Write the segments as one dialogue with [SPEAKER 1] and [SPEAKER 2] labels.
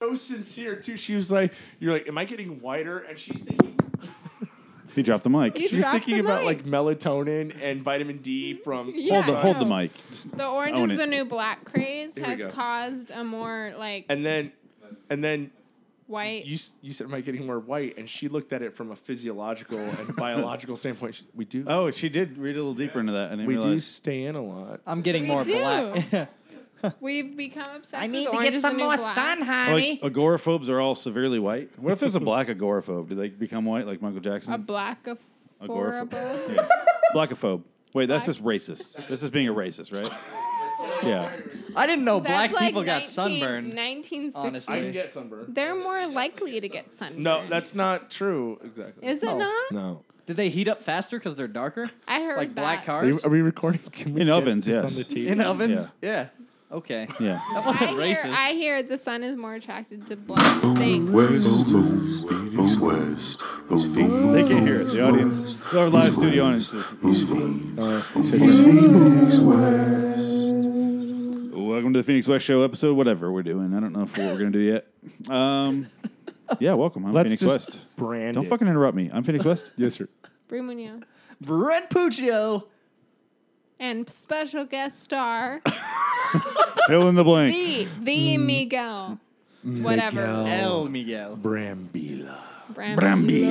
[SPEAKER 1] so sincere too. She was like, "You're like, am I getting whiter?" And she's thinking,
[SPEAKER 2] He dropped the mic.
[SPEAKER 3] You
[SPEAKER 1] she's
[SPEAKER 3] dropped
[SPEAKER 1] thinking
[SPEAKER 3] the
[SPEAKER 1] about
[SPEAKER 3] mic.
[SPEAKER 1] like melatonin and vitamin D from
[SPEAKER 3] Yeah.
[SPEAKER 2] hold the hold the
[SPEAKER 3] No.
[SPEAKER 2] mic. Just-
[SPEAKER 3] The orange
[SPEAKER 2] Own
[SPEAKER 3] is
[SPEAKER 2] it.
[SPEAKER 3] the new black craze
[SPEAKER 1] Here we
[SPEAKER 3] has
[SPEAKER 1] go.
[SPEAKER 3] caused a more like
[SPEAKER 1] and then and then
[SPEAKER 3] white.
[SPEAKER 1] you s- you said, "Am I getting more white?" And she looked at it from a physiological and biological standpoint. She- we do
[SPEAKER 2] oh, she did read a little deeper into that. I didn't
[SPEAKER 1] we do
[SPEAKER 2] realize.
[SPEAKER 1] stay in a lot.
[SPEAKER 4] I'm getting
[SPEAKER 3] We
[SPEAKER 4] more
[SPEAKER 3] do.
[SPEAKER 4] black.
[SPEAKER 3] We've become obsessed.
[SPEAKER 5] I
[SPEAKER 3] with
[SPEAKER 5] need to
[SPEAKER 3] orange
[SPEAKER 5] get
[SPEAKER 3] is the
[SPEAKER 5] some
[SPEAKER 3] new
[SPEAKER 5] more
[SPEAKER 3] black.
[SPEAKER 5] sun, honey.
[SPEAKER 2] Like agoraphobes are all severely white. What if there's a black agoraphobe? Do they become white like Michael Jackson?
[SPEAKER 3] A black of
[SPEAKER 2] Agoraphobe. Blackaphobe. Wait, that's just racist. This is being a racist, right? yeah.
[SPEAKER 4] I didn't know
[SPEAKER 3] That's
[SPEAKER 4] black
[SPEAKER 3] like
[SPEAKER 4] people got
[SPEAKER 3] 19
[SPEAKER 4] sunburned.
[SPEAKER 3] 1960s.
[SPEAKER 4] honestly. I can
[SPEAKER 1] get sunburned.
[SPEAKER 3] They're more likely to get sunburned.
[SPEAKER 1] No, that's not true. Exactly.
[SPEAKER 3] Is it
[SPEAKER 4] No.
[SPEAKER 3] not?
[SPEAKER 1] no.
[SPEAKER 4] Did they heat up faster because they're darker?
[SPEAKER 3] I heard
[SPEAKER 4] Like
[SPEAKER 3] that.
[SPEAKER 4] black
[SPEAKER 1] Are we,
[SPEAKER 4] cars?
[SPEAKER 1] are we recording? Can we
[SPEAKER 2] In
[SPEAKER 1] get
[SPEAKER 2] ovens,
[SPEAKER 1] this
[SPEAKER 2] yes.
[SPEAKER 1] On the TV?
[SPEAKER 4] In ovens? Yeah. Okay.
[SPEAKER 2] Yeah.
[SPEAKER 4] That
[SPEAKER 3] I
[SPEAKER 4] wasn't
[SPEAKER 3] hear,
[SPEAKER 4] racist.
[SPEAKER 3] I hear the sun is more attracted to black things.
[SPEAKER 6] West, Phoenix West, it's
[SPEAKER 2] They
[SPEAKER 6] Phoenix,
[SPEAKER 2] can't hear it. The audience, our live studio audience. is-
[SPEAKER 6] it's Phoenix, it's Phoenix West.
[SPEAKER 2] Welcome to the Phoenix West Show episode, whatever we're doing. I don't know if what we're gonna do yet. Um, yeah, welcome. I'm
[SPEAKER 1] Let's
[SPEAKER 2] Phoenix
[SPEAKER 1] just
[SPEAKER 2] West.
[SPEAKER 1] brand
[SPEAKER 2] Don't
[SPEAKER 1] it.
[SPEAKER 2] fucking interrupt me. I'm Phoenix West.
[SPEAKER 1] Yes, sir.
[SPEAKER 3] Brie Munoz.
[SPEAKER 4] Brent
[SPEAKER 1] Oh.
[SPEAKER 4] Puccio.
[SPEAKER 3] And special guest star,
[SPEAKER 2] Fill in the blank.
[SPEAKER 3] the, the Miguel. Whatever.
[SPEAKER 4] El Miguel.
[SPEAKER 1] Brambila.
[SPEAKER 3] Bram-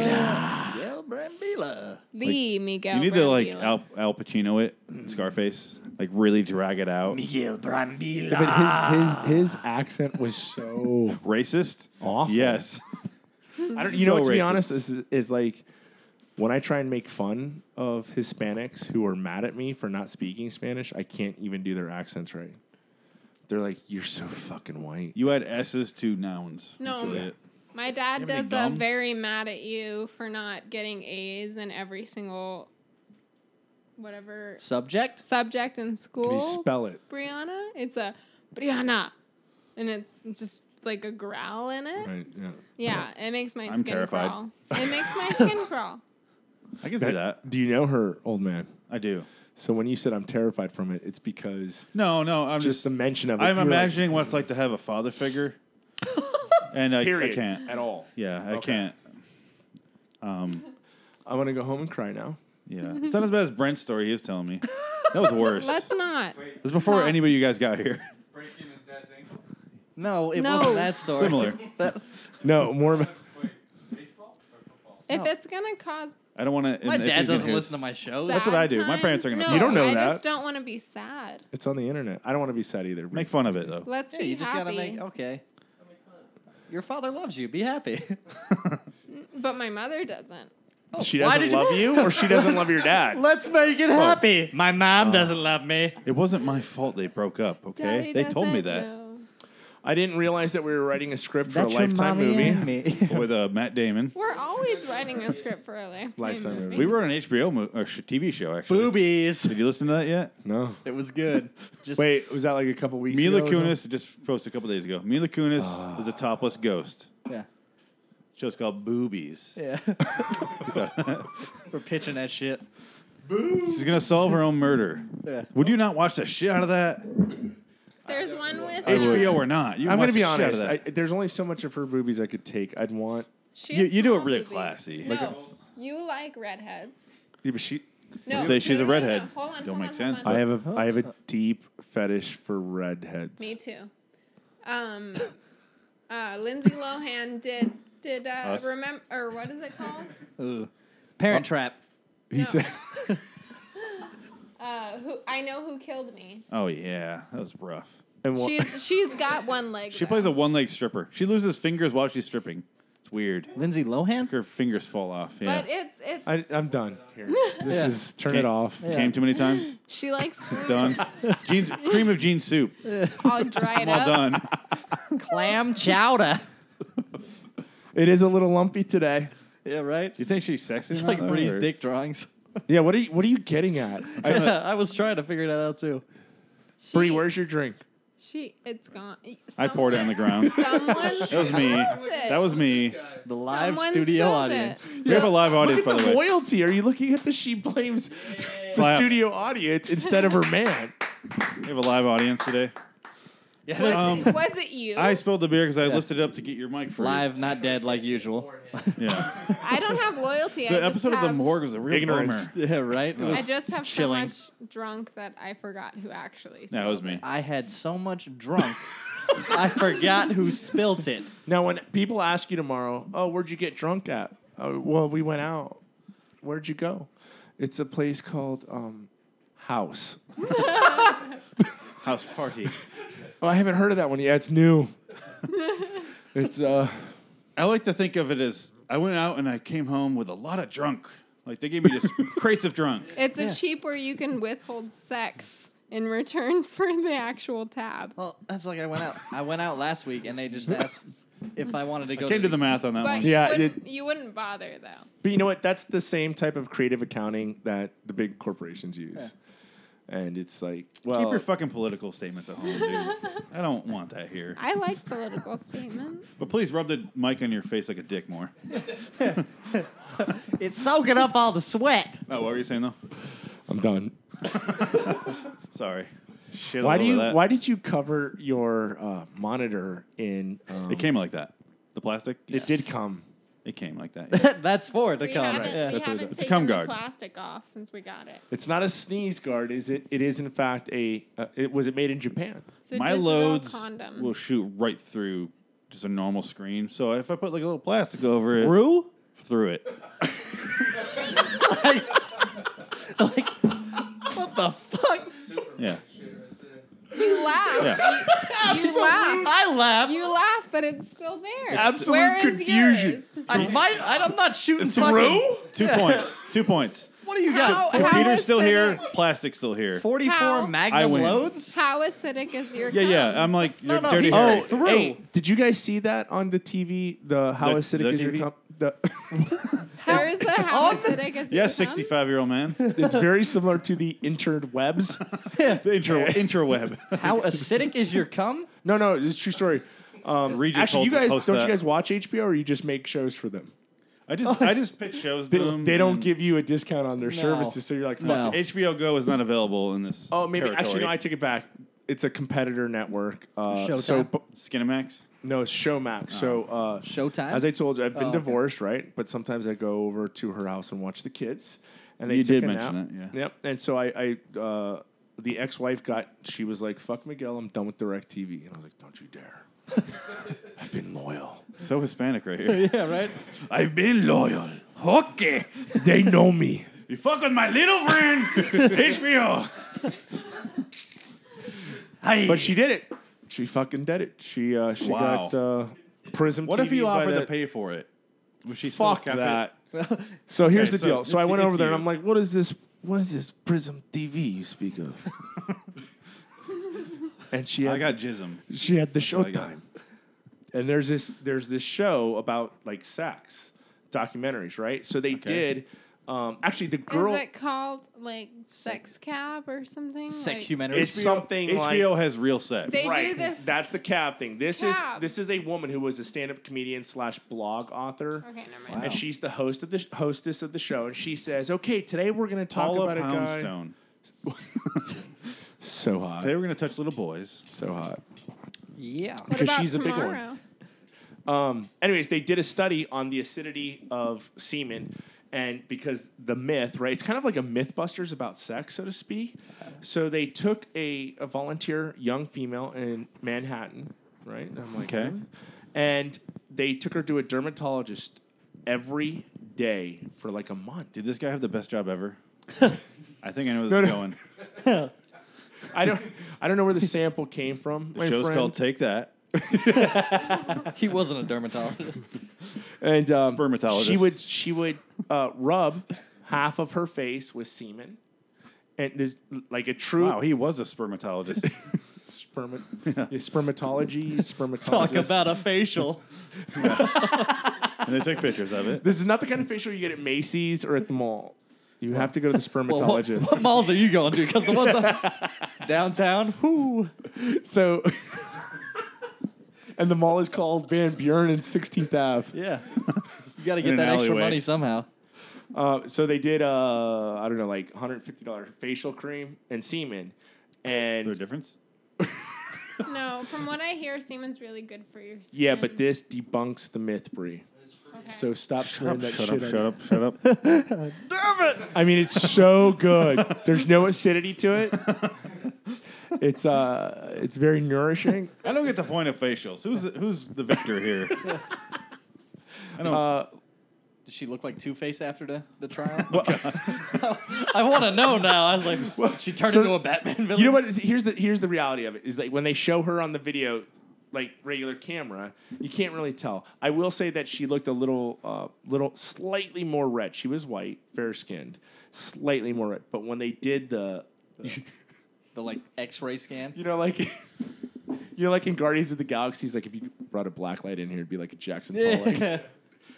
[SPEAKER 4] El Brambila.
[SPEAKER 3] The Miguel.
[SPEAKER 2] You need to like
[SPEAKER 3] Brambila.
[SPEAKER 2] Al, Al Pacino it, Scarface. Like really drag it out.
[SPEAKER 4] Miguel Brambila.
[SPEAKER 1] But his his his accent was so
[SPEAKER 2] Racist.
[SPEAKER 1] awful.
[SPEAKER 2] Yes. I don't.
[SPEAKER 1] You know,
[SPEAKER 2] so
[SPEAKER 1] what, to be
[SPEAKER 2] racist.
[SPEAKER 1] honest, is, is like when I try and make fun of Hispanics who are mad at me for not speaking Spanish, I can't even do their accents right. They're like, "You're so fucking white."
[SPEAKER 2] You add S's to nouns.
[SPEAKER 3] No.
[SPEAKER 2] That's really it.
[SPEAKER 3] My dad
[SPEAKER 2] You have any
[SPEAKER 3] does a
[SPEAKER 2] gums?
[SPEAKER 3] very mad at you for not getting A's in every single whatever
[SPEAKER 4] Subject?
[SPEAKER 3] subject in
[SPEAKER 1] Can you
[SPEAKER 3] school.
[SPEAKER 1] spell it?
[SPEAKER 3] Brianna? It's a Brianna. And it's just like a growl in it.
[SPEAKER 1] Right. Yeah.
[SPEAKER 3] Yeah, it makes my
[SPEAKER 2] I'm
[SPEAKER 3] skin
[SPEAKER 2] terrified.
[SPEAKER 3] crawl. It makes my skin crawl.
[SPEAKER 2] I can see that.
[SPEAKER 1] Do you know her, old man?
[SPEAKER 2] I do.
[SPEAKER 1] So when you said I'm terrified from it, it's because
[SPEAKER 2] No, no. I'm
[SPEAKER 1] just
[SPEAKER 2] just.
[SPEAKER 1] the mention of it.
[SPEAKER 2] I'm
[SPEAKER 1] you're like,
[SPEAKER 2] imagining what it's like to have a father figure, and I, I
[SPEAKER 1] period
[SPEAKER 2] can't.
[SPEAKER 1] at all.
[SPEAKER 2] Yeah, I
[SPEAKER 1] Okay.
[SPEAKER 2] can't.
[SPEAKER 1] I want to go home and cry now.
[SPEAKER 2] Yeah, it's not as bad as Brent's story he was telling me. That was worse.
[SPEAKER 3] Let's not.
[SPEAKER 2] it was before
[SPEAKER 3] not-
[SPEAKER 2] anybody you guys got here.
[SPEAKER 7] breaking his dad's ankles.
[SPEAKER 4] No, it
[SPEAKER 3] No.
[SPEAKER 4] wasn't that story.
[SPEAKER 2] Similar.
[SPEAKER 4] That-
[SPEAKER 1] No, more about
[SPEAKER 7] Wait, baseball or football?
[SPEAKER 3] If it's gonna cause
[SPEAKER 2] I don't want to.
[SPEAKER 4] my dad doesn't listen to my shows.
[SPEAKER 3] sad
[SPEAKER 2] Oh, That's what I do. My
[SPEAKER 3] times-
[SPEAKER 2] parents are gonna-
[SPEAKER 3] No,
[SPEAKER 1] You don't know
[SPEAKER 3] I
[SPEAKER 1] that.
[SPEAKER 3] just don't want to be sad.
[SPEAKER 1] it's on the internet. I don't want to be sad either.
[SPEAKER 2] Make fun of it though.
[SPEAKER 3] Let's
[SPEAKER 4] Yeah,
[SPEAKER 3] be
[SPEAKER 4] you just
[SPEAKER 3] happy.
[SPEAKER 4] gotta make okay. Your father loves you. Be happy.
[SPEAKER 3] But my mother doesn't.
[SPEAKER 1] she
[SPEAKER 4] why
[SPEAKER 1] doesn't
[SPEAKER 4] did you-
[SPEAKER 1] love you, or she doesn't love your dad.
[SPEAKER 4] Let's make it happy. My mom doesn't love me.
[SPEAKER 2] It wasn't my fault they broke up. Okay,
[SPEAKER 3] Daddy
[SPEAKER 2] they told me
[SPEAKER 3] doesn't
[SPEAKER 2] that
[SPEAKER 3] know.
[SPEAKER 1] I didn't realize that we were writing a script for a lifetime movie.
[SPEAKER 4] me.
[SPEAKER 2] with uh, Matt Damon.
[SPEAKER 3] We're always writing a script for a lifetime,
[SPEAKER 1] Lifetime
[SPEAKER 3] movie.
[SPEAKER 1] movie.
[SPEAKER 2] We wrote an HBO mo- or sh- TV show actually.
[SPEAKER 4] Boobies.
[SPEAKER 2] Did you listen to that yet?
[SPEAKER 1] No.
[SPEAKER 4] It was good. Just
[SPEAKER 1] Wait, was that Ah. like a couple weeks
[SPEAKER 2] Mila
[SPEAKER 1] ago? or something?
[SPEAKER 2] Kunis just posted a couple days ago. Mila Kunis is a topless ghost.
[SPEAKER 4] Yeah.
[SPEAKER 2] Show's called Boobies.
[SPEAKER 4] Yeah. We're pitching that shit.
[SPEAKER 2] She's gonna solve her own murder.
[SPEAKER 4] Yeah.
[SPEAKER 2] Would you not watch the shit out of that?
[SPEAKER 3] There's one with
[SPEAKER 2] HBO or not? You
[SPEAKER 1] I'm going
[SPEAKER 2] watch
[SPEAKER 1] to be
[SPEAKER 2] the shit out of
[SPEAKER 1] honest.
[SPEAKER 2] that.
[SPEAKER 1] I, there's only so much of her movies I could take. I'd want.
[SPEAKER 3] She
[SPEAKER 2] You-
[SPEAKER 3] has
[SPEAKER 2] you do it
[SPEAKER 3] small
[SPEAKER 2] real
[SPEAKER 3] boobies.
[SPEAKER 2] classy.
[SPEAKER 3] No,
[SPEAKER 2] Like
[SPEAKER 3] you like redheads.
[SPEAKER 2] Yeah, but she.
[SPEAKER 3] No,
[SPEAKER 2] say she's
[SPEAKER 3] no,
[SPEAKER 2] a
[SPEAKER 3] no, no, no.
[SPEAKER 2] redhead.
[SPEAKER 3] Hold on,
[SPEAKER 2] Don't
[SPEAKER 3] hold
[SPEAKER 2] make
[SPEAKER 3] on,
[SPEAKER 2] sense,
[SPEAKER 3] Hold
[SPEAKER 1] I
[SPEAKER 3] on.
[SPEAKER 1] have a I have a deep fetish for redheads.
[SPEAKER 3] Me too. Um, uh, Lindsay Lohan did did uh,
[SPEAKER 2] Us.
[SPEAKER 3] remember or what is it called?
[SPEAKER 4] Ooh. Parent Trap.
[SPEAKER 1] He
[SPEAKER 3] No.
[SPEAKER 1] said,
[SPEAKER 3] Uh, who I know who killed me.
[SPEAKER 2] Oh yeah, that was rough.
[SPEAKER 1] and wha-
[SPEAKER 3] She's she's got one leg.
[SPEAKER 2] She plays a one leg stripper. She loses fingers while she's stripping. It's weird.
[SPEAKER 4] Lindsay Lohan.
[SPEAKER 2] Her fingers fall off. Yeah.
[SPEAKER 3] But it's it's
[SPEAKER 1] I, I'm done. Here, this
[SPEAKER 4] Yeah.
[SPEAKER 1] is turn
[SPEAKER 2] Can't-
[SPEAKER 1] it off.
[SPEAKER 4] Yeah.
[SPEAKER 2] Came too many times.
[SPEAKER 3] she likes food
[SPEAKER 2] Done. Jeans, cream of jean soup.
[SPEAKER 3] all dried
[SPEAKER 2] All
[SPEAKER 3] up.
[SPEAKER 2] done.
[SPEAKER 4] Clam chowder.
[SPEAKER 1] It is a little lumpy today.
[SPEAKER 4] Yeah, right?
[SPEAKER 2] You think she's sexy?
[SPEAKER 4] It's like Bree's dick drawings.
[SPEAKER 1] Yeah, what are you what are you getting at,
[SPEAKER 4] I was trying to figure that out too.
[SPEAKER 3] She,
[SPEAKER 1] Bree? Where's your drink?
[SPEAKER 3] she? It's gone.
[SPEAKER 2] I poured it on the ground.
[SPEAKER 3] Someone that
[SPEAKER 2] That was me. That was me.
[SPEAKER 4] The live studio audience.
[SPEAKER 2] We have a live audience,
[SPEAKER 1] Look
[SPEAKER 2] by
[SPEAKER 1] at
[SPEAKER 2] the
[SPEAKER 1] the
[SPEAKER 2] way.
[SPEAKER 1] loyalty. Are you looking at the she blames the
[SPEAKER 2] Clap.
[SPEAKER 1] studio audience instead of her man?
[SPEAKER 2] We have a live audience today.
[SPEAKER 4] Yeah.
[SPEAKER 3] Was,
[SPEAKER 2] Um,
[SPEAKER 3] it, was it you?
[SPEAKER 2] I spilled the beer because I
[SPEAKER 4] Yeah.
[SPEAKER 2] lifted it up to get your mic for
[SPEAKER 4] Live, not dead, like usual.
[SPEAKER 2] Yeah.
[SPEAKER 3] I don't have loyalty. I
[SPEAKER 2] the
[SPEAKER 3] just
[SPEAKER 2] episode of
[SPEAKER 3] have,
[SPEAKER 2] the morgue was a real
[SPEAKER 1] Ignorance.
[SPEAKER 2] bummer.
[SPEAKER 4] Yeah, right. It
[SPEAKER 3] I
[SPEAKER 4] was-
[SPEAKER 3] just have
[SPEAKER 4] chilling.
[SPEAKER 3] so much drunk that I forgot who actually.
[SPEAKER 2] No, it was me.
[SPEAKER 4] I had so much drunk, I forgot who spilt it.
[SPEAKER 1] Now, when people ask you tomorrow, oh, where'd you get drunk at? Oh, well, we went out. Where'd you go? It's a place called um, House.
[SPEAKER 2] House party.
[SPEAKER 1] Oh, I haven't heard of that one yet. It's new. it's uh,
[SPEAKER 2] I like to think of it as I went out and I came home with a lot of drunk. Like they gave me just crates of drunk.
[SPEAKER 3] It's a
[SPEAKER 4] Yeah.
[SPEAKER 3] cheap where you can withhold sex in return for the actual tab.
[SPEAKER 2] Um,
[SPEAKER 4] Well, that's like I went out. I went out last week, and they just asked if I wanted to go.
[SPEAKER 2] Came to the math on that
[SPEAKER 3] But
[SPEAKER 2] one.
[SPEAKER 3] you,
[SPEAKER 1] Yeah, it-
[SPEAKER 3] wouldn't, you wouldn't bother though.
[SPEAKER 1] but you know what? That's the same type of creative accounting that the big corporations use, and it's like, well,
[SPEAKER 2] Keep your fucking political statements at home, dude. I don't want that here.
[SPEAKER 3] I like political statements.
[SPEAKER 2] But please rub the mic on your face like a dick more.
[SPEAKER 4] It's soaking up all the sweat.
[SPEAKER 2] Oh, what were you saying though?
[SPEAKER 1] I'm done.
[SPEAKER 2] Sorry. Shit
[SPEAKER 1] Why
[SPEAKER 2] all
[SPEAKER 1] do
[SPEAKER 2] over
[SPEAKER 1] you?
[SPEAKER 2] that.
[SPEAKER 1] Why did you cover your uh, monitor in? Um,
[SPEAKER 2] It came like that. The plastic.
[SPEAKER 1] It did come.
[SPEAKER 2] It came like that. yeah.
[SPEAKER 4] that's for the
[SPEAKER 3] we
[SPEAKER 4] color.
[SPEAKER 3] haven't,
[SPEAKER 4] Yeah.
[SPEAKER 2] that's
[SPEAKER 3] we
[SPEAKER 2] what it
[SPEAKER 3] haven't
[SPEAKER 2] is. It's a cum
[SPEAKER 3] taken the
[SPEAKER 2] guard.
[SPEAKER 3] plastic off since we got it.
[SPEAKER 1] It's not a sneeze guard, is it? It is in fact a. Uh, it was it made in Japan.
[SPEAKER 3] It's a
[SPEAKER 2] My
[SPEAKER 3] digital
[SPEAKER 2] loads
[SPEAKER 3] condom.
[SPEAKER 2] will shoot right through just a normal screen. So if I put like a little plastic over it,
[SPEAKER 4] Brew?
[SPEAKER 2] through it.
[SPEAKER 4] like, what the fuck?
[SPEAKER 2] Yeah.
[SPEAKER 3] you laugh.
[SPEAKER 2] Yeah.
[SPEAKER 3] You, you laugh.
[SPEAKER 4] I laugh.
[SPEAKER 3] You laugh, but it's still there.
[SPEAKER 1] Absolute
[SPEAKER 3] Where is
[SPEAKER 1] confusion.
[SPEAKER 3] yours?
[SPEAKER 4] I might. I, am not shooting fucking.
[SPEAKER 2] Two points. Two points.
[SPEAKER 4] What do you
[SPEAKER 3] How-
[SPEAKER 4] got? Four-
[SPEAKER 3] how-
[SPEAKER 2] Peter's still here.
[SPEAKER 3] acidic.
[SPEAKER 2] Plastic's still here.
[SPEAKER 4] Forty-four
[SPEAKER 3] How?
[SPEAKER 2] I
[SPEAKER 4] Magnum
[SPEAKER 2] win.
[SPEAKER 4] loads.
[SPEAKER 3] How acidic is your
[SPEAKER 2] Yeah, yeah.
[SPEAKER 3] cum?
[SPEAKER 2] I'm like your
[SPEAKER 4] no,
[SPEAKER 2] dirty
[SPEAKER 4] he
[SPEAKER 2] hair.
[SPEAKER 4] said through.
[SPEAKER 1] did you guys see that on the TV? The how
[SPEAKER 2] The-
[SPEAKER 1] acidic
[SPEAKER 2] the
[SPEAKER 1] is
[SPEAKER 2] TV?
[SPEAKER 1] your cup? The,
[SPEAKER 3] There is a how acidic is your
[SPEAKER 2] Yeah,
[SPEAKER 3] cum?
[SPEAKER 2] 65 year old man.
[SPEAKER 1] it's very similar to the interwebs.
[SPEAKER 2] the intro interweb.
[SPEAKER 4] How acidic is your cum?
[SPEAKER 1] No, no, it's a true story. Um,
[SPEAKER 2] Regis
[SPEAKER 1] actually, you
[SPEAKER 2] holds-
[SPEAKER 1] guys don't
[SPEAKER 2] hosts
[SPEAKER 1] you
[SPEAKER 2] that.
[SPEAKER 1] guys watch HBO or you just make shows for them?
[SPEAKER 2] I just I just pitch shows to
[SPEAKER 1] They,
[SPEAKER 2] them.
[SPEAKER 1] they don't
[SPEAKER 2] and
[SPEAKER 1] give you a discount on their
[SPEAKER 4] No.
[SPEAKER 1] services, so you're like, fuck
[SPEAKER 4] No.
[SPEAKER 1] it.
[SPEAKER 2] HBO Go is not available in this.
[SPEAKER 1] Oh, maybe actually,
[SPEAKER 2] territory.
[SPEAKER 1] no, I take it back. It's a competitor network. Uh, So
[SPEAKER 4] Showtime?
[SPEAKER 1] bu-
[SPEAKER 2] Skinemax.
[SPEAKER 1] no, it's Showmax. So
[SPEAKER 2] Oh.
[SPEAKER 1] uh,
[SPEAKER 4] Showtime? Oh,
[SPEAKER 1] As I told you, I've been
[SPEAKER 4] okay.
[SPEAKER 1] divorced, right? But sometimes I go over to her house and watch the kids. And they
[SPEAKER 2] You
[SPEAKER 1] took
[SPEAKER 2] did
[SPEAKER 1] a
[SPEAKER 2] mention
[SPEAKER 1] nap.
[SPEAKER 2] it, yeah.
[SPEAKER 1] Yep. And so I, I uh, the ex-wife got. She was like, "Fuck Miguel, I'm done with Direct TV," and I was like, "Don't you dare." I've been loyal.
[SPEAKER 2] So Hispanic right here.
[SPEAKER 4] Yeah, right.
[SPEAKER 1] I've been loyal. Okay. They know me.
[SPEAKER 2] you fuck with my little friend, HBO. Hey.
[SPEAKER 1] But she did it. She fucking did it. She uh, she
[SPEAKER 2] Wow.
[SPEAKER 1] got uh, Prism
[SPEAKER 2] what
[SPEAKER 1] TV
[SPEAKER 2] if you
[SPEAKER 1] by
[SPEAKER 2] offered
[SPEAKER 1] the
[SPEAKER 2] to pay for it? Was she still
[SPEAKER 1] Fuck
[SPEAKER 2] kept
[SPEAKER 1] that. so here's
[SPEAKER 2] Okay,
[SPEAKER 1] the
[SPEAKER 2] so
[SPEAKER 1] deal. So I
[SPEAKER 2] it's-
[SPEAKER 1] went
[SPEAKER 2] it's
[SPEAKER 1] over there and
[SPEAKER 2] you.
[SPEAKER 1] I'm like, what is this? What is this Prism TV you speak of? and she
[SPEAKER 2] It? I
[SPEAKER 1] had,
[SPEAKER 2] got jism.
[SPEAKER 1] she had the
[SPEAKER 2] what I got.
[SPEAKER 1] Showtime. And there's this there's this show about like sex documentaries, right? So they did. Um, actually, the girl.
[SPEAKER 3] Is it called like sex cab or something? Like-
[SPEAKER 4] Sexumentary.
[SPEAKER 1] It's something like
[SPEAKER 2] HBO has real sex.
[SPEAKER 3] They-
[SPEAKER 1] right.
[SPEAKER 3] do this-
[SPEAKER 1] That's the cab thing. This
[SPEAKER 3] Cab.
[SPEAKER 1] is this is a woman who was a stand-up comedian slash blog author.
[SPEAKER 3] Okay, never mind.
[SPEAKER 1] And she's the host of the hostess of the show, and she says, "Okay, today we're going to talk
[SPEAKER 2] Paula
[SPEAKER 1] about a guy
[SPEAKER 2] Poundstone.
[SPEAKER 1] so hot,
[SPEAKER 2] Today we're gonna touch little boys.
[SPEAKER 1] so hot."
[SPEAKER 4] yeah.
[SPEAKER 3] What
[SPEAKER 1] because
[SPEAKER 3] about
[SPEAKER 1] she's a big one.
[SPEAKER 3] tomorrow?
[SPEAKER 1] Um, anyways, they did a study on the acidity of semen, and because the myth, right? It's kind of like a MythBusters about sex, so to speak. So they took a, a volunteer young female in Manhattan, right? And I'm like,
[SPEAKER 2] Okay.
[SPEAKER 1] "Really?" and they took her to a dermatologist every day for like a month.
[SPEAKER 2] Did this guy have the best job ever? I think I know where this
[SPEAKER 1] No,
[SPEAKER 2] is
[SPEAKER 1] no.
[SPEAKER 2] going.
[SPEAKER 1] I don't, I don't know where the sample came from.
[SPEAKER 2] The
[SPEAKER 1] my
[SPEAKER 2] show's
[SPEAKER 1] friend.
[SPEAKER 2] called Take That.
[SPEAKER 4] He wasn't a dermatologist.
[SPEAKER 1] and um,
[SPEAKER 2] Spermatologist.
[SPEAKER 1] She would she would uh, rub half of her face with semen, and there's like a true
[SPEAKER 2] Wow, he was a spermatologist.
[SPEAKER 1] sperma- yeah, spermatology spermatologist.
[SPEAKER 4] Talk about a facial.
[SPEAKER 2] and they took pictures of it.
[SPEAKER 1] this is not the kind of facial you get at Macy's or at the mall. You have to go to the
[SPEAKER 4] Well, what,
[SPEAKER 1] spermatologist.
[SPEAKER 4] what malls are you going to? Because the ones on- downtown, whoo.
[SPEAKER 1] So. And the mall is called Van Buren and 16th Ave.
[SPEAKER 4] Yeah. You got to
[SPEAKER 2] In
[SPEAKER 4] get
[SPEAKER 2] an
[SPEAKER 4] that extra
[SPEAKER 2] alleyway.
[SPEAKER 4] money somehow.
[SPEAKER 1] Uh, so they did, uh, I don't know, like $150 facial cream and semen.
[SPEAKER 2] Is there a
[SPEAKER 1] And
[SPEAKER 2] difference?
[SPEAKER 3] no, from what I hear, semen's really good for your skin.
[SPEAKER 1] Yeah, but this debunks the myth, Brie.
[SPEAKER 3] Okay.
[SPEAKER 1] So stop smearing that
[SPEAKER 2] shut
[SPEAKER 1] shit
[SPEAKER 2] up,
[SPEAKER 1] on
[SPEAKER 2] shut up, shut up, shut up.
[SPEAKER 1] I mean, it's so good. There's no acidity to it. It's uh, it's very nourishing.
[SPEAKER 2] I don't get the point of facials. Who's the, who's the victor here? I don't.
[SPEAKER 1] Uh,
[SPEAKER 4] Did she look like Two Face after the, the trial? I want to know now. I was like, she turned
[SPEAKER 1] so-
[SPEAKER 4] into a Batman villain.
[SPEAKER 1] you know what? Here's the here's the reality of it is like when they show her on the video, like regular camera, you can't really tell. I will say that she looked a little, uh, little slightly more red. She was white, fair skinned, slightly more red. But when they did the,
[SPEAKER 4] The like X-ray scan.
[SPEAKER 1] you know, like. You know, like in Guardians of the Galaxy, like if you brought a black light in here, it'd be like a Jackson
[SPEAKER 4] Oh,
[SPEAKER 1] Pollock.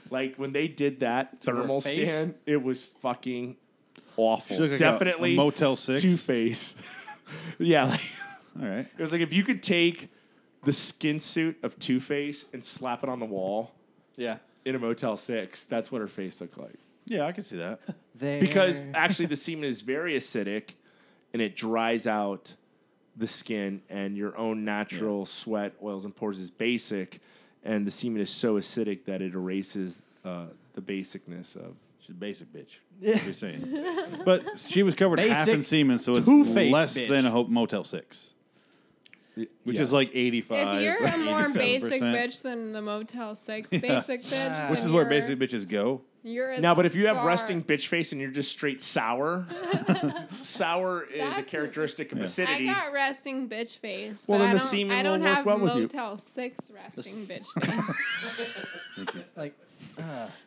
[SPEAKER 1] Like when they did that
[SPEAKER 4] her
[SPEAKER 1] thermal
[SPEAKER 4] face?
[SPEAKER 1] scan, it was fucking awful.
[SPEAKER 2] She looked like a-
[SPEAKER 1] Definitely
[SPEAKER 2] a Motel Six.
[SPEAKER 1] Two Face. yeah, like,
[SPEAKER 2] All right.
[SPEAKER 1] it was like if you could take the skin suit of Two Face and slap it on the wall
[SPEAKER 4] yeah.
[SPEAKER 1] in a Motel Six, that's what her face looked like.
[SPEAKER 2] Yeah, I can see that.
[SPEAKER 1] Because actually, the semen is very acidic, and it dries out the skin, and your own natural sweat, oils, and pores is basic, and the semen is so acidic that it erases uh, the basicness of.
[SPEAKER 2] She's a basic bitch. Yeah. You're saying. But she was covered half in
[SPEAKER 4] Basic
[SPEAKER 2] semen, so it's
[SPEAKER 4] two-faced
[SPEAKER 2] less
[SPEAKER 4] bitch.
[SPEAKER 2] than a Ho- Motel 6, which is like 85.
[SPEAKER 3] If you're a more
[SPEAKER 2] 87%,
[SPEAKER 3] basic bitch than the Motel 6 basic bitch,
[SPEAKER 2] Which
[SPEAKER 3] then
[SPEAKER 2] is where
[SPEAKER 3] you're-
[SPEAKER 2] basic bitches go.
[SPEAKER 3] You're
[SPEAKER 1] Now, but if you have
[SPEAKER 3] far-
[SPEAKER 1] resting bitch face and you're just straight sour, sour is
[SPEAKER 3] That's
[SPEAKER 1] a
[SPEAKER 3] a-
[SPEAKER 1] characteristic of
[SPEAKER 2] Yeah.
[SPEAKER 3] I
[SPEAKER 1] acidity.
[SPEAKER 3] got resting bitch face.
[SPEAKER 1] Well,
[SPEAKER 3] but
[SPEAKER 1] then
[SPEAKER 3] I
[SPEAKER 1] the
[SPEAKER 3] don't,
[SPEAKER 1] semen
[SPEAKER 3] I don't
[SPEAKER 1] will work
[SPEAKER 3] have
[SPEAKER 1] well with you.
[SPEAKER 3] Motel 6 resting bitch face.
[SPEAKER 4] Like,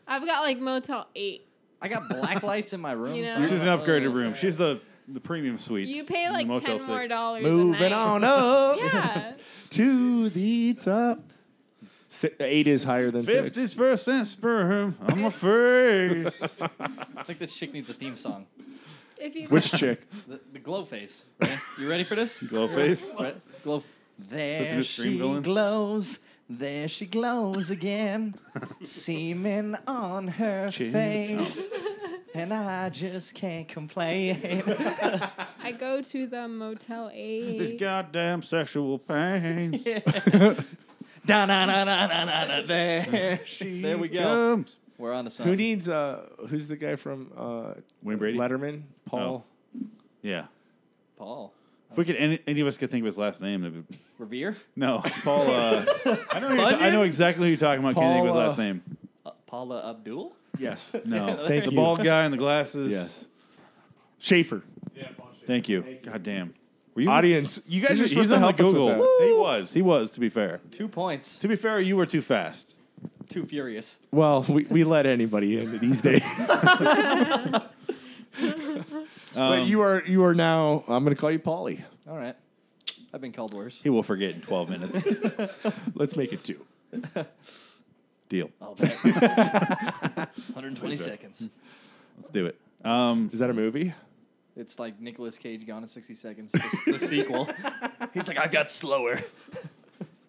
[SPEAKER 3] I've got like Motel 8.
[SPEAKER 4] I got black lights in my room.
[SPEAKER 3] You
[SPEAKER 4] so Oh,
[SPEAKER 3] know?
[SPEAKER 4] I
[SPEAKER 2] She's
[SPEAKER 4] don't
[SPEAKER 2] an upgraded
[SPEAKER 4] know.
[SPEAKER 2] room. She's the, the premium suite.
[SPEAKER 3] You pay like ten more dollars. a
[SPEAKER 1] Moving
[SPEAKER 3] night.
[SPEAKER 1] on up
[SPEAKER 3] Yeah.
[SPEAKER 1] to the top. Si- Eight is higher than six.
[SPEAKER 2] 50% sperm on my face.
[SPEAKER 4] I think this chick needs a theme song.
[SPEAKER 3] If you
[SPEAKER 1] Which chick?
[SPEAKER 4] The, the glow face. Right? You ready for this?
[SPEAKER 2] Glow face.
[SPEAKER 4] Right? Glow.
[SPEAKER 2] That's a
[SPEAKER 4] There
[SPEAKER 2] good scream
[SPEAKER 4] she
[SPEAKER 2] villain.
[SPEAKER 4] glows. There she glows again. Semen on her
[SPEAKER 2] Chin Oh.
[SPEAKER 4] face. And I just can't complain.
[SPEAKER 3] I go to the Motel
[SPEAKER 2] This
[SPEAKER 3] Eight.
[SPEAKER 2] goddamn sexual pain.
[SPEAKER 4] da na na na na na na. There she There we go.
[SPEAKER 2] Comes.
[SPEAKER 4] We're on the sun.
[SPEAKER 1] Who needs? Uh, who's the guy from uh,
[SPEAKER 2] Wayne Brady? Oh.
[SPEAKER 1] Letterman? Paul.
[SPEAKER 2] Yeah.
[SPEAKER 4] Paul.
[SPEAKER 2] If we could, any, any of us could think of his last name, that'd be
[SPEAKER 4] Revere?
[SPEAKER 2] No, Paul. Uh, I, know who you're ta- I
[SPEAKER 1] Bunyan?
[SPEAKER 2] know exactly who you're talking about. Can't think of his
[SPEAKER 1] Paul, uh,
[SPEAKER 2] last name.
[SPEAKER 4] Uh, Paula Abdul?
[SPEAKER 1] Yes.
[SPEAKER 2] No,
[SPEAKER 1] Thank
[SPEAKER 2] the
[SPEAKER 1] you.
[SPEAKER 2] bald guy in the glasses.
[SPEAKER 1] Yes. Schaefer.
[SPEAKER 7] Yeah, bullshit.
[SPEAKER 2] Thank you. God damn. Were you?
[SPEAKER 1] Audience, you guys
[SPEAKER 2] He's,
[SPEAKER 1] are
[SPEAKER 2] he's,
[SPEAKER 1] supposed to
[SPEAKER 2] on the
[SPEAKER 1] help
[SPEAKER 2] Google.
[SPEAKER 1] us with that.
[SPEAKER 2] He was. He was. To be fair.
[SPEAKER 4] Two points.
[SPEAKER 2] To be fair, you were too fast.
[SPEAKER 4] Too furious.
[SPEAKER 1] Well, we, we let anybody in these days. but
[SPEAKER 2] Um,
[SPEAKER 1] you are you are now. I'm going to call you Paulie.
[SPEAKER 4] All right. I've been called worse.
[SPEAKER 2] He will forget in 12 minutes.
[SPEAKER 1] Let's make it two.
[SPEAKER 2] Deal.
[SPEAKER 4] I'll bet. 120 seconds.
[SPEAKER 2] Let's do it. Um,
[SPEAKER 1] Is that a movie?
[SPEAKER 4] It's like Nicolas Cage gone in 60 seconds. The, the sequel. He's like, I've got slower.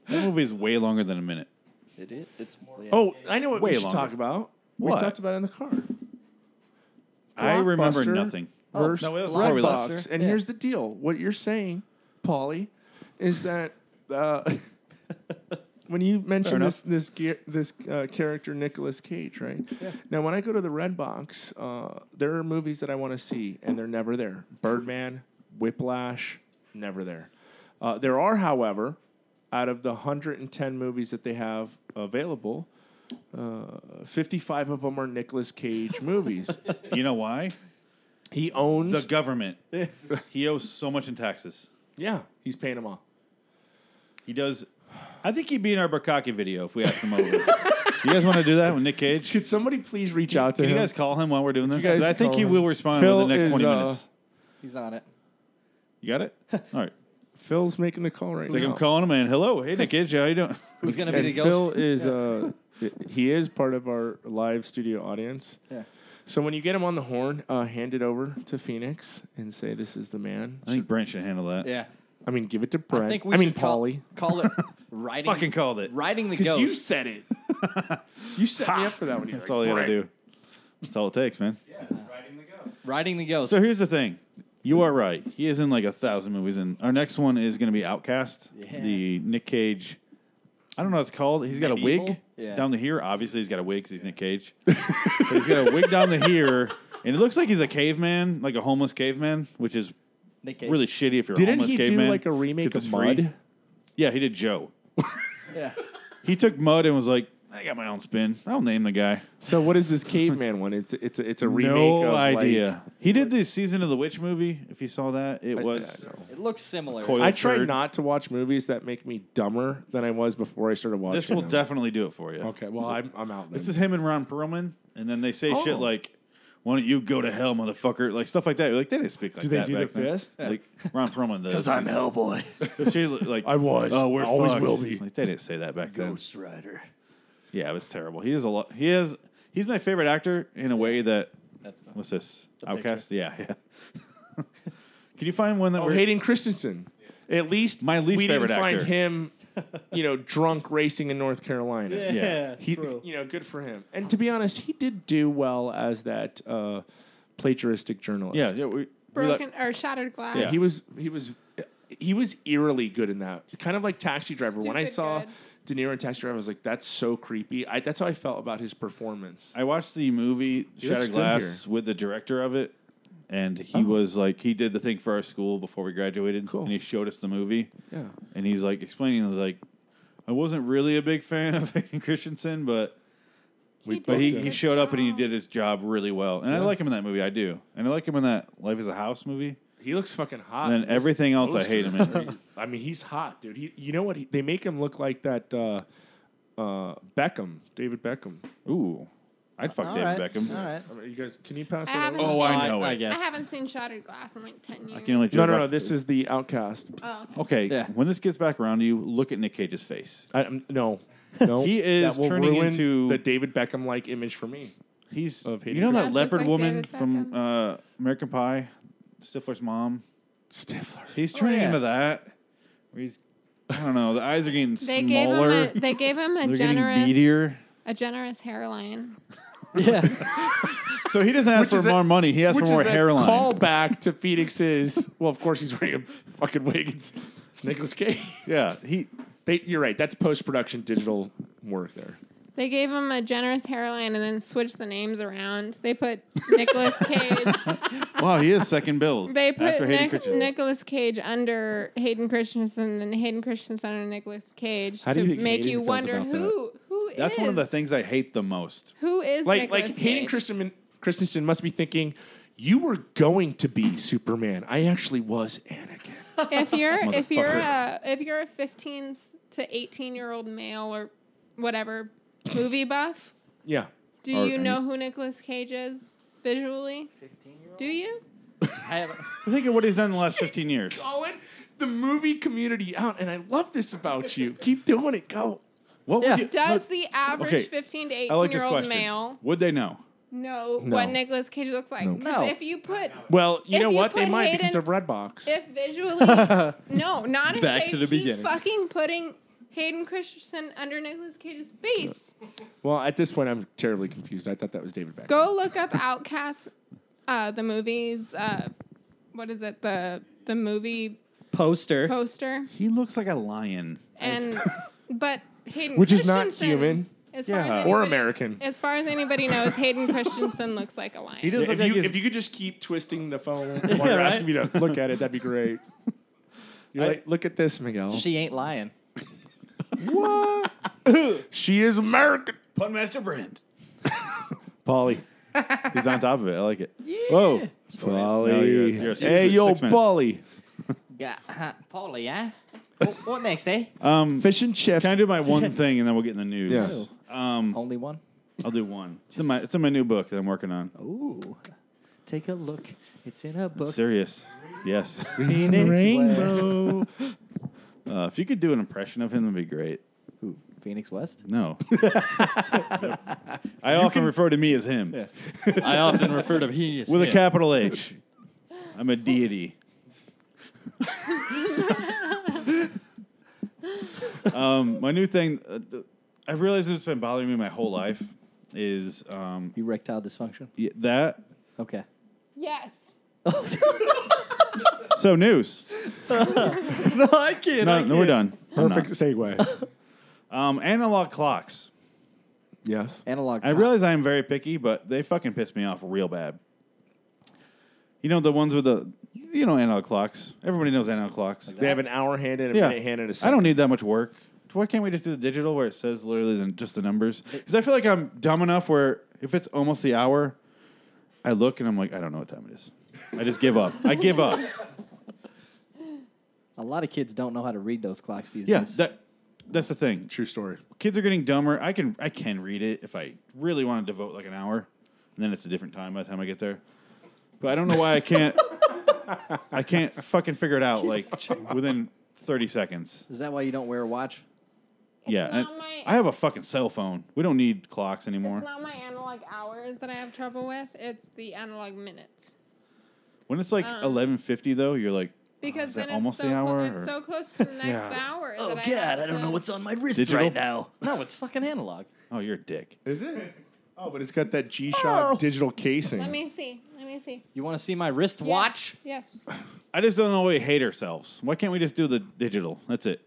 [SPEAKER 2] that movie is way longer than a minute.
[SPEAKER 4] It is. It's more. Yeah.
[SPEAKER 1] Oh, I know what
[SPEAKER 2] Way
[SPEAKER 1] we should
[SPEAKER 2] longer.
[SPEAKER 1] talk about. We
[SPEAKER 2] What?
[SPEAKER 1] talked about it in the car.
[SPEAKER 2] I remember
[SPEAKER 1] Blockbuster
[SPEAKER 2] nothing.
[SPEAKER 1] Versus
[SPEAKER 2] Oh, no, it was before
[SPEAKER 1] Red
[SPEAKER 2] we left.
[SPEAKER 1] Box. And
[SPEAKER 4] Yeah.
[SPEAKER 1] here's the deal. What you're saying, Paulie, is that uh, when you mention
[SPEAKER 2] enough.
[SPEAKER 1] this this ge- this uh, character Nicolas Cage, right? Now, when I go to the Red Box, uh, there are movies that I want to see, and they're never there. Birdman, Whiplash, never there. Uh, there are, however, out of the 110 movies that they have available, uh, 55 of them are Nicolas Cage movies.
[SPEAKER 2] You know why?
[SPEAKER 1] He owns
[SPEAKER 2] The government. he owes so much in taxes.
[SPEAKER 1] Yeah, he's paying them all.
[SPEAKER 2] He does. I think he'd be in our Bukaki video if we asked him over. you guys want to do that with Nick Cage?
[SPEAKER 1] Could somebody please reach out to him?
[SPEAKER 2] Can you guys call him while we're doing this?
[SPEAKER 1] guys
[SPEAKER 2] 'Cause I think
[SPEAKER 1] call
[SPEAKER 2] he
[SPEAKER 1] him.
[SPEAKER 2] will respond
[SPEAKER 1] Phil
[SPEAKER 2] within the next
[SPEAKER 1] is,
[SPEAKER 2] 20
[SPEAKER 1] uh,
[SPEAKER 2] minutes.
[SPEAKER 4] He's on it.
[SPEAKER 2] You got it? All right.
[SPEAKER 1] Phil's making the call right
[SPEAKER 2] It's like
[SPEAKER 1] now.
[SPEAKER 2] I'm calling him and hello, hey Nick Cage, how you doing?
[SPEAKER 4] Who's going to be
[SPEAKER 1] and
[SPEAKER 4] the ghost?
[SPEAKER 1] Phil is uh, he is part of our live studio audience.
[SPEAKER 4] Yeah.
[SPEAKER 1] So when you get him on the horn, uh, hand it over to Phoenix and say this is the man.
[SPEAKER 2] I think Brent should handle that.
[SPEAKER 4] Yeah.
[SPEAKER 1] I mean, give it to Brent.
[SPEAKER 4] I think we
[SPEAKER 1] mean,
[SPEAKER 4] should call,
[SPEAKER 1] Paulie.
[SPEAKER 4] call it riding,
[SPEAKER 2] Fucking called it.
[SPEAKER 4] riding the
[SPEAKER 1] 'Cause
[SPEAKER 4] ghost.
[SPEAKER 1] You said it. you set me up for that one.
[SPEAKER 2] That's all you gotta do. That's all it takes, man.
[SPEAKER 7] Yes, riding the ghost.
[SPEAKER 4] Riding the ghost.
[SPEAKER 2] So here's the thing. You are right. He is in like a thousand movies, and our next one is going to be Outcast,
[SPEAKER 4] Yeah.
[SPEAKER 2] the Nick Cage. I don't know what it's called. He's got a wig
[SPEAKER 4] Medieval? Yeah.
[SPEAKER 2] down to here. Obviously, he's got a wig because he's Nick Cage. but he's got a wig down to here, and it looks like he's a caveman, like a homeless caveman, which is
[SPEAKER 4] Nick Cage.
[SPEAKER 2] really shitty if you're a
[SPEAKER 1] Didn't
[SPEAKER 2] homeless
[SPEAKER 1] he do
[SPEAKER 2] caveman.
[SPEAKER 1] like a remake
[SPEAKER 2] Gets
[SPEAKER 1] of
[SPEAKER 2] us free.
[SPEAKER 1] Mud?
[SPEAKER 2] Yeah, he did Joe.
[SPEAKER 4] Yeah.
[SPEAKER 2] He took Mud and was like, I got my own spin. I'll name the guy.
[SPEAKER 1] So what is this caveman one? It's it's a, it's a remake.
[SPEAKER 2] no
[SPEAKER 1] of like-
[SPEAKER 2] idea. he did the season of the witch movie. If you saw that, it
[SPEAKER 1] I-
[SPEAKER 2] was.
[SPEAKER 1] I don't know.
[SPEAKER 4] It looks similar.
[SPEAKER 2] Coil-
[SPEAKER 1] I try
[SPEAKER 2] Turd.
[SPEAKER 1] not to watch movies that make me dumber than I was before I started watching.
[SPEAKER 2] this will
[SPEAKER 1] them.
[SPEAKER 2] definitely do it for you.
[SPEAKER 1] Okay, well I'm I'm out. Then.
[SPEAKER 2] This is him and Ron Perlman, and then they say shit
[SPEAKER 1] Oh.
[SPEAKER 2] like, "Why don't you go to hell, motherfucker?" Like stuff like that. You're like they didn't speak like
[SPEAKER 1] do they
[SPEAKER 2] that.
[SPEAKER 1] do the
[SPEAKER 2] back then.
[SPEAKER 1] fist?
[SPEAKER 2] Like Ron Perlman does.
[SPEAKER 4] Hellboy.
[SPEAKER 2] Seriously, like
[SPEAKER 1] I was.
[SPEAKER 2] Oh, we're
[SPEAKER 1] I always
[SPEAKER 2] fucked."
[SPEAKER 1] will be.
[SPEAKER 2] Like they didn't say that back then.
[SPEAKER 4] Rider.
[SPEAKER 2] Yeah, it was terrible. He is a lot. He is. He's my favorite actor in a way that.
[SPEAKER 4] That's the
[SPEAKER 2] What's this?
[SPEAKER 4] The
[SPEAKER 2] Outcast. Yeah, yeah. Can you find one that
[SPEAKER 1] Oh,
[SPEAKER 2] we're
[SPEAKER 1] Hayden Christensen. At least
[SPEAKER 2] My least
[SPEAKER 1] we
[SPEAKER 2] favorite
[SPEAKER 1] didn't find
[SPEAKER 2] actor.
[SPEAKER 1] him, you know, drunk racing in North Carolina.
[SPEAKER 4] Yeah,
[SPEAKER 2] Yeah.
[SPEAKER 1] He,
[SPEAKER 4] true.
[SPEAKER 1] you know, good for him. And to be honest, he did do well as that uh, plagiaristic journalist.
[SPEAKER 2] Yeah, yeah. We, we like-
[SPEAKER 3] Broken or shattered glass.
[SPEAKER 2] Yeah.
[SPEAKER 1] he was he was he was eerily good in that. Kind of like Taxi Driver. when I
[SPEAKER 3] Stupid
[SPEAKER 1] saw
[SPEAKER 3] good.
[SPEAKER 1] De Niro in Taxi Driver, I was like, "That's so creepy." I, that's how I felt about his performance.
[SPEAKER 2] I watched the movie
[SPEAKER 1] He looks
[SPEAKER 2] Shattered
[SPEAKER 1] good Oh.
[SPEAKER 2] Glass with the director of it, and he was like, he did the thing for our school before we graduated,
[SPEAKER 1] Cool.
[SPEAKER 2] and he showed us the movie,
[SPEAKER 1] Yeah,
[SPEAKER 2] and he's like explaining, he was like, I wasn't really a big fan of Hayden Christensen, but
[SPEAKER 1] We-
[SPEAKER 3] did
[SPEAKER 2] but he,
[SPEAKER 3] a
[SPEAKER 2] he
[SPEAKER 3] good
[SPEAKER 2] showed up and he
[SPEAKER 3] job.
[SPEAKER 2] did his job really well, and I like him in that movie, I do, and I like him in that Life Is a House movie,
[SPEAKER 1] he looks fucking hot.
[SPEAKER 2] and then
[SPEAKER 1] This
[SPEAKER 2] everything else I hate
[SPEAKER 1] poster.
[SPEAKER 2] him in.
[SPEAKER 1] I mean, he's hot, dude. He, you know what? He, they make him look like that uh, uh, Beckham, David Beckham.
[SPEAKER 2] Ooh, I'd fuck
[SPEAKER 4] All
[SPEAKER 2] David
[SPEAKER 4] right,
[SPEAKER 2] Beckham.
[SPEAKER 4] All right.
[SPEAKER 1] I mean, you guys, can you pass
[SPEAKER 3] I
[SPEAKER 1] that?
[SPEAKER 3] haven't
[SPEAKER 1] over?
[SPEAKER 3] seen-
[SPEAKER 2] Oh, I know
[SPEAKER 4] I,
[SPEAKER 2] it.
[SPEAKER 4] guess.
[SPEAKER 3] I haven't seen Shattered Glass in like ten years.
[SPEAKER 2] I can only do
[SPEAKER 1] No,
[SPEAKER 2] it
[SPEAKER 1] no, no.
[SPEAKER 2] off-
[SPEAKER 1] This is the Outcast.
[SPEAKER 3] oh, okay.
[SPEAKER 2] okay.
[SPEAKER 4] Yeah.
[SPEAKER 2] When this gets back around to you, look at Nick Cage's face.
[SPEAKER 1] I, um, no, no.
[SPEAKER 2] He is
[SPEAKER 1] that will
[SPEAKER 2] turning
[SPEAKER 1] ruin
[SPEAKER 2] into-
[SPEAKER 1] the David Beckham like image for me.
[SPEAKER 2] He's
[SPEAKER 1] of
[SPEAKER 2] you
[SPEAKER 1] Hayden
[SPEAKER 2] know that
[SPEAKER 3] Christensen.
[SPEAKER 2] leopard
[SPEAKER 3] Like
[SPEAKER 2] woman
[SPEAKER 3] David
[SPEAKER 2] from uh, American Pie, Stifler's mom.
[SPEAKER 1] Stifler.
[SPEAKER 2] He's turning
[SPEAKER 4] Oh, yeah.
[SPEAKER 2] into that. Where he's, I don't know. The eyes are getting
[SPEAKER 3] They gave him
[SPEAKER 2] smaller.
[SPEAKER 3] a they gave him a
[SPEAKER 2] They're
[SPEAKER 3] generous
[SPEAKER 2] getting beatier.
[SPEAKER 3] a generous hairline.
[SPEAKER 4] Yeah.
[SPEAKER 2] So he doesn't ask
[SPEAKER 1] Which
[SPEAKER 2] for
[SPEAKER 1] is a-
[SPEAKER 2] more money. He asks for
[SPEAKER 1] Which
[SPEAKER 2] more
[SPEAKER 1] is a
[SPEAKER 2] hairline.
[SPEAKER 1] callback to Phoenix's. well, of course he's wearing a fucking wig. It's, it's Nicholas Cage.
[SPEAKER 2] Yeah, he.
[SPEAKER 1] They, you're right. That's post production digital work there.
[SPEAKER 3] They gave him a generous hairline and then switched the names around. They put Nicolas Cage.
[SPEAKER 2] Wow, he is second build.
[SPEAKER 3] They put
[SPEAKER 2] after Hayden
[SPEAKER 3] Nic-
[SPEAKER 2] Christensen.
[SPEAKER 3] Nicolas Cage under Hayden Christensen and Hayden Christensen under Nicolas Cage
[SPEAKER 1] How do
[SPEAKER 3] to
[SPEAKER 1] you think
[SPEAKER 3] make
[SPEAKER 1] Hayden
[SPEAKER 3] you
[SPEAKER 1] feels
[SPEAKER 3] wonder
[SPEAKER 1] about
[SPEAKER 3] who who is.
[SPEAKER 2] That's one of the things I hate the most.
[SPEAKER 3] Who is
[SPEAKER 1] Like
[SPEAKER 3] Nicolas
[SPEAKER 1] like
[SPEAKER 3] Cage?
[SPEAKER 1] Hayden Christensen, Christensen must be thinking, you were going to be Superman. I actually was Anakin.
[SPEAKER 3] if you're if you're
[SPEAKER 2] Motherfucker.
[SPEAKER 3] a, if you're a 15 s- to 18 year old male or whatever movie buff,
[SPEAKER 1] Yeah.
[SPEAKER 3] do
[SPEAKER 2] Or
[SPEAKER 3] you
[SPEAKER 2] any-
[SPEAKER 3] know who Nicolas Cage is visually?
[SPEAKER 4] 15 year old.
[SPEAKER 3] Do you?
[SPEAKER 4] I haven't.
[SPEAKER 2] Think of what he's done in the last fifteen years.
[SPEAKER 1] Colin, the movie community out, and I love this about you. Keep doing it. Go.
[SPEAKER 2] What
[SPEAKER 4] Yeah.
[SPEAKER 2] would you,
[SPEAKER 3] Does
[SPEAKER 2] no,
[SPEAKER 3] the average
[SPEAKER 2] okay.
[SPEAKER 3] 15 to
[SPEAKER 2] I
[SPEAKER 3] 18
[SPEAKER 2] like this
[SPEAKER 3] year old
[SPEAKER 2] question.
[SPEAKER 3] male
[SPEAKER 2] Would they know?
[SPEAKER 3] know
[SPEAKER 1] No.
[SPEAKER 3] what Nicolas Cage looks like?
[SPEAKER 1] No.
[SPEAKER 3] 'Cause
[SPEAKER 4] No.
[SPEAKER 3] if you put
[SPEAKER 1] Well, you
[SPEAKER 3] If
[SPEAKER 1] know
[SPEAKER 3] you
[SPEAKER 1] what? They
[SPEAKER 3] put
[SPEAKER 1] might because
[SPEAKER 3] Hayden-
[SPEAKER 1] of Redbox.
[SPEAKER 3] If visually, no, not if
[SPEAKER 4] Back
[SPEAKER 3] they
[SPEAKER 4] to the
[SPEAKER 3] keep
[SPEAKER 4] beginning.
[SPEAKER 3] fucking putting Hayden Christensen under Nicolas Cage's face.
[SPEAKER 1] well, at this point, I'm terribly confused. I thought that was David Beckham.
[SPEAKER 3] Go look up Outcast, uh, the movie's, uh, what is it, the the movie
[SPEAKER 4] Poster.
[SPEAKER 3] poster,
[SPEAKER 2] He looks like a lion.
[SPEAKER 3] and but Hayden,
[SPEAKER 1] Which is not
[SPEAKER 3] Christensen,
[SPEAKER 1] human.
[SPEAKER 3] as far as
[SPEAKER 2] Yeah.
[SPEAKER 3] anybody,
[SPEAKER 1] Or American.
[SPEAKER 3] As far as anybody knows, Hayden Christensen looks like a lion.
[SPEAKER 2] He does
[SPEAKER 1] If
[SPEAKER 2] look like
[SPEAKER 1] you,
[SPEAKER 2] he's
[SPEAKER 1] if you could just keep twisting the phone while you're
[SPEAKER 4] right?
[SPEAKER 1] asking me to look at it, that'd be great. You're
[SPEAKER 2] I-
[SPEAKER 1] like, look at this, Miguel. She,
[SPEAKER 4] She ain't lying.
[SPEAKER 1] is American.
[SPEAKER 2] Pun Master Brand.
[SPEAKER 1] Polly.
[SPEAKER 2] He's on top of it. I like it. Whoa.
[SPEAKER 1] Polly.
[SPEAKER 2] No, you're- you're a
[SPEAKER 1] hey,
[SPEAKER 2] six-
[SPEAKER 1] yo,
[SPEAKER 2] six minutes.
[SPEAKER 1] Polly.
[SPEAKER 4] Got huh, Polly, huh? what, what next, eh?
[SPEAKER 2] Um,
[SPEAKER 1] Fish and chips.
[SPEAKER 2] Can I do my one thing and then we'll get in the news? Um,
[SPEAKER 4] Only one.
[SPEAKER 2] I'll do one. It's in my it's in my new book that I'm working on.
[SPEAKER 4] Ooh. Take a look. It's in a book.
[SPEAKER 2] Serious. Yes.
[SPEAKER 4] Phoenix West.
[SPEAKER 2] Uh, if you could do an impression of him, that'd be great.
[SPEAKER 4] Ooh, Phoenix West.
[SPEAKER 2] No. I often refer to me as him
[SPEAKER 5] I often refer to he as
[SPEAKER 2] with a
[SPEAKER 5] him.
[SPEAKER 2] capital H. I'm a deity. um, my new thing, uh, th- I realized it's been bothering me my whole life, is um,
[SPEAKER 4] Erectile dysfunction.
[SPEAKER 2] y- that
[SPEAKER 4] Okay.
[SPEAKER 3] yes,
[SPEAKER 2] So news.
[SPEAKER 4] no, I can't.
[SPEAKER 2] No,
[SPEAKER 4] I can't.
[SPEAKER 2] no, we're done. I'm not.
[SPEAKER 1] Perfect segue.
[SPEAKER 2] Um, analog clocks.
[SPEAKER 1] yes.
[SPEAKER 4] Analog.
[SPEAKER 2] I
[SPEAKER 4] cop.
[SPEAKER 2] realize I am very picky, but they fucking piss me off real bad. You know the ones with the, you know analog clocks. Everybody knows analog clocks.
[SPEAKER 1] They have an hour hand in, a
[SPEAKER 2] yeah,
[SPEAKER 1] minute hand in a
[SPEAKER 2] I
[SPEAKER 1] second.
[SPEAKER 2] don't need that much work. Why can't we just do the digital where it says literally the, just the numbers? Because I feel like I'm dumb enough where if it's almost the hour, I look and I'm like, I don't know what time it is. I just give up. I give up.
[SPEAKER 4] a lot of kids don't know how to read those clocks these
[SPEAKER 2] Yeah,
[SPEAKER 4] days.
[SPEAKER 2] that that's the thing.
[SPEAKER 1] True story.
[SPEAKER 2] kids are getting dumber. I can I can read it if I really want to devote like an hour, and then it's a different time by the time I get there. But I don't know why I can't. I can't fucking figure it out like within thirty seconds.
[SPEAKER 4] Is that why you don't wear a watch?
[SPEAKER 2] Yeah,
[SPEAKER 3] not
[SPEAKER 2] and
[SPEAKER 3] my-
[SPEAKER 2] I have a fucking cell phone. We don't need clocks anymore.
[SPEAKER 3] It's not my analog hours that I have trouble with. It's the analog minutes.
[SPEAKER 2] When it's like
[SPEAKER 3] um,
[SPEAKER 2] eleven fifty though, you're like,
[SPEAKER 3] Because
[SPEAKER 2] that
[SPEAKER 3] then it's,
[SPEAKER 2] almost
[SPEAKER 3] so
[SPEAKER 2] the hour,
[SPEAKER 3] Clo-
[SPEAKER 2] or-
[SPEAKER 3] it's so close to the next
[SPEAKER 2] Yeah.
[SPEAKER 3] hour.
[SPEAKER 4] Oh
[SPEAKER 3] that I
[SPEAKER 4] God,
[SPEAKER 3] have
[SPEAKER 4] I don't know
[SPEAKER 3] to-
[SPEAKER 4] what's on my wrist
[SPEAKER 2] Digital?
[SPEAKER 4] right now. No, it's fucking analog.
[SPEAKER 2] oh, you're a dick.
[SPEAKER 1] Is it? Oh, but it's got that G-Shock digital casing.
[SPEAKER 3] Let me see. Let me see.
[SPEAKER 4] You want to see my wrist watch?
[SPEAKER 3] Yes. yes.
[SPEAKER 2] I just don't know why we hate ourselves. Why can't we just do the digital? That's it.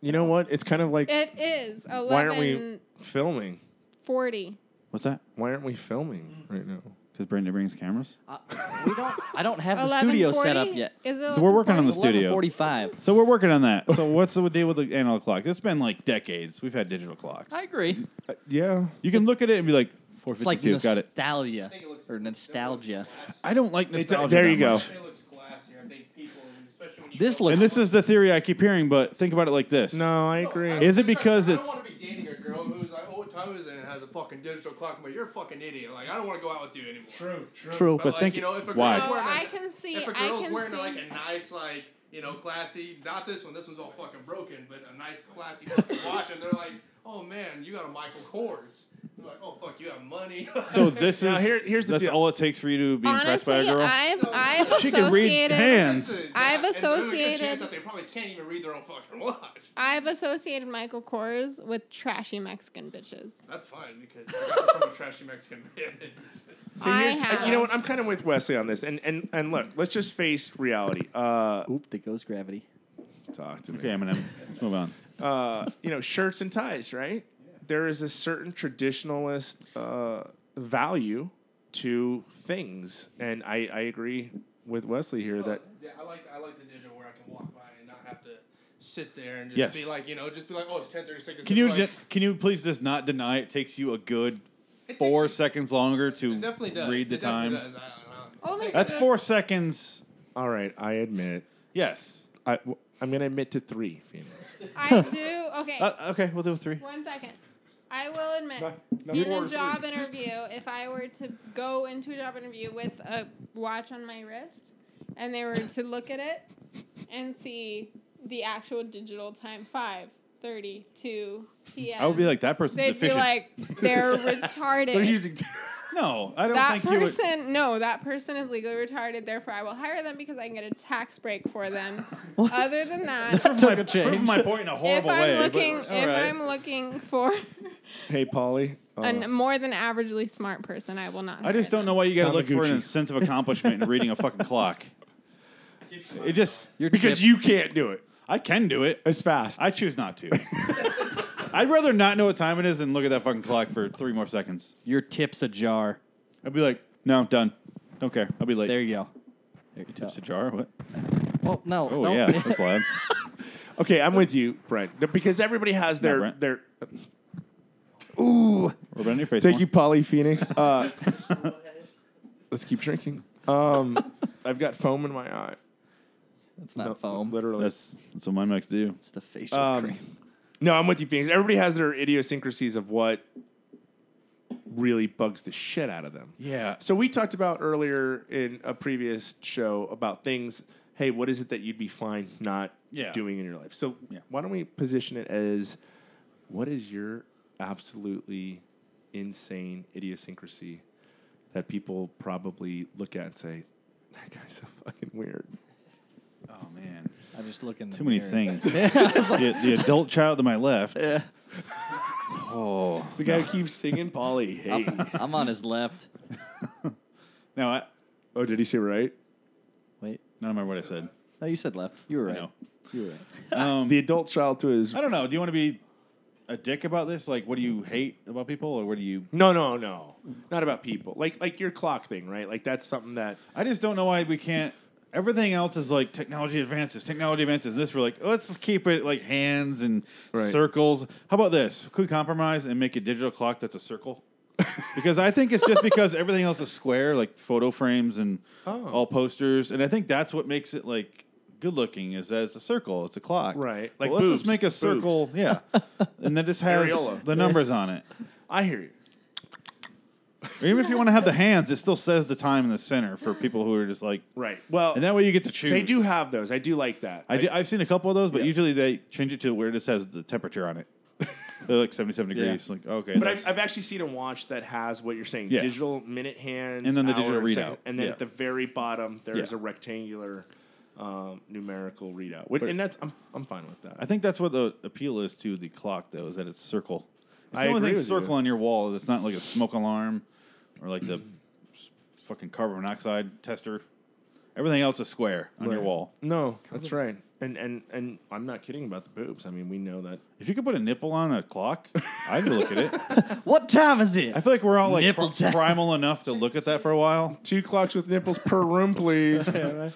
[SPEAKER 1] you know what? It's kind of like
[SPEAKER 3] It is
[SPEAKER 1] why aren't we
[SPEAKER 3] eleven
[SPEAKER 1] filming?
[SPEAKER 3] forty.
[SPEAKER 2] What's that?
[SPEAKER 1] Why aren't we filming right now?
[SPEAKER 2] Because Brandon brings cameras.
[SPEAKER 4] Uh, we don't. I don't have the
[SPEAKER 3] Eleven
[SPEAKER 4] studio set up yet.
[SPEAKER 3] Is it
[SPEAKER 2] So we're working on the
[SPEAKER 3] 11:40?
[SPEAKER 2] studio.
[SPEAKER 4] Forty-five.
[SPEAKER 2] So we're working on that. So what's the deal with the analog clock? It's been like decades. We've had digital clocks.
[SPEAKER 4] I agree.
[SPEAKER 2] Uh,
[SPEAKER 1] Yeah.
[SPEAKER 2] You can look at it and be like,
[SPEAKER 4] It's like
[SPEAKER 2] 452, got it.
[SPEAKER 4] nostalgia or nostalgia.
[SPEAKER 2] I don't like nostalgia.
[SPEAKER 1] there
[SPEAKER 2] that
[SPEAKER 1] you go.
[SPEAKER 2] much.
[SPEAKER 7] It looks classier. I think people, especially when you
[SPEAKER 4] This
[SPEAKER 7] go-
[SPEAKER 4] looks.
[SPEAKER 2] And this is the theory I keep hearing, but think about it like this.
[SPEAKER 1] No, I agree.
[SPEAKER 7] Oh, I-
[SPEAKER 2] Is it because
[SPEAKER 7] I don't
[SPEAKER 2] it's-
[SPEAKER 7] want to be dating a girl who's like, oh, what time is it? And has a fucking digital clock. But you're a fucking idiot. Like, I don't want to go out with you anymore. True, true.
[SPEAKER 2] True, but
[SPEAKER 7] like,
[SPEAKER 2] think-
[SPEAKER 7] you know, if a girl's
[SPEAKER 2] why?
[SPEAKER 3] Oh,
[SPEAKER 7] wearing a-
[SPEAKER 3] I can see.
[SPEAKER 7] If a
[SPEAKER 3] I
[SPEAKER 7] girl's
[SPEAKER 3] can
[SPEAKER 7] wearing
[SPEAKER 3] see.
[SPEAKER 7] like a nice, like you know, classy, not this one. This one's all fucking broken, but a nice classy fucking watch, and they're like, "Oh man, you got a Michael Kors." They're like, "Oh fuck, you have money."
[SPEAKER 2] So this
[SPEAKER 1] Now,
[SPEAKER 2] is
[SPEAKER 1] here- here's the
[SPEAKER 2] that's
[SPEAKER 1] deal.
[SPEAKER 2] all it takes for you to be impressed
[SPEAKER 3] Honestly,
[SPEAKER 2] by a girl.
[SPEAKER 3] I've I've
[SPEAKER 2] she can read
[SPEAKER 3] associated
[SPEAKER 2] hands.
[SPEAKER 3] I've
[SPEAKER 7] And there's a good
[SPEAKER 3] associated-
[SPEAKER 7] chance that they probably can't even read their own fucking watch.
[SPEAKER 3] I've associated Michael Kors with trashy Mexican bitches.
[SPEAKER 7] That's fine because I got this from a trashy Mexican bitch.
[SPEAKER 1] So
[SPEAKER 3] I
[SPEAKER 1] here's,
[SPEAKER 2] uh,
[SPEAKER 3] have.
[SPEAKER 1] you know what? I'm kind of with Wesley on this, and and and look, let's just face reality. Uh,
[SPEAKER 4] Oop! There goes gravity.
[SPEAKER 1] talk to me.
[SPEAKER 2] Okay, Eminem. Let's move on.
[SPEAKER 1] Uh, you know, shirts and ties, right? There is a certain traditionalist uh, value to things, and I I agree with Wesley here that
[SPEAKER 7] yeah, I like I like the digital where I can walk by and not have to sit there and just
[SPEAKER 2] Yes.
[SPEAKER 7] be like, you know, just be like, "Oh, it's 10:36."
[SPEAKER 2] Can you
[SPEAKER 7] Like,
[SPEAKER 2] de- can you please just not deny it takes you a good
[SPEAKER 7] takes
[SPEAKER 2] four
[SPEAKER 7] you-
[SPEAKER 2] seconds longer to
[SPEAKER 7] it definitely does.
[SPEAKER 2] read the
[SPEAKER 7] It
[SPEAKER 2] time?
[SPEAKER 7] definitely Does. I don't know.
[SPEAKER 8] Oh,
[SPEAKER 3] Only
[SPEAKER 2] That's
[SPEAKER 3] because-
[SPEAKER 2] four seconds.
[SPEAKER 1] all right, I admit,
[SPEAKER 2] Yes.
[SPEAKER 1] I am gonna admit to three, Phoenix.
[SPEAKER 3] I do. Okay.
[SPEAKER 2] Uh, okay, we'll do three.
[SPEAKER 3] One second. I will admit,
[SPEAKER 1] no,
[SPEAKER 3] in
[SPEAKER 1] four or
[SPEAKER 3] a job interview, if I were to go into a job interview with a watch on my wrist and they were to look at it and see the actual digital time 5 p.m.
[SPEAKER 2] I would be like that person's
[SPEAKER 3] they'd
[SPEAKER 2] efficient.
[SPEAKER 3] be like, they're retarded.
[SPEAKER 1] They're using.
[SPEAKER 2] no, I don't
[SPEAKER 3] that
[SPEAKER 2] think you would.
[SPEAKER 3] person, no, that person is legally retarded. Therefore, I will hire them because I can get a tax break for them. Other than that,
[SPEAKER 4] Took a
[SPEAKER 2] Prove
[SPEAKER 4] change.
[SPEAKER 2] my point in a
[SPEAKER 3] if
[SPEAKER 2] horrible
[SPEAKER 3] I'm
[SPEAKER 2] way. but
[SPEAKER 3] looking, if
[SPEAKER 2] all right.
[SPEAKER 3] I'm looking for
[SPEAKER 1] hey, Polly. Uh,
[SPEAKER 3] a more than averagely smart person, I will not.
[SPEAKER 2] I just don't know why you got to look for
[SPEAKER 1] Tamaguchi.
[SPEAKER 2] a sense of accomplishment in reading a fucking clock. It just
[SPEAKER 4] Your
[SPEAKER 1] because
[SPEAKER 4] tip.
[SPEAKER 1] you can't do it
[SPEAKER 2] I can do it.
[SPEAKER 1] as fast.
[SPEAKER 2] I choose not to. I'd rather not know what time it is than look at that fucking clock for three more seconds.
[SPEAKER 4] your tip's a jar.
[SPEAKER 2] I'd be like, no, done. Don't care. I'll be late.
[SPEAKER 4] There you go. There you go.
[SPEAKER 2] Tips a jar. What?
[SPEAKER 4] Well, Oh, no.
[SPEAKER 2] Oh
[SPEAKER 4] don't-
[SPEAKER 2] yeah, that's loud.
[SPEAKER 1] Okay, I'm with you, Brent, because everybody has their
[SPEAKER 2] Brent.
[SPEAKER 1] their.
[SPEAKER 2] Rub it on your face.
[SPEAKER 1] Thank
[SPEAKER 2] more.
[SPEAKER 1] you, Polly Phoenix. Uh, let's keep drinking. Um, I've got foam in my eye.
[SPEAKER 4] It's not foam.
[SPEAKER 1] Literally.
[SPEAKER 2] That's that's what my Macs do.
[SPEAKER 4] it's the facial
[SPEAKER 1] Um,
[SPEAKER 4] cream.
[SPEAKER 1] no, I'm with you, Phoenix. Everybody has their idiosyncrasies of what really bugs the shit out of them.
[SPEAKER 2] Yeah.
[SPEAKER 1] So we talked about earlier in a previous show about things. Hey, what is it that you'd be fine not
[SPEAKER 2] Yeah.
[SPEAKER 1] doing in your life? So
[SPEAKER 2] Yeah.
[SPEAKER 1] why don't we position it as what is your absolutely insane idiosyncrasy that people probably look at and say, that guy's so fucking weird.
[SPEAKER 2] Oh man,
[SPEAKER 4] I just look in the
[SPEAKER 2] too many
[SPEAKER 4] mirror.
[SPEAKER 2] things. the, the adult child to my left.
[SPEAKER 4] Yeah.
[SPEAKER 2] Oh.
[SPEAKER 1] The guy who keeps singing Polly, hey.
[SPEAKER 4] I'm on his left.
[SPEAKER 2] Now I
[SPEAKER 1] Oh, did he say right?
[SPEAKER 4] Wait.
[SPEAKER 2] I don't remember what I said.
[SPEAKER 4] No, you said left. You were
[SPEAKER 2] I
[SPEAKER 4] right.
[SPEAKER 2] know.
[SPEAKER 4] You were right.
[SPEAKER 2] Um,
[SPEAKER 1] The adult child to his.
[SPEAKER 2] I don't know. Do you want to be a dick about this? Like, what do you hate about people, or what do you?
[SPEAKER 1] No, no, no. Not about people. Like like your clock thing, right? Like that's something that
[SPEAKER 2] I just don't know why we can't. Everything else is like technology advances, technology advances. This we're like, let's just keep it like hands and
[SPEAKER 1] Right.
[SPEAKER 2] circles. How about this? Could we compromise and make a digital clock that's a circle? because I think it's just because everything else is square, like photo frames and
[SPEAKER 1] Oh.
[SPEAKER 2] all posters, and I think that's what makes it like good looking is that it's a circle, it's a clock,
[SPEAKER 1] Right. Like
[SPEAKER 2] Like let's just
[SPEAKER 1] boobs,
[SPEAKER 2] make a
[SPEAKER 1] boobs.
[SPEAKER 2] circle, yeah, and then just has
[SPEAKER 1] Areola.
[SPEAKER 2] the numbers on it.
[SPEAKER 1] I hear you.
[SPEAKER 2] Or even if you want to have the hands, it still says the time in the center for people who are just like,
[SPEAKER 1] Right. Well,
[SPEAKER 2] and that way you get to choose.
[SPEAKER 1] Oh. they do have those. I do like that.
[SPEAKER 2] I
[SPEAKER 1] Like,
[SPEAKER 2] do, I've seen a couple of those, but
[SPEAKER 1] Yeah.
[SPEAKER 2] usually they change it to where it just has the temperature on it. They're like seventy-seven degrees. Like okay,
[SPEAKER 1] But
[SPEAKER 2] that's-
[SPEAKER 1] I've, I've actually seen a watch that has what you're saying:
[SPEAKER 2] Yeah.
[SPEAKER 1] digital minute hands,
[SPEAKER 2] And then the
[SPEAKER 1] hour
[SPEAKER 2] digital
[SPEAKER 1] second-
[SPEAKER 2] readout.
[SPEAKER 1] and then
[SPEAKER 2] Yeah.
[SPEAKER 1] at the very bottom there is
[SPEAKER 2] Yeah.
[SPEAKER 1] a rectangular um, numerical readout. Which,
[SPEAKER 2] But-
[SPEAKER 1] and that's I'm, I'm fine with that.
[SPEAKER 2] I think that's what the appeal is to the clock, though, is that it's circle. It's
[SPEAKER 1] I
[SPEAKER 2] the only
[SPEAKER 1] agree
[SPEAKER 2] thing
[SPEAKER 1] with
[SPEAKER 2] circle
[SPEAKER 1] you.
[SPEAKER 2] on your wall that's not like a smoke alarm or like the s- fucking carbon monoxide tester. Everything else is square on your
[SPEAKER 1] Right.
[SPEAKER 2] wall.
[SPEAKER 1] No, that's right. And and and I'm not kidding about the boobs. I mean, we know that.
[SPEAKER 2] If you could put a nipple on a clock, I'd look at it.
[SPEAKER 4] What time is it?
[SPEAKER 2] I feel like we're all like
[SPEAKER 5] Nipple
[SPEAKER 2] pri-
[SPEAKER 5] tap.
[SPEAKER 2] primal enough to look at that for a while.
[SPEAKER 1] Two clocks with nipples per room, please.
[SPEAKER 2] The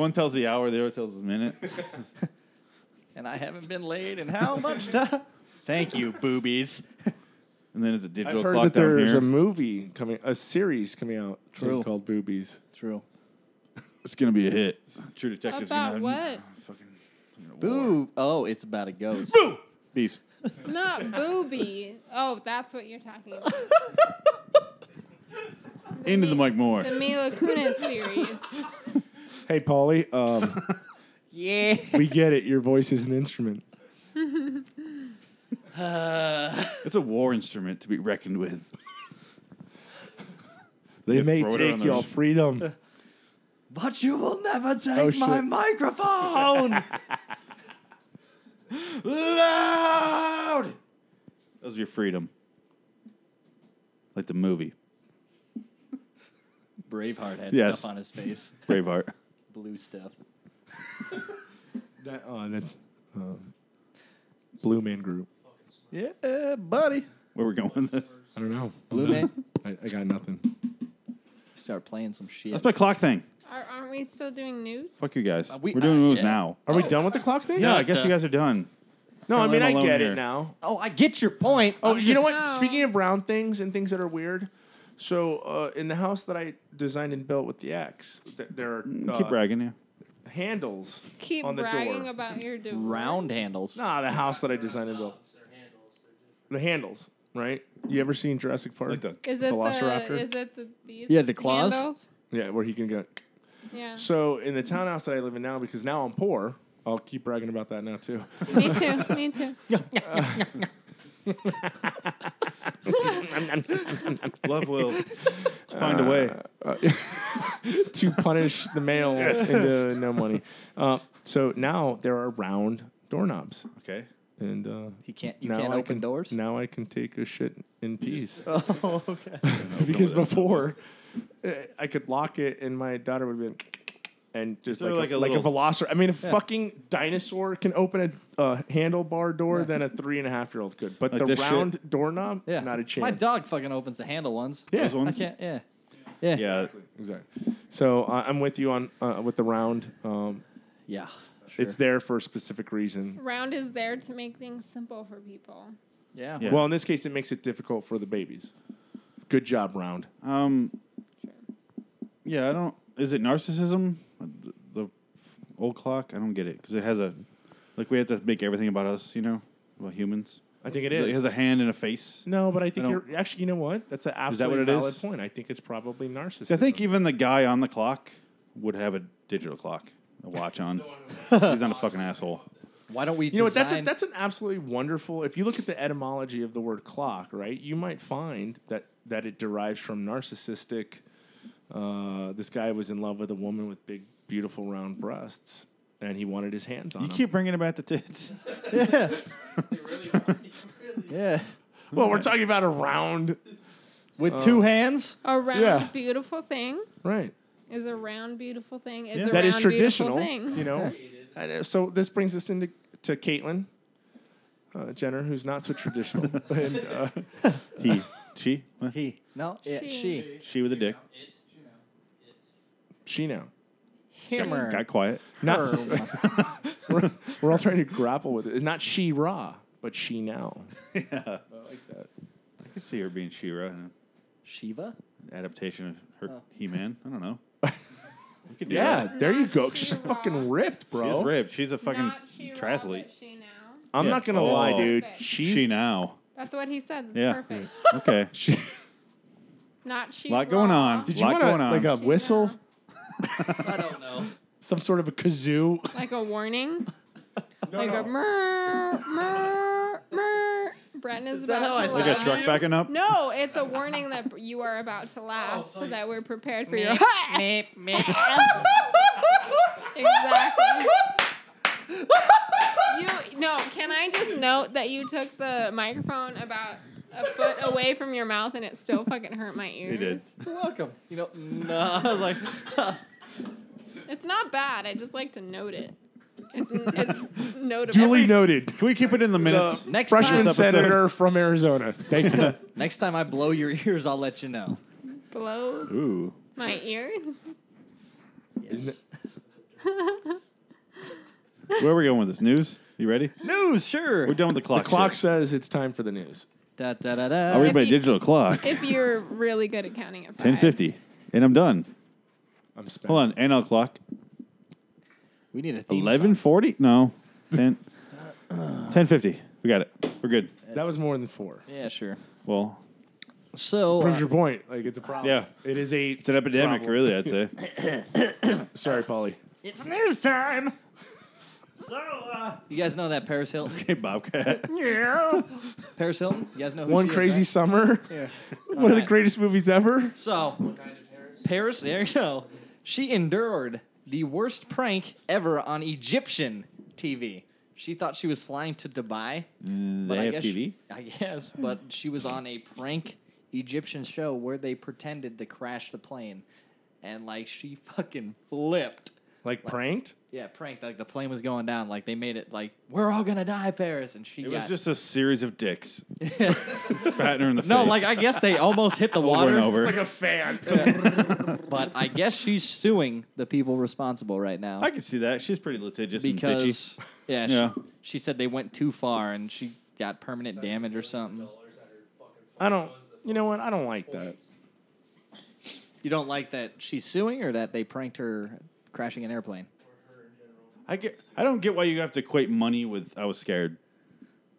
[SPEAKER 2] one tells the hour, the other tells the minute.
[SPEAKER 4] and I haven't been laid in how much time? Thank you, boobies.
[SPEAKER 2] And then it's a digital
[SPEAKER 1] I've heard
[SPEAKER 2] clock
[SPEAKER 1] that
[SPEAKER 2] down
[SPEAKER 1] there's
[SPEAKER 2] here.
[SPEAKER 1] a movie coming, a series coming out soon
[SPEAKER 4] True.
[SPEAKER 1] called Boobies.
[SPEAKER 4] True.
[SPEAKER 2] it's gonna be a hit. True Detective's
[SPEAKER 3] About
[SPEAKER 2] gonna have
[SPEAKER 3] what?
[SPEAKER 2] fucking you know, war.
[SPEAKER 4] Boo. Oh, it's about a ghost.
[SPEAKER 2] Beast.
[SPEAKER 3] Not booby. Oh, that's what you're talking about.
[SPEAKER 2] Into the mic more.
[SPEAKER 3] The Mila Kunis series.
[SPEAKER 1] Hey, Polly, um,
[SPEAKER 4] yeah.
[SPEAKER 1] we get it. Your voice is an instrument.
[SPEAKER 2] It's a war instrument to be reckoned with.
[SPEAKER 1] They may
[SPEAKER 2] throw it
[SPEAKER 1] take
[SPEAKER 2] on
[SPEAKER 1] your
[SPEAKER 2] us.
[SPEAKER 1] freedom.
[SPEAKER 4] But you will never take
[SPEAKER 1] Oh, shit.
[SPEAKER 4] my microphone.
[SPEAKER 2] Loud. That was your freedom. Like the movie
[SPEAKER 4] Braveheart had
[SPEAKER 2] Yes.
[SPEAKER 4] stuff on his face.
[SPEAKER 2] Braveheart.
[SPEAKER 4] Blue stuff.
[SPEAKER 1] That, oh, that's um, Blue Man Group.
[SPEAKER 4] Yeah, buddy.
[SPEAKER 2] Where we're going with this?
[SPEAKER 1] I don't know.
[SPEAKER 4] Blue man.
[SPEAKER 1] I, I got nothing.
[SPEAKER 4] Start playing some shit.
[SPEAKER 2] That's my clock thing.
[SPEAKER 3] Are, aren't we still doing news?
[SPEAKER 2] Fuck you guys.
[SPEAKER 4] Uh,
[SPEAKER 2] we,
[SPEAKER 4] we-
[SPEAKER 2] are doing
[SPEAKER 4] uh,
[SPEAKER 2] moves
[SPEAKER 4] yeah.
[SPEAKER 2] now.
[SPEAKER 1] Are we done with the clock thing?
[SPEAKER 2] Yeah,
[SPEAKER 5] Yeah,
[SPEAKER 2] I guess
[SPEAKER 5] uh,
[SPEAKER 2] you guys are done.
[SPEAKER 1] No, I
[SPEAKER 2] Kinda
[SPEAKER 1] mean I
[SPEAKER 2] let alone
[SPEAKER 1] get
[SPEAKER 2] here.
[SPEAKER 1] it now.
[SPEAKER 4] oh, I get your point.
[SPEAKER 1] Oh,
[SPEAKER 4] I'm
[SPEAKER 1] you know
[SPEAKER 4] just-
[SPEAKER 1] what?
[SPEAKER 3] No.
[SPEAKER 1] Speaking of round things and things that are weird, so uh, in the house that I designed and built with the axe, th- there are uh,
[SPEAKER 2] Keep bragging, yeah.
[SPEAKER 1] handles
[SPEAKER 3] Keep
[SPEAKER 1] on the
[SPEAKER 3] bragging
[SPEAKER 1] door.
[SPEAKER 3] about your divorce.
[SPEAKER 4] Round handles.
[SPEAKER 1] Nah, the house that I designed and built. The handles, right? You ever seen Jurassic Park?
[SPEAKER 2] Like the
[SPEAKER 3] Is it
[SPEAKER 1] Velociraptor?
[SPEAKER 3] the? Is it the? These
[SPEAKER 5] Yeah, the claws?
[SPEAKER 3] Handles?
[SPEAKER 1] yeah, where he can go.
[SPEAKER 3] Yeah.
[SPEAKER 1] So in the townhouse that I live in now, because now I'm poor, I'll keep bragging about that now too.
[SPEAKER 3] me too. Me too.
[SPEAKER 2] love will find a way.
[SPEAKER 1] to punish the male into no money. Uh, so now there are round doorknobs,
[SPEAKER 2] Okay.
[SPEAKER 1] and uh,
[SPEAKER 4] He can't. You
[SPEAKER 1] now
[SPEAKER 4] can't
[SPEAKER 1] I
[SPEAKER 4] open
[SPEAKER 1] can,
[SPEAKER 4] doors.
[SPEAKER 1] Now I can take a shit in peace
[SPEAKER 4] Oh, okay.
[SPEAKER 1] because
[SPEAKER 2] Open it up.
[SPEAKER 1] before uh, I could lock it, and my daughter would be. Like, and just
[SPEAKER 2] there
[SPEAKER 1] like,
[SPEAKER 2] like
[SPEAKER 1] a,
[SPEAKER 2] a
[SPEAKER 1] like a
[SPEAKER 2] little-
[SPEAKER 1] velociraptor. I mean, a fucking dinosaur can open a, a handlebar door than a three and a half year old could. But
[SPEAKER 2] Like
[SPEAKER 1] the
[SPEAKER 2] this shit?
[SPEAKER 1] round doorknob,
[SPEAKER 4] Yeah.
[SPEAKER 1] not a chance.
[SPEAKER 4] My dog fucking opens the handle ones.
[SPEAKER 1] Yeah.
[SPEAKER 2] Those
[SPEAKER 4] I
[SPEAKER 2] ones.
[SPEAKER 4] can't. Yeah. Yeah. Yeah.
[SPEAKER 2] Yeah.
[SPEAKER 1] Exactly. So uh, I'm with you on uh, with the round. Um,
[SPEAKER 4] Sure.
[SPEAKER 1] It's there for a specific reason.
[SPEAKER 3] Round is there to make things simple for people.
[SPEAKER 4] yeah.
[SPEAKER 2] Yeah.
[SPEAKER 1] Well, in this case, it makes it difficult for the babies. Good job, round.
[SPEAKER 2] Um. Yeah, I don't. Is it narcissism? The, the old clock? I don't get it because it has a like we have to make everything about us. You know, about humans.
[SPEAKER 1] I think it
[SPEAKER 2] It
[SPEAKER 1] is.
[SPEAKER 2] has a hand and a face.
[SPEAKER 1] no, but I think
[SPEAKER 2] I don't-
[SPEAKER 1] you're actually. You know what? That's an
[SPEAKER 2] that
[SPEAKER 1] absolutely
[SPEAKER 2] what it
[SPEAKER 1] valid
[SPEAKER 2] is?
[SPEAKER 1] point. I think it's probably narcissism.
[SPEAKER 2] I think even the guy on the clock would have a digital clock, a watch on. He's not a fucking asshole.
[SPEAKER 4] Why don't we?
[SPEAKER 1] you know what? That's a,
[SPEAKER 4] design-
[SPEAKER 1] that's an absolutely wonderful. If you look at the etymology of the word clock, right, you might find that that it derives from narcissistic. Uh, this guy was in love with a woman with big, beautiful, round breasts, and he wanted his hands on.
[SPEAKER 2] You
[SPEAKER 1] them.
[SPEAKER 2] keep bringing about the tits.
[SPEAKER 4] Yeah.
[SPEAKER 7] They really, they really
[SPEAKER 4] Yeah.
[SPEAKER 1] well, we're talking about a round, Oh.
[SPEAKER 4] With two hands.
[SPEAKER 3] A round
[SPEAKER 1] Yeah.
[SPEAKER 3] beautiful thing.
[SPEAKER 1] right?
[SPEAKER 3] Is a round beautiful thing. Is
[SPEAKER 2] Yeah.
[SPEAKER 3] a
[SPEAKER 1] That is
[SPEAKER 3] round beautiful
[SPEAKER 1] traditional,
[SPEAKER 3] Thing.
[SPEAKER 1] you know. And, uh, so this brings us into to Caitlyn uh, Jenner, who's not so traditional. and, uh,
[SPEAKER 2] He, she, What?
[SPEAKER 4] He. No, yeah,
[SPEAKER 3] She.
[SPEAKER 4] she.
[SPEAKER 2] she with a dick.
[SPEAKER 1] she now.
[SPEAKER 4] Hammer.
[SPEAKER 2] Got quiet.
[SPEAKER 1] Not, we're, we're all trying to grapple with it. It's not she ra, but she now.
[SPEAKER 2] I could see her being Shira, an
[SPEAKER 4] Shiva?
[SPEAKER 2] adaptation of her He-Man. I don't know. You could do
[SPEAKER 1] Yeah,
[SPEAKER 2] that.
[SPEAKER 1] there you go.
[SPEAKER 3] Not
[SPEAKER 1] She's
[SPEAKER 3] She-Ra.
[SPEAKER 1] fucking ripped, bro.
[SPEAKER 2] She's ripped. She's a fucking
[SPEAKER 3] Not she
[SPEAKER 2] triathlete.
[SPEAKER 3] She now.
[SPEAKER 1] I'm
[SPEAKER 2] Yeah.
[SPEAKER 1] not gonna
[SPEAKER 2] Oh.
[SPEAKER 1] lie, dude.
[SPEAKER 3] Perfect.
[SPEAKER 1] She's
[SPEAKER 2] She now.
[SPEAKER 3] That's what he said. That's
[SPEAKER 2] Yeah.
[SPEAKER 3] perfect.
[SPEAKER 2] Okay.
[SPEAKER 1] She,
[SPEAKER 3] Not she.
[SPEAKER 2] Lot going
[SPEAKER 3] raw.
[SPEAKER 2] on.
[SPEAKER 1] did you
[SPEAKER 2] Lot
[SPEAKER 1] want
[SPEAKER 2] going on.
[SPEAKER 1] like a
[SPEAKER 3] She
[SPEAKER 1] whistle,
[SPEAKER 3] now.
[SPEAKER 4] I don't know.
[SPEAKER 1] some sort of a kazoo?
[SPEAKER 3] Like a warning. like
[SPEAKER 1] no.
[SPEAKER 3] a mer mer mer. Bretton is,
[SPEAKER 4] Is that
[SPEAKER 3] about
[SPEAKER 4] how I
[SPEAKER 3] to
[SPEAKER 4] said
[SPEAKER 2] Like
[SPEAKER 3] laugh.
[SPEAKER 2] a truck backing up.
[SPEAKER 3] No, it's a warning that you are about to
[SPEAKER 4] Oh,
[SPEAKER 3] laugh, so that we're prepared for your. exactly. You no. Can I just note that you took the microphone about a foot away from your mouth, and it still fucking hurt my ears.
[SPEAKER 2] It did.
[SPEAKER 4] You're welcome. You know, no, I was like,
[SPEAKER 3] It's not bad. I just like to note it. It's it's notable.
[SPEAKER 1] Duly noted.
[SPEAKER 2] Can we keep it in the minutes?
[SPEAKER 1] The
[SPEAKER 4] Next
[SPEAKER 1] freshman
[SPEAKER 4] time-
[SPEAKER 2] This episode.
[SPEAKER 1] senator from Arizona. Thank you.
[SPEAKER 4] next time I blow your ears, I'll let you know.
[SPEAKER 3] Blow
[SPEAKER 2] Ooh.
[SPEAKER 3] my ears.
[SPEAKER 4] Yes.
[SPEAKER 2] Where are we going with this? News? You ready?
[SPEAKER 4] News, sure.
[SPEAKER 2] We're done with the
[SPEAKER 1] the
[SPEAKER 2] clock.
[SPEAKER 1] clock
[SPEAKER 2] shit.
[SPEAKER 1] says it's time for the news.
[SPEAKER 4] Da, da, da, da.
[SPEAKER 2] I read
[SPEAKER 3] If
[SPEAKER 2] my
[SPEAKER 3] you-
[SPEAKER 2] digital clock.
[SPEAKER 3] If you're really good at counting up.
[SPEAKER 2] Ten fifty. And I'm done.
[SPEAKER 1] I'm spent.
[SPEAKER 2] Hold on. NL clock.
[SPEAKER 4] we need a theme
[SPEAKER 2] Eleven
[SPEAKER 4] song.
[SPEAKER 2] forty? No. Ten. Ten fifty. We got it. We're good.
[SPEAKER 1] That was more than four.
[SPEAKER 4] Yeah, sure.
[SPEAKER 2] Well,
[SPEAKER 4] So,
[SPEAKER 1] Proves
[SPEAKER 4] uh,
[SPEAKER 1] your point. Like it's a problem.
[SPEAKER 2] Yeah.
[SPEAKER 1] it is a.
[SPEAKER 2] it's an epidemic,
[SPEAKER 1] Problem.
[SPEAKER 2] really. I'd say.
[SPEAKER 1] Sorry, Polly.
[SPEAKER 4] it's news time. So, uh, you guys know that Paris Hilton?
[SPEAKER 2] hey, Bobcat.
[SPEAKER 4] Paris Hilton? You guys know who
[SPEAKER 1] One
[SPEAKER 4] she is,
[SPEAKER 1] crazy
[SPEAKER 4] right?
[SPEAKER 1] summer. One of the
[SPEAKER 4] Alright.
[SPEAKER 1] greatest movies ever.
[SPEAKER 4] So, Paris, there you go. She endured the worst prank ever on Egyptian TV. She thought she was flying to Dubai. but I
[SPEAKER 2] They have
[SPEAKER 4] guess-
[SPEAKER 2] TV.
[SPEAKER 4] I guess, but she was on a prank Egyptian show where they pretended to crash the plane. And, like, she fucking flipped.
[SPEAKER 1] Like pranked.
[SPEAKER 4] Yeah, pranked. Like, the plane was going down. Like, they made it, like, we're all gonna die, Paris. And she
[SPEAKER 2] It
[SPEAKER 4] got.
[SPEAKER 2] was just a series of dicks. Patting her in the face.
[SPEAKER 4] no, like, I guess they almost hit the
[SPEAKER 2] over
[SPEAKER 4] water.
[SPEAKER 2] and over.
[SPEAKER 1] a fan.
[SPEAKER 4] But I guess she's suing the people responsible right now.
[SPEAKER 2] I could see that. She's pretty litigious and bitchy.
[SPEAKER 4] because yeah,
[SPEAKER 2] Yeah.
[SPEAKER 4] She, she said they went too far and she got permanent damage or something.
[SPEAKER 1] I don't. You know what? I don't like that.
[SPEAKER 4] You don't like that she's suing or that they pranked her crashing an airplane.
[SPEAKER 2] I get. I don't get why you have to equate money with. I was scared.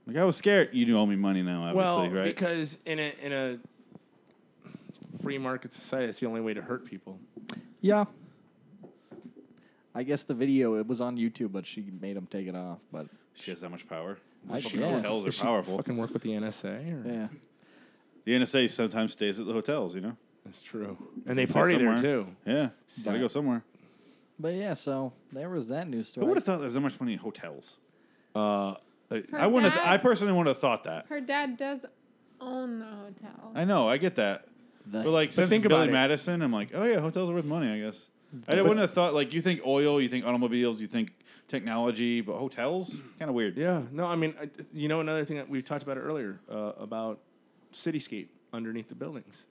[SPEAKER 2] Like I was scared. You do owe me money now,
[SPEAKER 1] Well,
[SPEAKER 2] obviously, right?
[SPEAKER 1] because in a in a free market society, it's the only way to hurt people.
[SPEAKER 4] Yeah. I guess the video it was on YouTube, but she made them take it off. But
[SPEAKER 2] she has that much power.
[SPEAKER 4] I
[SPEAKER 2] Fucking
[SPEAKER 4] guess.
[SPEAKER 2] hotels
[SPEAKER 1] Does
[SPEAKER 2] are
[SPEAKER 1] she
[SPEAKER 2] powerful.
[SPEAKER 1] Fucking work with the NSA. Or?
[SPEAKER 4] yeah,
[SPEAKER 2] The NSA sometimes stays at the hotels. You know.
[SPEAKER 1] That's true. And they
[SPEAKER 2] Stay
[SPEAKER 1] party there
[SPEAKER 2] somewhere.
[SPEAKER 1] too.
[SPEAKER 2] Yeah. Gotta
[SPEAKER 4] But-
[SPEAKER 2] go somewhere.
[SPEAKER 4] but yeah. So there was that news
[SPEAKER 2] Who
[SPEAKER 4] story.
[SPEAKER 2] would have thought there's that much money in hotels?
[SPEAKER 1] Uh,
[SPEAKER 3] Her
[SPEAKER 2] I wouldn't. Have,
[SPEAKER 3] dad-
[SPEAKER 2] I personally wouldn't have thought that.
[SPEAKER 3] Her dad does own the hotel.
[SPEAKER 2] I know. I get that.
[SPEAKER 4] The-
[SPEAKER 2] But like since
[SPEAKER 1] think
[SPEAKER 2] Billy
[SPEAKER 1] about it.
[SPEAKER 2] Madison, I'm like, oh yeah, hotels are worth money, I guess. I wouldn't have thought like you think oil, you think automobiles, you think technology, but hotels, kind of weird.
[SPEAKER 1] Yeah, no, I mean, I, you know, another thing that we talked about earlier uh, about cityscape underneath the buildings.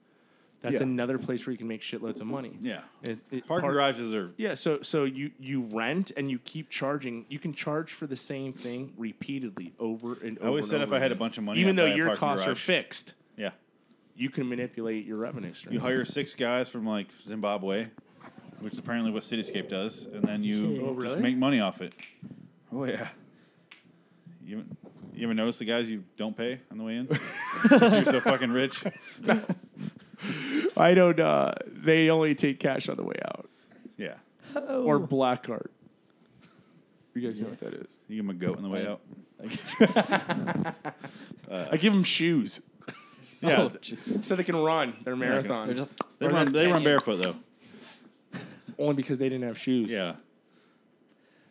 [SPEAKER 1] That's
[SPEAKER 2] Yeah.
[SPEAKER 1] another place where you can make shitloads of money.
[SPEAKER 2] Yeah.
[SPEAKER 1] It- it-
[SPEAKER 2] Parking
[SPEAKER 1] park-
[SPEAKER 2] garages are
[SPEAKER 1] Yeah, so so you you rent and you keep charging. You can charge for the same thing repeatedly over and over.
[SPEAKER 2] I always
[SPEAKER 1] and
[SPEAKER 2] said
[SPEAKER 1] over
[SPEAKER 2] if I had a
[SPEAKER 1] again.
[SPEAKER 2] bunch of money,
[SPEAKER 1] even
[SPEAKER 2] I'd
[SPEAKER 1] though
[SPEAKER 2] buy a
[SPEAKER 1] your
[SPEAKER 2] parking
[SPEAKER 1] costs are
[SPEAKER 2] garage.
[SPEAKER 1] fixed,
[SPEAKER 2] yeah.
[SPEAKER 1] you can manipulate your revenue stream.
[SPEAKER 2] You hire six guys from like Zimbabwe, which is apparently what Cityscape does, and then you
[SPEAKER 1] Oh,
[SPEAKER 2] just
[SPEAKER 1] really?
[SPEAKER 2] make money off it. Oh yeah. You you ever notice the guys you don't pay on the way in? 'Cause you're so fucking rich.
[SPEAKER 1] I don't. Uh, they only take cash on the way out
[SPEAKER 2] Yeah.
[SPEAKER 1] or black card. You guys know what that is.
[SPEAKER 2] You give them a goat on the way out.
[SPEAKER 1] I give them shoes
[SPEAKER 2] Yeah.
[SPEAKER 4] Oh, gee.
[SPEAKER 1] so they can run their
[SPEAKER 4] They're
[SPEAKER 1] marathons.
[SPEAKER 4] just-
[SPEAKER 2] They
[SPEAKER 1] Or
[SPEAKER 2] run,
[SPEAKER 1] that's
[SPEAKER 2] they run
[SPEAKER 1] Kenya.
[SPEAKER 2] barefoot though.
[SPEAKER 1] Only because they didn't have shoes.
[SPEAKER 2] Yeah.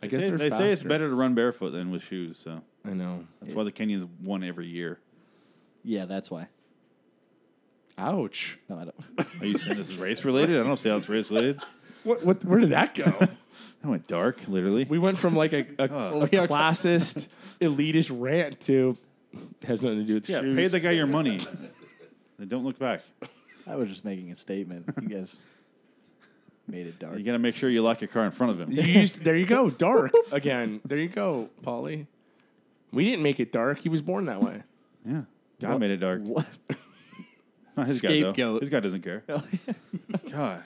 [SPEAKER 1] I
[SPEAKER 2] They,
[SPEAKER 1] guess
[SPEAKER 2] say,
[SPEAKER 1] they're
[SPEAKER 2] they say it's
[SPEAKER 1] faster.
[SPEAKER 2] better to run barefoot than with shoes, so
[SPEAKER 1] I know.
[SPEAKER 2] that's why the Kenyans won every year.
[SPEAKER 4] yeah, that's why.
[SPEAKER 1] Ouch.
[SPEAKER 4] No, I don't.
[SPEAKER 2] Are you saying this is race related? I don't see how it's race related.
[SPEAKER 1] What, what, where did that go?
[SPEAKER 2] That went dark, literally.
[SPEAKER 1] we went from like a, a, a
[SPEAKER 4] we are ta-
[SPEAKER 1] classist, elitist rant to has nothing to do with
[SPEAKER 2] yeah,
[SPEAKER 1] shoes.
[SPEAKER 2] pay the guy your money. and don't look back.
[SPEAKER 9] I was just making a statement. You guys made it dark.
[SPEAKER 2] You got to make sure you lock your car in front of him.
[SPEAKER 1] You used there you go, dark again. There you go, Polly. We didn't make it dark. He was born that way.
[SPEAKER 2] Yeah. God made it dark.
[SPEAKER 4] What?
[SPEAKER 2] Not his guy, though.
[SPEAKER 4] Scapegoat.
[SPEAKER 2] His guy doesn't care.
[SPEAKER 1] Oh,
[SPEAKER 2] God.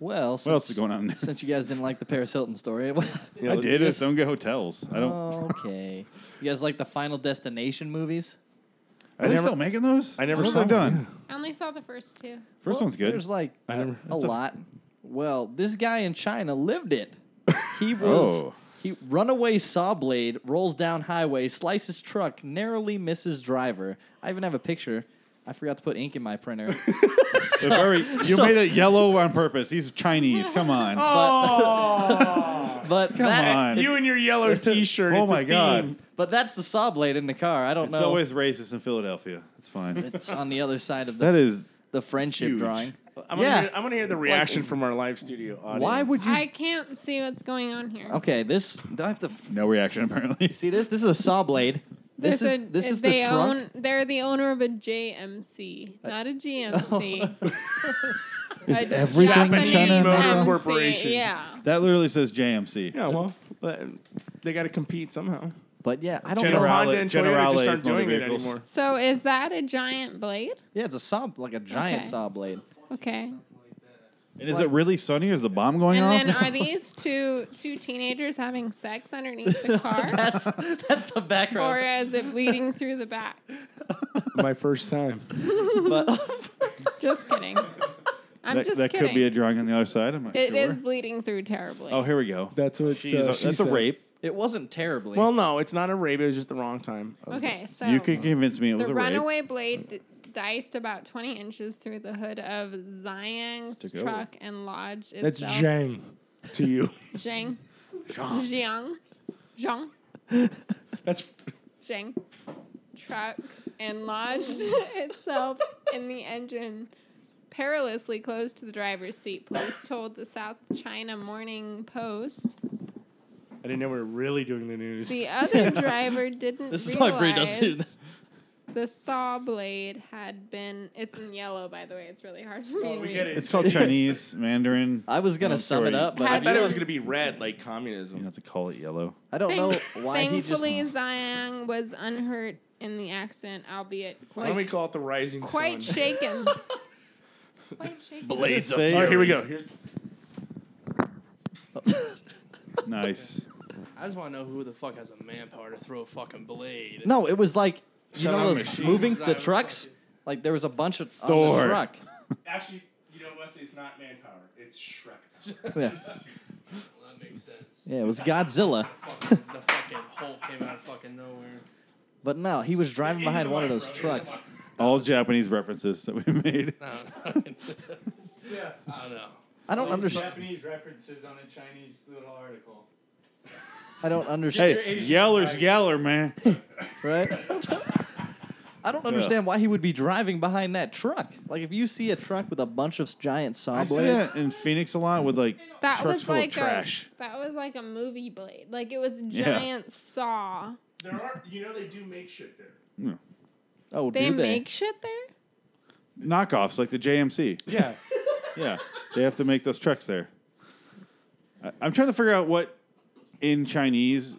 [SPEAKER 4] Well, since,
[SPEAKER 2] What else is going on there?
[SPEAKER 4] since you guys didn't like the Paris Hilton story,
[SPEAKER 2] I did. I just don't get hotels. I don't.
[SPEAKER 1] Oh.
[SPEAKER 4] okay. You guys like the Final Destination movies?
[SPEAKER 2] are they
[SPEAKER 1] never-
[SPEAKER 2] still making those?
[SPEAKER 1] I never
[SPEAKER 2] What have
[SPEAKER 1] saw
[SPEAKER 2] they
[SPEAKER 1] one,
[SPEAKER 2] done.
[SPEAKER 3] I only saw the first two.
[SPEAKER 2] First
[SPEAKER 4] Well,
[SPEAKER 2] one's good.
[SPEAKER 4] There's like
[SPEAKER 1] I
[SPEAKER 4] a-
[SPEAKER 1] never-
[SPEAKER 4] a,
[SPEAKER 2] a-
[SPEAKER 4] lot. well, this guy in China lived it. He was
[SPEAKER 2] Oh.
[SPEAKER 4] he runaway saw blade rolls down highway, slices truck, narrowly misses driver. I even have a picture. I forgot to put ink in my printer.
[SPEAKER 2] They're very, you
[SPEAKER 4] so-
[SPEAKER 2] made it yellow on purpose. He's Chinese.
[SPEAKER 1] Oh,
[SPEAKER 2] Come on.
[SPEAKER 4] but that,
[SPEAKER 2] on.
[SPEAKER 1] You and your yellow T-shirt.
[SPEAKER 2] oh
[SPEAKER 1] it's a
[SPEAKER 2] my God.
[SPEAKER 1] theme.
[SPEAKER 4] but that's the saw blade in the car. I don't
[SPEAKER 2] It's
[SPEAKER 4] know.
[SPEAKER 2] always racist in Philadelphia. It's fine.
[SPEAKER 4] it's on the other side of the
[SPEAKER 2] that is.
[SPEAKER 4] the friendship
[SPEAKER 2] huge.
[SPEAKER 4] drawing.
[SPEAKER 1] I'm
[SPEAKER 4] Yeah.
[SPEAKER 1] gonna hear, I'm gonna hear the reaction from our live studio audience.
[SPEAKER 4] Why would you?
[SPEAKER 3] I can't see what's going on here.
[SPEAKER 4] okay, this do I have to f-
[SPEAKER 2] No reaction, apparently.
[SPEAKER 4] see this? This is a saw blade. This
[SPEAKER 3] There's
[SPEAKER 4] is
[SPEAKER 3] a-
[SPEAKER 4] this is the
[SPEAKER 3] they
[SPEAKER 4] trunk.
[SPEAKER 3] own. They're the owner of a JMC, not a GMC. is
[SPEAKER 9] everything
[SPEAKER 1] Japanese
[SPEAKER 9] China
[SPEAKER 1] Motor
[SPEAKER 9] made?
[SPEAKER 1] Corporation.
[SPEAKER 3] Yeah.
[SPEAKER 2] That literally says JMC.
[SPEAKER 1] Yeah, well, but they got to compete somehow.
[SPEAKER 4] But yeah, I don't
[SPEAKER 1] You know,
[SPEAKER 4] know.
[SPEAKER 2] General-
[SPEAKER 1] Honda and Toyota
[SPEAKER 2] Generale
[SPEAKER 1] just aren't
[SPEAKER 2] motor
[SPEAKER 1] doing it
[SPEAKER 2] vehicles.
[SPEAKER 1] anymore.
[SPEAKER 3] So is that a giant blade?
[SPEAKER 4] Yeah, it's a saw like a giant
[SPEAKER 3] Okay.
[SPEAKER 4] saw blade.
[SPEAKER 3] Okay.
[SPEAKER 2] And is it really sunny? Is the bomb going off?
[SPEAKER 3] And then are these two two teenagers having sex underneath the car,
[SPEAKER 4] That's that's the
[SPEAKER 3] or
[SPEAKER 4] background.
[SPEAKER 3] is it bleeding through the back?
[SPEAKER 1] My first time.
[SPEAKER 4] But
[SPEAKER 3] Just kidding. I'm
[SPEAKER 2] that
[SPEAKER 3] just
[SPEAKER 2] that
[SPEAKER 3] kidding.
[SPEAKER 2] could be a drawing on the other side. I'm not
[SPEAKER 3] It
[SPEAKER 2] sure.
[SPEAKER 3] is bleeding through terribly.
[SPEAKER 2] Oh, here we go.
[SPEAKER 1] That's what
[SPEAKER 2] She's
[SPEAKER 1] uh,
[SPEAKER 2] a,
[SPEAKER 1] she
[SPEAKER 2] that's a
[SPEAKER 1] said.
[SPEAKER 2] rape.
[SPEAKER 4] it wasn't terribly.
[SPEAKER 1] Well, no, it's not a rape. It was just the wrong time.
[SPEAKER 3] okay, so
[SPEAKER 2] You could convince me it was
[SPEAKER 3] Oh. the
[SPEAKER 2] a rape.
[SPEAKER 3] runaway blade d- diced about 20 inches through the hood of Zhang's
[SPEAKER 2] To go.
[SPEAKER 3] truck and lodged
[SPEAKER 1] That's
[SPEAKER 3] itself.
[SPEAKER 1] Zhang to you.
[SPEAKER 3] Zhang. Zhang. Zhang.
[SPEAKER 1] That's
[SPEAKER 3] Zhang. Truck and lodged itself in the engine. Perilously close to the driver's seat, police told the South China Morning Post.
[SPEAKER 1] I didn't know we were really doing the news.
[SPEAKER 3] The other driver didn't
[SPEAKER 4] This is how
[SPEAKER 3] realize
[SPEAKER 4] I breed us in.
[SPEAKER 3] the saw blade had been. It's in yellow, by the way. It's really hard for me
[SPEAKER 7] Oh,
[SPEAKER 3] to read.
[SPEAKER 2] It's called Chinese, Mandarin.
[SPEAKER 4] I was gonna
[SPEAKER 2] I'm
[SPEAKER 4] sum it
[SPEAKER 2] sorry.
[SPEAKER 4] up, but
[SPEAKER 1] I
[SPEAKER 4] I,
[SPEAKER 3] Had-
[SPEAKER 1] thought it was going to be red, like communism.
[SPEAKER 2] You don't have to call it yellow.
[SPEAKER 4] I don't know why he just.
[SPEAKER 3] Thankfully, Ziyang was unhurt in the accident, albeit
[SPEAKER 1] Why don't we call it the rising
[SPEAKER 3] quite
[SPEAKER 1] sun?
[SPEAKER 3] shaken. quite shaken.
[SPEAKER 2] Blaze of
[SPEAKER 1] All right, here we go. Here's
[SPEAKER 2] Nice.
[SPEAKER 7] I just want to know who the fuck has a manpower to throw a fucking blade.
[SPEAKER 4] No, it was like you
[SPEAKER 1] Shut up,
[SPEAKER 4] know those
[SPEAKER 1] machine.
[SPEAKER 4] moving the
[SPEAKER 7] Driver
[SPEAKER 4] trucks.
[SPEAKER 7] fucking-
[SPEAKER 4] Like there was a bunch of on
[SPEAKER 2] Thor.
[SPEAKER 4] the truck.
[SPEAKER 1] Actually, you know, Wesley, it's not manpower. It's Shrek.
[SPEAKER 4] Yes.
[SPEAKER 7] Well, that makes sense.
[SPEAKER 4] Yeah, it was Godzilla.
[SPEAKER 7] Fucking, the fucking Hulk came out of fucking nowhere.
[SPEAKER 4] But no, he was driving behind one of those trucks.
[SPEAKER 2] All Japanese references that we made.
[SPEAKER 7] I don't know. I don't know.
[SPEAKER 4] I don't understand.
[SPEAKER 8] Japanese references on a Chinese little article.
[SPEAKER 4] I don't understand.
[SPEAKER 2] Hey, yeller's yeller, man.
[SPEAKER 4] Right? I don't understand why he would be driving behind that truck. Like if you see a truck with a bunch of giant saw
[SPEAKER 2] I see
[SPEAKER 4] blades,
[SPEAKER 2] that in Phoenix a lot with like
[SPEAKER 3] That
[SPEAKER 2] trucks
[SPEAKER 3] was
[SPEAKER 2] full
[SPEAKER 3] like
[SPEAKER 2] of trash.
[SPEAKER 3] a that was like a movie blade. Like it was a
[SPEAKER 2] Yeah.
[SPEAKER 3] giant saw.
[SPEAKER 1] There are, you know, they do make shit there.
[SPEAKER 4] oh,
[SPEAKER 3] They
[SPEAKER 4] do they?
[SPEAKER 3] make shit there.
[SPEAKER 2] Knockoffs like the JMC.
[SPEAKER 1] Yeah.
[SPEAKER 2] Yeah, they have to make those trucks there. I, I'm trying to figure out what in Chinese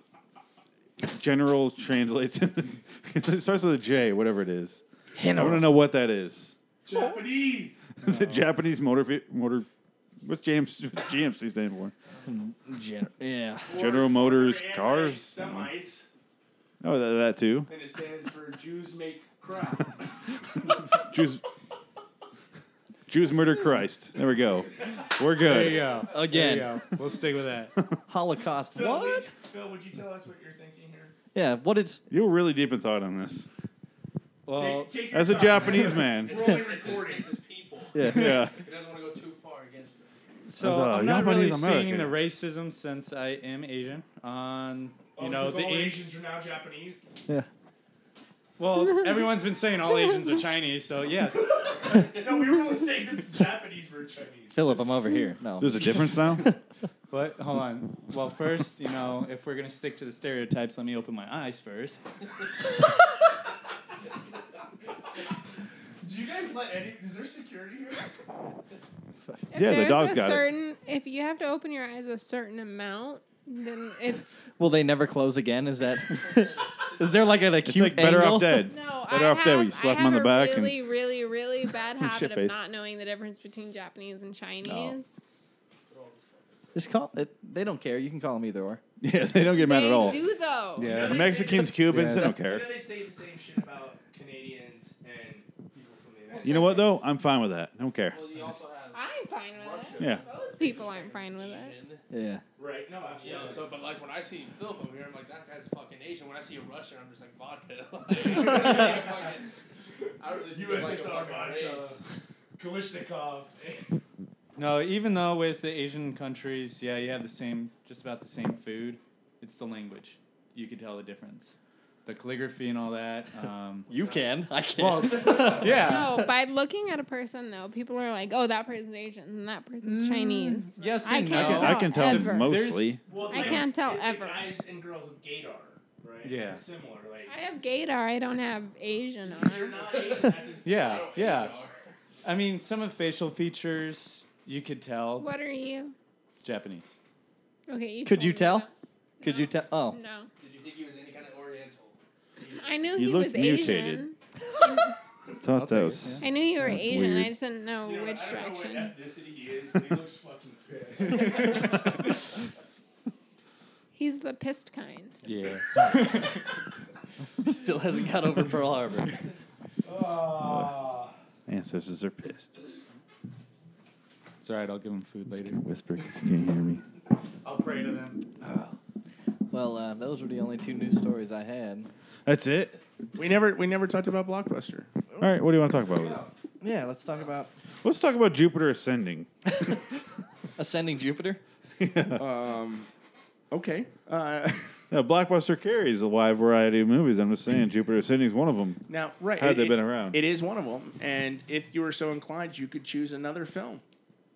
[SPEAKER 2] general translates. In it starts with a J, whatever it is. I want to know what that is.
[SPEAKER 1] Japanese.
[SPEAKER 2] Is it Japanese motor ve- motor? What's James GMC stand for?
[SPEAKER 4] Gen- yeah.
[SPEAKER 2] General Motors cars.
[SPEAKER 1] Semites.
[SPEAKER 2] Oh, that, that too.
[SPEAKER 1] And it stands for Jews make crap.
[SPEAKER 2] Jews. Jews murder Christ. There we go. We're good.
[SPEAKER 8] go.
[SPEAKER 4] Again.
[SPEAKER 8] There you go. We'll stick with that.
[SPEAKER 4] Holocaust. What?
[SPEAKER 1] Phil, would you tell us what you're thinking here?
[SPEAKER 4] Yeah. What is?
[SPEAKER 2] You were really deep in thought on this.
[SPEAKER 3] Uh,
[SPEAKER 8] Well,
[SPEAKER 1] take
[SPEAKER 2] As a Japanese man.
[SPEAKER 1] We're only
[SPEAKER 7] It's his,
[SPEAKER 1] recording.
[SPEAKER 7] it's his people.
[SPEAKER 2] Yeah.
[SPEAKER 7] He doesn't want to go too far against it.
[SPEAKER 8] so
[SPEAKER 2] As uh, a
[SPEAKER 8] I'm not really
[SPEAKER 2] Japanese
[SPEAKER 8] seeing
[SPEAKER 2] American.
[SPEAKER 8] the racism since I am Asian. On
[SPEAKER 7] Oh,
[SPEAKER 8] you know the Asian.
[SPEAKER 1] Asians are now Japanese.
[SPEAKER 8] Well, everyone's been saying all Asians are Chinese, so yes.
[SPEAKER 1] No, we were only saying that the Japanese were Chinese.
[SPEAKER 4] Philip, I'm over here. No.
[SPEAKER 2] There's a difference now.
[SPEAKER 8] But hold on. Well, first, you know, if we're gonna stick to the stereotypes, let me open my eyes first.
[SPEAKER 7] Do you guys let any? Is there security here?
[SPEAKER 3] If
[SPEAKER 2] Yeah, the
[SPEAKER 3] there's
[SPEAKER 2] dog
[SPEAKER 3] a
[SPEAKER 2] got it.
[SPEAKER 3] certain, If you have to open your eyes a certain amount, then it's
[SPEAKER 4] Will they never close again? Is that? is there like an
[SPEAKER 2] It's
[SPEAKER 4] acute
[SPEAKER 2] like better
[SPEAKER 4] angle?
[SPEAKER 2] off dead.
[SPEAKER 3] no.
[SPEAKER 2] Better
[SPEAKER 3] I
[SPEAKER 2] off
[SPEAKER 3] have,
[SPEAKER 2] dead. We slap
[SPEAKER 3] I
[SPEAKER 2] him on
[SPEAKER 3] have
[SPEAKER 2] the back
[SPEAKER 3] a
[SPEAKER 2] and-
[SPEAKER 3] really, really, really bad habit of
[SPEAKER 2] Shit-faced.
[SPEAKER 3] not knowing the difference between Japanese and Chinese.
[SPEAKER 4] Just call it. They don't care. You can call them either or.
[SPEAKER 2] Yeah, they don't get mad
[SPEAKER 3] they
[SPEAKER 2] at all.
[SPEAKER 3] do though.
[SPEAKER 2] Yeah, Mexicans, Cubans,
[SPEAKER 4] Yeah.
[SPEAKER 2] they don't
[SPEAKER 1] You
[SPEAKER 2] care.
[SPEAKER 1] know they say the same shit about Canadians and people from the United
[SPEAKER 2] You know what though? I'm fine with that. I don't care.
[SPEAKER 7] Well, you also have
[SPEAKER 3] I'm fine with it.
[SPEAKER 2] Yeah.
[SPEAKER 3] Most people aren't fine with it.
[SPEAKER 7] Asian.
[SPEAKER 4] Yeah.
[SPEAKER 1] Right? No,
[SPEAKER 7] You know, so but like when I see Philip over here, I'm like that guy's fucking Asian. When I see a Russian, I'm just like vodka. Fucking- I really do like a
[SPEAKER 1] USSR
[SPEAKER 7] fucking
[SPEAKER 1] vodka,
[SPEAKER 7] race.
[SPEAKER 1] Kalishnikov.
[SPEAKER 8] No, even though with the Asian countries, yeah, you have the same, just about the same food. It's the language. You could tell the difference. The calligraphy and all that. Um,
[SPEAKER 4] You can. I can.
[SPEAKER 8] well, yeah.
[SPEAKER 3] No, by looking at a person though, people are like, "Oh, that person's Asian and that person's Chinese."
[SPEAKER 8] Yes
[SPEAKER 3] I
[SPEAKER 8] and
[SPEAKER 3] can't
[SPEAKER 8] no.
[SPEAKER 2] I can tell
[SPEAKER 3] Ever.
[SPEAKER 2] mostly.
[SPEAKER 1] Well, it's
[SPEAKER 3] I can't tell
[SPEAKER 1] it's
[SPEAKER 3] ever.
[SPEAKER 1] The guys and girls with gaydar, right?
[SPEAKER 8] Yeah.
[SPEAKER 1] It's similar. Like,
[SPEAKER 3] I have gaydar. I don't have Asian on.
[SPEAKER 1] you're not Asian. That's as
[SPEAKER 8] Yeah, yeah.
[SPEAKER 7] Or-
[SPEAKER 8] I mean, some of facial features you could tell
[SPEAKER 3] What are you?
[SPEAKER 8] Japanese.
[SPEAKER 3] Okay, you
[SPEAKER 4] Could
[SPEAKER 3] told
[SPEAKER 4] you
[SPEAKER 3] me
[SPEAKER 4] tell?
[SPEAKER 3] that.
[SPEAKER 4] Could
[SPEAKER 3] No.
[SPEAKER 4] you tell? Oh.
[SPEAKER 3] No,
[SPEAKER 7] Did you think he was any kind of Oriental?
[SPEAKER 3] I knew
[SPEAKER 2] You
[SPEAKER 3] he
[SPEAKER 2] look
[SPEAKER 3] was
[SPEAKER 2] mutated.
[SPEAKER 3] Asian.
[SPEAKER 2] Thought that
[SPEAKER 8] take
[SPEAKER 2] was.
[SPEAKER 3] I knew you were
[SPEAKER 2] That's
[SPEAKER 3] Asian.
[SPEAKER 2] weird.
[SPEAKER 3] I just didn't know
[SPEAKER 1] You know,
[SPEAKER 3] which
[SPEAKER 1] I don't
[SPEAKER 3] direction.
[SPEAKER 1] know what ethnicity he is. But he looks fucking pissed.
[SPEAKER 3] He's the pissed kind.
[SPEAKER 8] Yeah.
[SPEAKER 4] Still hasn't got over Pearl Harbor.
[SPEAKER 1] Ah.
[SPEAKER 2] Ancestors are pissed.
[SPEAKER 8] It's all right. I'll give them food
[SPEAKER 2] Just
[SPEAKER 8] later.
[SPEAKER 2] gonna whisper 'cause you can't hear me.
[SPEAKER 7] I'll pray to them.
[SPEAKER 4] Well, uh, those were the only two news stories I had.
[SPEAKER 2] That's it.
[SPEAKER 1] we never we never talked about Blockbuster.
[SPEAKER 2] All right. What do you want to talk about?
[SPEAKER 4] Yeah, let's talk about
[SPEAKER 2] Let's talk about Jupiter ascending.
[SPEAKER 4] ascending Jupiter.
[SPEAKER 1] Okay. Uh,
[SPEAKER 2] Yeah, Blockbuster carries a wide variety of movies. I'm just saying, Jupiter Ascending is one of them.
[SPEAKER 1] now, right?
[SPEAKER 2] Had
[SPEAKER 1] it-
[SPEAKER 2] they been
[SPEAKER 1] it-
[SPEAKER 2] around.
[SPEAKER 1] it is one of them. And if you were so inclined, you could choose another film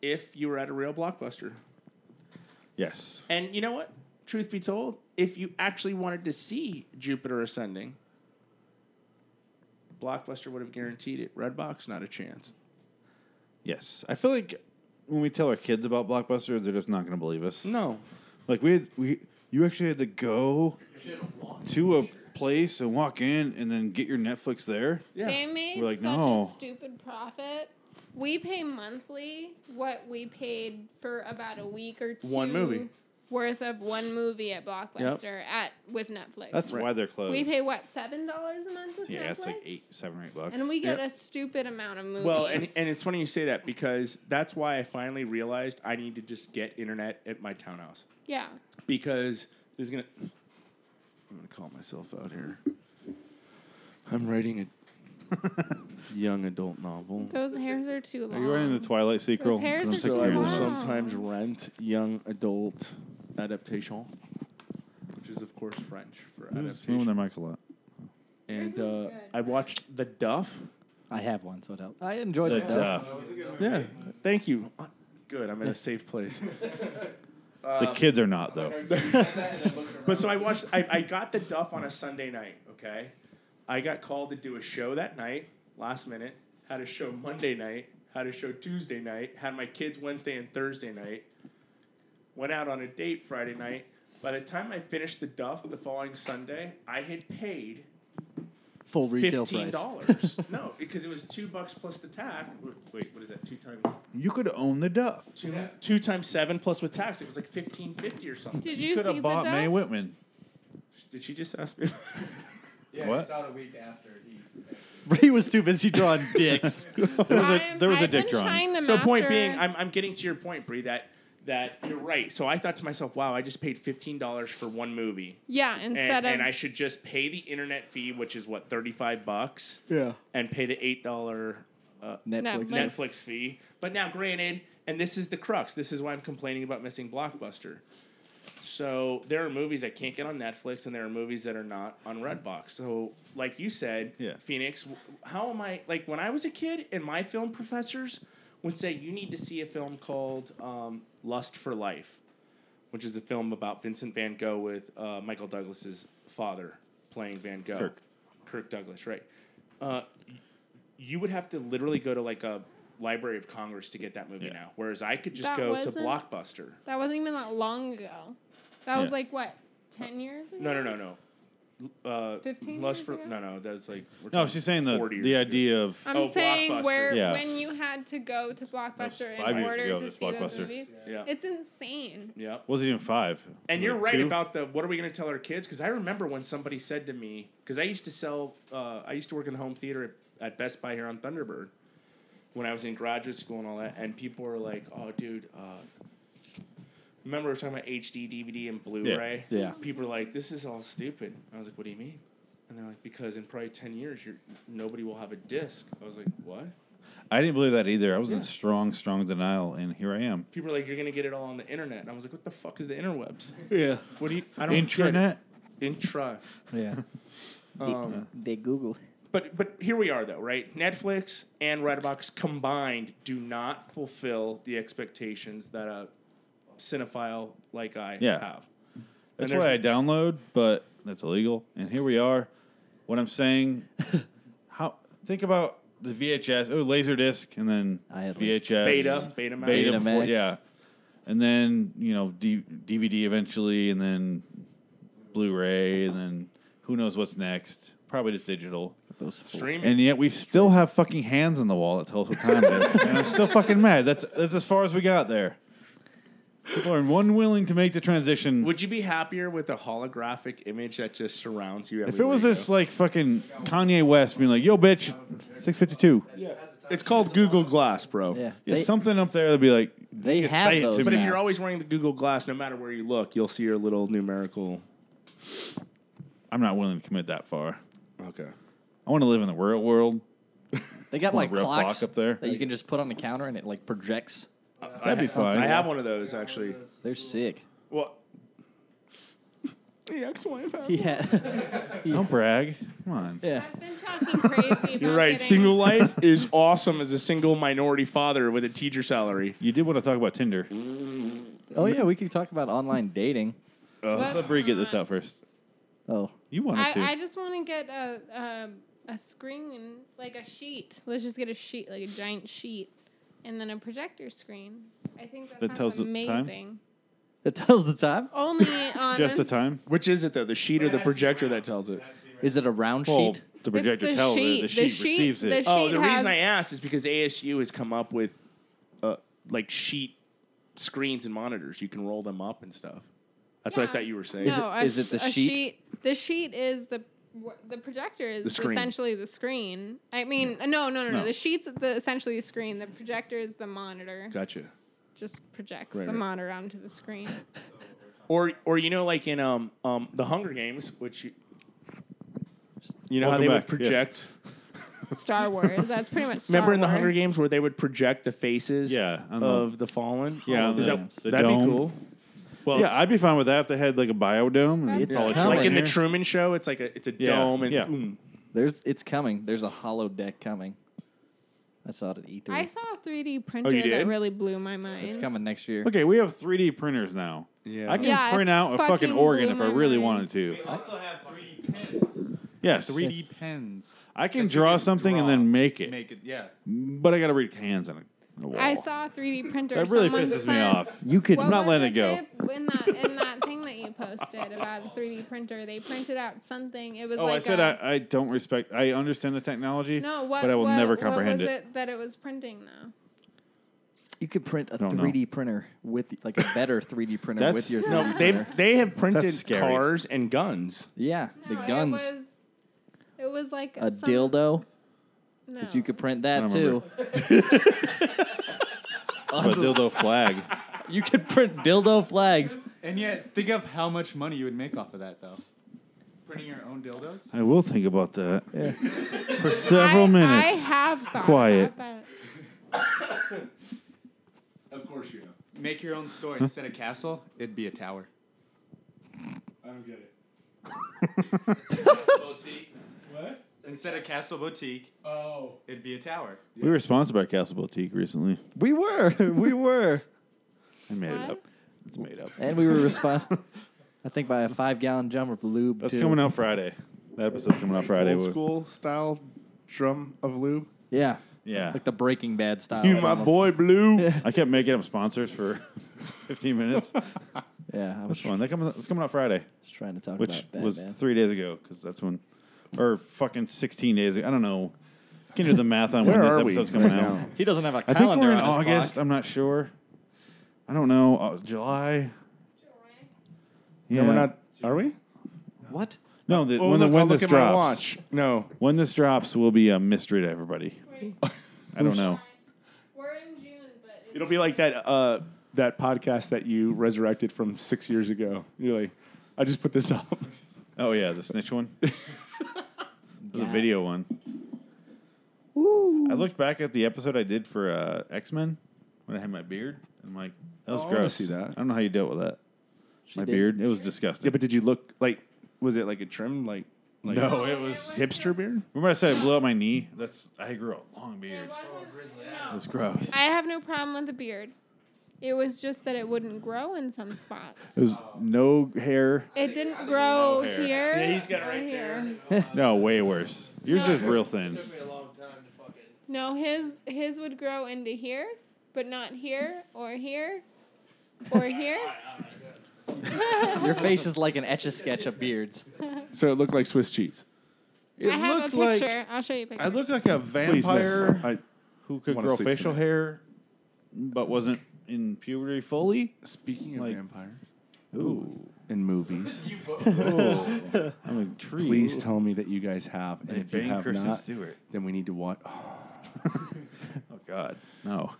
[SPEAKER 1] if you were at a real Blockbuster.
[SPEAKER 2] Yes.
[SPEAKER 1] And you know what? Truth be told, if you actually wanted to see Jupiter Ascending, Blockbuster would have guaranteed it. Redbox, not a chance.
[SPEAKER 2] Yes. I feel like when we tell our kids about Blockbuster, they're just not going to believe us.
[SPEAKER 1] No.
[SPEAKER 2] Like we had, we you actually had to go to a place and walk in and then get your Netflix there.
[SPEAKER 1] Yeah.
[SPEAKER 3] They made
[SPEAKER 2] We're like,
[SPEAKER 3] such
[SPEAKER 2] no.
[SPEAKER 3] a stupid profit. We pay monthly what we paid for about a week or two
[SPEAKER 1] One movie.
[SPEAKER 3] worth of one movie at Blockbuster at with Netflix.
[SPEAKER 2] That's
[SPEAKER 1] Right.
[SPEAKER 2] why they're closed.
[SPEAKER 3] we pay what seven dollars a month with Netflix.
[SPEAKER 2] yeah, it's like eight, seven or eight bucks.
[SPEAKER 3] and we get
[SPEAKER 2] Yep.
[SPEAKER 3] a stupid amount of movies.
[SPEAKER 1] Well, and, and it's funny you say that because that's why I finally realized I need to just get internet at my townhouse.
[SPEAKER 3] yeah,
[SPEAKER 1] because there's gonna. I'm gonna call myself out here. I'm writing a young adult novel.
[SPEAKER 3] those hairs are too long.
[SPEAKER 2] Are you running the Twilight sequel?
[SPEAKER 3] Those hairs
[SPEAKER 2] I'm
[SPEAKER 3] are
[SPEAKER 2] sick
[SPEAKER 3] too
[SPEAKER 2] of
[SPEAKER 1] I
[SPEAKER 2] hearing
[SPEAKER 1] will
[SPEAKER 3] long.
[SPEAKER 2] this.
[SPEAKER 1] sometimes rent young adult adaptation, which is of course French for
[SPEAKER 2] Who's moving their
[SPEAKER 1] adaptation.
[SPEAKER 2] mic a lot?
[SPEAKER 3] This
[SPEAKER 1] And
[SPEAKER 3] is
[SPEAKER 1] uh,
[SPEAKER 3] good,
[SPEAKER 1] I
[SPEAKER 3] right?
[SPEAKER 1] watched The Duff.
[SPEAKER 4] I have one, so it helps. I enjoyed
[SPEAKER 2] The
[SPEAKER 4] it. though.
[SPEAKER 2] Duff.
[SPEAKER 1] Yeah, thank you. Good, I'm in a safe place.
[SPEAKER 2] The kids are not though.
[SPEAKER 1] But so I watched. I, I got the Duff on a Sunday night. Okay, I got called to do a show that night, last minute. Had a show Monday night. Had a show Tuesday night. Had my kids Wednesday and Thursday night. Went out on a date Friday night. By the time I finished the Duff the following Sunday, I had paid
[SPEAKER 4] Full retail
[SPEAKER 1] fifteen
[SPEAKER 4] price.
[SPEAKER 1] dollars. no, because it was two bucks plus the tax. Wait, what is that? Two times
[SPEAKER 2] You could own the Duff.
[SPEAKER 1] two, two times seven plus with tax. It was like fifteen fifty or something.
[SPEAKER 3] Did
[SPEAKER 2] You
[SPEAKER 3] you
[SPEAKER 2] could
[SPEAKER 3] see
[SPEAKER 2] have
[SPEAKER 3] the
[SPEAKER 2] bought May
[SPEAKER 3] dog?
[SPEAKER 2] Whitman.
[SPEAKER 1] Did she just ask me?
[SPEAKER 8] Yeah,
[SPEAKER 2] What?
[SPEAKER 8] it's out a week after he.
[SPEAKER 4] Ray was too busy drawing dicks.
[SPEAKER 2] There was a
[SPEAKER 3] I'm-
[SPEAKER 2] there was a
[SPEAKER 3] I've been
[SPEAKER 2] dick drawing.
[SPEAKER 3] trying to
[SPEAKER 1] So point
[SPEAKER 3] master-
[SPEAKER 1] being, I'm, I'm getting to your point, Bree, that that you're right. So I thought to myself, wow, I just paid fifteen dollars for one movie,
[SPEAKER 3] yeah,
[SPEAKER 1] and,
[SPEAKER 3] instead of
[SPEAKER 1] and I should just pay the internet fee, which is what thirty five bucks,
[SPEAKER 4] yeah.
[SPEAKER 1] and pay the eight dollar
[SPEAKER 4] Netflix.
[SPEAKER 3] Netflix.
[SPEAKER 1] Netflix fee. But now, granted, and this is the crux. This is why I'm complaining about missing Blockbuster. So there are movies I can't get on Netflix, and there are movies that are not on Redbox. So, like you said,
[SPEAKER 2] Yeah.
[SPEAKER 1] Phoenix, w- how am I? Like when I was a kid, and my film professors would say you need to see a film called um, Lust for Life, which is a film about Vincent Van Gogh with uh, Michael Douglas's father playing Van Gogh.
[SPEAKER 2] Kirk.
[SPEAKER 1] Kirk Douglas, right? Uh, you would have to literally go to like a Library of Congress to get that movie
[SPEAKER 2] Yeah.
[SPEAKER 1] now, whereas I could just
[SPEAKER 3] That
[SPEAKER 1] go to
[SPEAKER 3] wasn't-
[SPEAKER 1] Blockbuster.
[SPEAKER 3] That wasn't even that long ago. That was
[SPEAKER 2] Yeah.
[SPEAKER 3] like what, ten years ago?
[SPEAKER 1] No, no, no, no. L- Uh,
[SPEAKER 3] 15
[SPEAKER 1] Lust
[SPEAKER 3] years
[SPEAKER 1] for
[SPEAKER 3] ago?
[SPEAKER 1] no, no. That's like we're
[SPEAKER 2] No,
[SPEAKER 1] talking
[SPEAKER 2] she's saying the
[SPEAKER 1] 40 years
[SPEAKER 2] the
[SPEAKER 1] ago.
[SPEAKER 2] idea of
[SPEAKER 3] I'm
[SPEAKER 1] Oh,
[SPEAKER 3] saying
[SPEAKER 1] Blockbuster.
[SPEAKER 3] where
[SPEAKER 2] Yeah.
[SPEAKER 3] when you had to go to Blockbuster
[SPEAKER 2] five
[SPEAKER 3] in
[SPEAKER 2] years
[SPEAKER 3] order
[SPEAKER 2] ago,
[SPEAKER 3] to
[SPEAKER 2] this
[SPEAKER 3] see those
[SPEAKER 2] Blockbuster.
[SPEAKER 3] movies.
[SPEAKER 1] Yeah.
[SPEAKER 3] It's insane.
[SPEAKER 1] Yeah.
[SPEAKER 2] was it even five?
[SPEAKER 1] And
[SPEAKER 2] Was it
[SPEAKER 1] you're right
[SPEAKER 2] two?
[SPEAKER 1] about the what are we going to tell our kids? Because I remember when somebody said to me, because I used to sell, uh, I used to work in the home theater at, at Best Buy here on Thunderbird when I was in graduate school and all that. And people were like, "Oh, dude." Uh, Remember, we were talking about HD, DVD, and Blu-ray.
[SPEAKER 9] Yeah.
[SPEAKER 1] People were like, "This is all stupid." I was like, "What do you mean?" And they're like, "Because in probably ten years, you're, nobody will have a disc." I was like, "What?"
[SPEAKER 2] I didn't believe that either. I was
[SPEAKER 1] Yeah.
[SPEAKER 2] in strong, strong denial, and here I am.
[SPEAKER 1] People were like, "You're gonna get it all on the internet." And I was like, "What the fuck is the interwebs?"
[SPEAKER 5] Yeah.
[SPEAKER 1] What do you? I don't get it.
[SPEAKER 2] Internet.
[SPEAKER 1] Intra.
[SPEAKER 5] Yeah.
[SPEAKER 1] Um,
[SPEAKER 9] They Google.
[SPEAKER 1] But but here we are though, right? Netflix and Redbox combined do not fulfill the expectations that a cinephile like I
[SPEAKER 2] Yeah.
[SPEAKER 1] have.
[SPEAKER 2] That's
[SPEAKER 1] And
[SPEAKER 2] why I
[SPEAKER 1] there's-
[SPEAKER 2] download, but that's illegal. And here we are. What I'm saying, how think about the VHS, oh Laserdisc, and then
[SPEAKER 9] I had
[SPEAKER 2] VHS
[SPEAKER 1] Beta, beta, Max.
[SPEAKER 2] beta,
[SPEAKER 5] Betamax.
[SPEAKER 2] before- yeah, and then you know D- DVD eventually, and then Blu-ray, and then who knows what's next? Probably just digital.
[SPEAKER 9] Those four.
[SPEAKER 1] streaming.
[SPEAKER 2] And yet we still have fucking hands on the wall that tell us what time it is. And I'm still fucking mad. That's that's as far as we got there. People are unwilling to make the transition.
[SPEAKER 1] Would you be happier with a holographic image that just surrounds you?
[SPEAKER 2] If it
[SPEAKER 1] everywhere
[SPEAKER 2] was
[SPEAKER 1] you
[SPEAKER 2] this
[SPEAKER 1] go?
[SPEAKER 2] like fucking Kanye West being like, "Yo, bitch, six fifty two,
[SPEAKER 1] it's called Google Glass, bro.
[SPEAKER 9] Yeah.
[SPEAKER 2] yeah,
[SPEAKER 9] they,
[SPEAKER 2] something up there." They'd be like,
[SPEAKER 9] they
[SPEAKER 2] can
[SPEAKER 9] have
[SPEAKER 2] say it
[SPEAKER 9] those.
[SPEAKER 2] to me.
[SPEAKER 1] But if
[SPEAKER 9] now.
[SPEAKER 1] you're always wearing the Google Glass, no matter where you look, you'll see your little numerical.
[SPEAKER 2] "I'm not willing to commit that far.
[SPEAKER 1] Okay.
[SPEAKER 2] I want to live in the real world.
[SPEAKER 4] They got
[SPEAKER 2] Small
[SPEAKER 4] like
[SPEAKER 2] real clock
[SPEAKER 4] clocks
[SPEAKER 2] up there.
[SPEAKER 4] that you can just put on the counter and it like projects.
[SPEAKER 2] That'd be fun."
[SPEAKER 1] I have one of those actually.
[SPEAKER 9] They're sick.
[SPEAKER 1] Well, the ex-wife. had one.
[SPEAKER 4] Yeah.
[SPEAKER 2] Don't brag. Come on.
[SPEAKER 4] yeah.
[SPEAKER 3] I've been talking crazy about
[SPEAKER 1] You're right.
[SPEAKER 3] getting-
[SPEAKER 1] Single life is awesome as a single minority father with a teacher salary.
[SPEAKER 2] You did want to talk about Tinder.
[SPEAKER 9] Oh yeah,
[SPEAKER 4] we could talk about online dating.
[SPEAKER 3] Let's
[SPEAKER 2] Let Bree get this
[SPEAKER 3] not.
[SPEAKER 2] out first.
[SPEAKER 9] Oh,
[SPEAKER 2] You wanted to.
[SPEAKER 3] I, I just want to get a, um, a a screen and like a sheet. Let's just get a sheet, like a giant sheet, and then a projector screen. I think that,
[SPEAKER 2] That
[SPEAKER 3] sounds
[SPEAKER 2] tells the time?
[SPEAKER 3] amazing.
[SPEAKER 4] That tells the time.
[SPEAKER 3] Only on
[SPEAKER 2] just the
[SPEAKER 3] an-
[SPEAKER 2] time.
[SPEAKER 1] Which is it though? The sheet or the projector that tells it?
[SPEAKER 4] Is it a round
[SPEAKER 2] Well,
[SPEAKER 4] sheet?
[SPEAKER 2] the projector
[SPEAKER 3] the
[SPEAKER 2] tells
[SPEAKER 3] sheet.
[SPEAKER 2] it.
[SPEAKER 3] The
[SPEAKER 2] The sheet,
[SPEAKER 3] sheet-
[SPEAKER 2] receives
[SPEAKER 3] the
[SPEAKER 2] it.
[SPEAKER 3] sheet-
[SPEAKER 1] Oh, the
[SPEAKER 3] has-
[SPEAKER 1] reason I asked is because ASU has come up with uh, like sheet screens and monitors. You can roll them up and stuff. That's what I
[SPEAKER 3] Yeah.
[SPEAKER 1] thought you were saying.
[SPEAKER 3] no, a
[SPEAKER 4] is it the
[SPEAKER 3] s- a
[SPEAKER 4] sheet?
[SPEAKER 3] The sheet is the wh- the projector is
[SPEAKER 1] The screen.
[SPEAKER 3] essentially the screen. I mean, uh, no, no, no, no.
[SPEAKER 2] No.
[SPEAKER 3] The sheet's the essentially the screen. The projector is the monitor.
[SPEAKER 1] Gotcha.
[SPEAKER 3] Just projects
[SPEAKER 1] Right,
[SPEAKER 3] the
[SPEAKER 1] right.
[SPEAKER 3] monitor onto the screen.
[SPEAKER 1] Or or you know like in um um the Hunger Games, which you, you know
[SPEAKER 2] Welcome
[SPEAKER 1] how they
[SPEAKER 2] back,
[SPEAKER 1] would
[SPEAKER 2] yes.
[SPEAKER 1] project.
[SPEAKER 3] Star Wars. That's pretty much. Star
[SPEAKER 1] Remember in the Hunger
[SPEAKER 3] Wars.
[SPEAKER 1] Games where they would project the faces
[SPEAKER 2] Yeah, on the-
[SPEAKER 1] of the fallen?
[SPEAKER 2] Yeah, on
[SPEAKER 1] is
[SPEAKER 2] the-
[SPEAKER 1] that,
[SPEAKER 2] the
[SPEAKER 1] that'd
[SPEAKER 2] dome.
[SPEAKER 1] be cool. Well,
[SPEAKER 2] Yeah, I'd be fine with that if they had like a biodome. and
[SPEAKER 3] It's
[SPEAKER 2] all the shit
[SPEAKER 4] coming.
[SPEAKER 1] like in the
[SPEAKER 2] here.
[SPEAKER 1] Truman Show, it's like a it's a
[SPEAKER 2] Yeah,
[SPEAKER 1] dome and
[SPEAKER 2] yeah.
[SPEAKER 1] mm.
[SPEAKER 4] There's it's coming. There's a hollow deck coming. I saw it at E3.
[SPEAKER 3] I saw a 3D printer that
[SPEAKER 1] did?
[SPEAKER 3] really blew my mind.
[SPEAKER 4] it's coming next year.
[SPEAKER 2] Okay, we have 3D printers now.
[SPEAKER 1] Yeah.
[SPEAKER 2] I can
[SPEAKER 3] Yeah,
[SPEAKER 2] print out a
[SPEAKER 3] fucking
[SPEAKER 2] fucking organ
[SPEAKER 3] blew
[SPEAKER 2] if I
[SPEAKER 3] my
[SPEAKER 2] really
[SPEAKER 3] mind.
[SPEAKER 2] wanted to.
[SPEAKER 7] We also have 3D pens.
[SPEAKER 2] Yes,
[SPEAKER 8] 3D pens.
[SPEAKER 2] I
[SPEAKER 8] that
[SPEAKER 2] can
[SPEAKER 8] you
[SPEAKER 2] draw something and
[SPEAKER 8] draw.
[SPEAKER 2] then make it,
[SPEAKER 8] Make it. Yeah.
[SPEAKER 2] but I got to read hands on a, on a wall.
[SPEAKER 3] I saw a 3D printer.
[SPEAKER 2] that really
[SPEAKER 3] Someone
[SPEAKER 2] pisses me
[SPEAKER 3] sent-
[SPEAKER 2] off.
[SPEAKER 9] you could.
[SPEAKER 3] what
[SPEAKER 2] I'm not
[SPEAKER 3] was
[SPEAKER 2] letting it go.
[SPEAKER 3] Dave? In that, in that thing that you posted about a 3D printer, they printed out something. It was
[SPEAKER 2] Oh,
[SPEAKER 3] like
[SPEAKER 2] I said
[SPEAKER 3] a,
[SPEAKER 2] I, I don't respect. I understand the technology,
[SPEAKER 3] no, what,
[SPEAKER 2] but I will
[SPEAKER 3] what-
[SPEAKER 2] never
[SPEAKER 3] what
[SPEAKER 2] comprehend
[SPEAKER 3] was
[SPEAKER 2] it.
[SPEAKER 3] that it was printing though.
[SPEAKER 4] You could print a
[SPEAKER 2] Don't know.
[SPEAKER 4] 3D printer with like a better 3D printer
[SPEAKER 2] That's-
[SPEAKER 4] with your 3D
[SPEAKER 2] no,
[SPEAKER 1] They've,
[SPEAKER 4] printer.
[SPEAKER 1] they have printed
[SPEAKER 2] That's scary.
[SPEAKER 1] cars and guns.
[SPEAKER 4] Yeah,
[SPEAKER 3] No,
[SPEAKER 4] the guns.
[SPEAKER 3] It was, it was like
[SPEAKER 4] a
[SPEAKER 3] some-
[SPEAKER 4] dildo.
[SPEAKER 3] No.
[SPEAKER 4] 'cause You could print
[SPEAKER 2] I
[SPEAKER 4] that
[SPEAKER 2] don't
[SPEAKER 4] too.
[SPEAKER 2] But dildo flag.
[SPEAKER 4] You could print dildo flags.
[SPEAKER 8] And yet, think of how much money you would make off of that, though. Printing your own dildos.
[SPEAKER 2] I will think about that for
[SPEAKER 3] I,
[SPEAKER 2] several
[SPEAKER 3] I
[SPEAKER 2] minutes.
[SPEAKER 3] have thought
[SPEAKER 2] Quiet.
[SPEAKER 3] about that.
[SPEAKER 7] Of course you know.
[SPEAKER 8] Make your own story instead of castle. It'd be a tower.
[SPEAKER 7] It's a nice boutique. What? It's a
[SPEAKER 8] Instead of Castle Boutique,
[SPEAKER 7] Oh.
[SPEAKER 8] it'd be a tower.
[SPEAKER 2] We were sponsored by Castle Boutique recently.
[SPEAKER 9] We were. We were.
[SPEAKER 2] I made
[SPEAKER 3] What?
[SPEAKER 2] it up. It's made up.
[SPEAKER 4] And we were responding, I think, by a five gallon drum of lube.
[SPEAKER 2] That's
[SPEAKER 4] too.
[SPEAKER 2] coming out Friday. That episode's coming out Friday.
[SPEAKER 1] Old
[SPEAKER 2] We'll-
[SPEAKER 1] school style drum of lube.
[SPEAKER 4] Yeah.
[SPEAKER 2] Yeah.
[SPEAKER 4] Like the Breaking Bad style.
[SPEAKER 1] You my
[SPEAKER 4] drum.
[SPEAKER 1] boy Blue.
[SPEAKER 2] I kept making up sponsors for 15 minutes.
[SPEAKER 9] Yeah, I was
[SPEAKER 2] That's fun. That comes, it's coming out Friday,
[SPEAKER 9] just trying to talk
[SPEAKER 2] which
[SPEAKER 9] about Batman.
[SPEAKER 2] was three days ago, because that's when, or fucking 16 days ago. I don't know. I can do the math on when
[SPEAKER 1] Where
[SPEAKER 2] this
[SPEAKER 1] are we
[SPEAKER 2] episode's coming
[SPEAKER 1] right
[SPEAKER 2] out.
[SPEAKER 1] now?
[SPEAKER 4] He doesn't have a
[SPEAKER 2] I think
[SPEAKER 4] calendar
[SPEAKER 2] we're in
[SPEAKER 4] on his
[SPEAKER 2] August.
[SPEAKER 4] clock.
[SPEAKER 2] I'm not sure. I don't know. Uh, July. Yeah,
[SPEAKER 1] No, we're not. Are we?
[SPEAKER 4] What?
[SPEAKER 2] No, the,
[SPEAKER 1] Oh,
[SPEAKER 2] when, the,
[SPEAKER 1] look-
[SPEAKER 2] when
[SPEAKER 1] I'll
[SPEAKER 2] this
[SPEAKER 1] look at
[SPEAKER 2] drops,
[SPEAKER 1] my watch. No.
[SPEAKER 2] when this drops, will be a mystery to everybody.
[SPEAKER 3] Wait,
[SPEAKER 2] I don't know.
[SPEAKER 3] We're in June, but it's
[SPEAKER 1] It'll be like that uh, that podcast that you resurrected from six years ago. You're like, I just put this up.
[SPEAKER 2] Oh yeah, the snitch one. There's a video one. I looked back at the episode I did for uh, X Men when I had my beard. I'm like, that was
[SPEAKER 1] Oh, I wanna
[SPEAKER 2] gross.
[SPEAKER 1] see that.
[SPEAKER 2] I don't know how you dealt with that. my
[SPEAKER 9] did.
[SPEAKER 2] beard, it was
[SPEAKER 1] yeah,
[SPEAKER 2] disgusting.
[SPEAKER 1] but did you look like? Was it like a trim like? like
[SPEAKER 2] no, it
[SPEAKER 3] It
[SPEAKER 2] was.
[SPEAKER 3] was
[SPEAKER 1] Oh, Hipster
[SPEAKER 3] just-
[SPEAKER 1] beard.
[SPEAKER 2] Remember I said I blew out my knee? That's I grew a long
[SPEAKER 3] It
[SPEAKER 2] beard.
[SPEAKER 3] wasn't- no.
[SPEAKER 2] It's gross.
[SPEAKER 3] I have no problem with the beard. It was just that it wouldn't grow in some spots.
[SPEAKER 2] There's no hair.
[SPEAKER 3] It didn't grow
[SPEAKER 2] hair.
[SPEAKER 3] here.
[SPEAKER 1] Yeah, he's got it
[SPEAKER 3] or
[SPEAKER 1] right there.
[SPEAKER 3] here.
[SPEAKER 2] No, way worse. Yours is real thin.
[SPEAKER 7] Took me a long time to fucking.
[SPEAKER 3] No, his his would grow into here, but not here or here or here.
[SPEAKER 4] Your face is like an etch a sketch of beards.
[SPEAKER 1] So it looked like Swiss cheese.
[SPEAKER 2] It
[SPEAKER 3] I have a
[SPEAKER 2] looked like
[SPEAKER 3] picture. I'll show you a picture.
[SPEAKER 2] I look like a
[SPEAKER 1] Please, miss.
[SPEAKER 2] vampire
[SPEAKER 1] I,
[SPEAKER 2] who could
[SPEAKER 1] wanna
[SPEAKER 2] grow
[SPEAKER 1] sleep
[SPEAKER 2] facial
[SPEAKER 1] tonight.
[SPEAKER 2] hair, but wasn't in puberty fully.
[SPEAKER 1] speaking of
[SPEAKER 2] Like-
[SPEAKER 1] vampires
[SPEAKER 2] Ooh,
[SPEAKER 1] in movies,
[SPEAKER 2] I'm intrigued.
[SPEAKER 1] please tell me that you guys have, and
[SPEAKER 2] They
[SPEAKER 1] if you
[SPEAKER 2] banged
[SPEAKER 1] have
[SPEAKER 2] Kristen
[SPEAKER 1] not,
[SPEAKER 2] Stewart.
[SPEAKER 1] then we need to watch.
[SPEAKER 2] Oh God, no.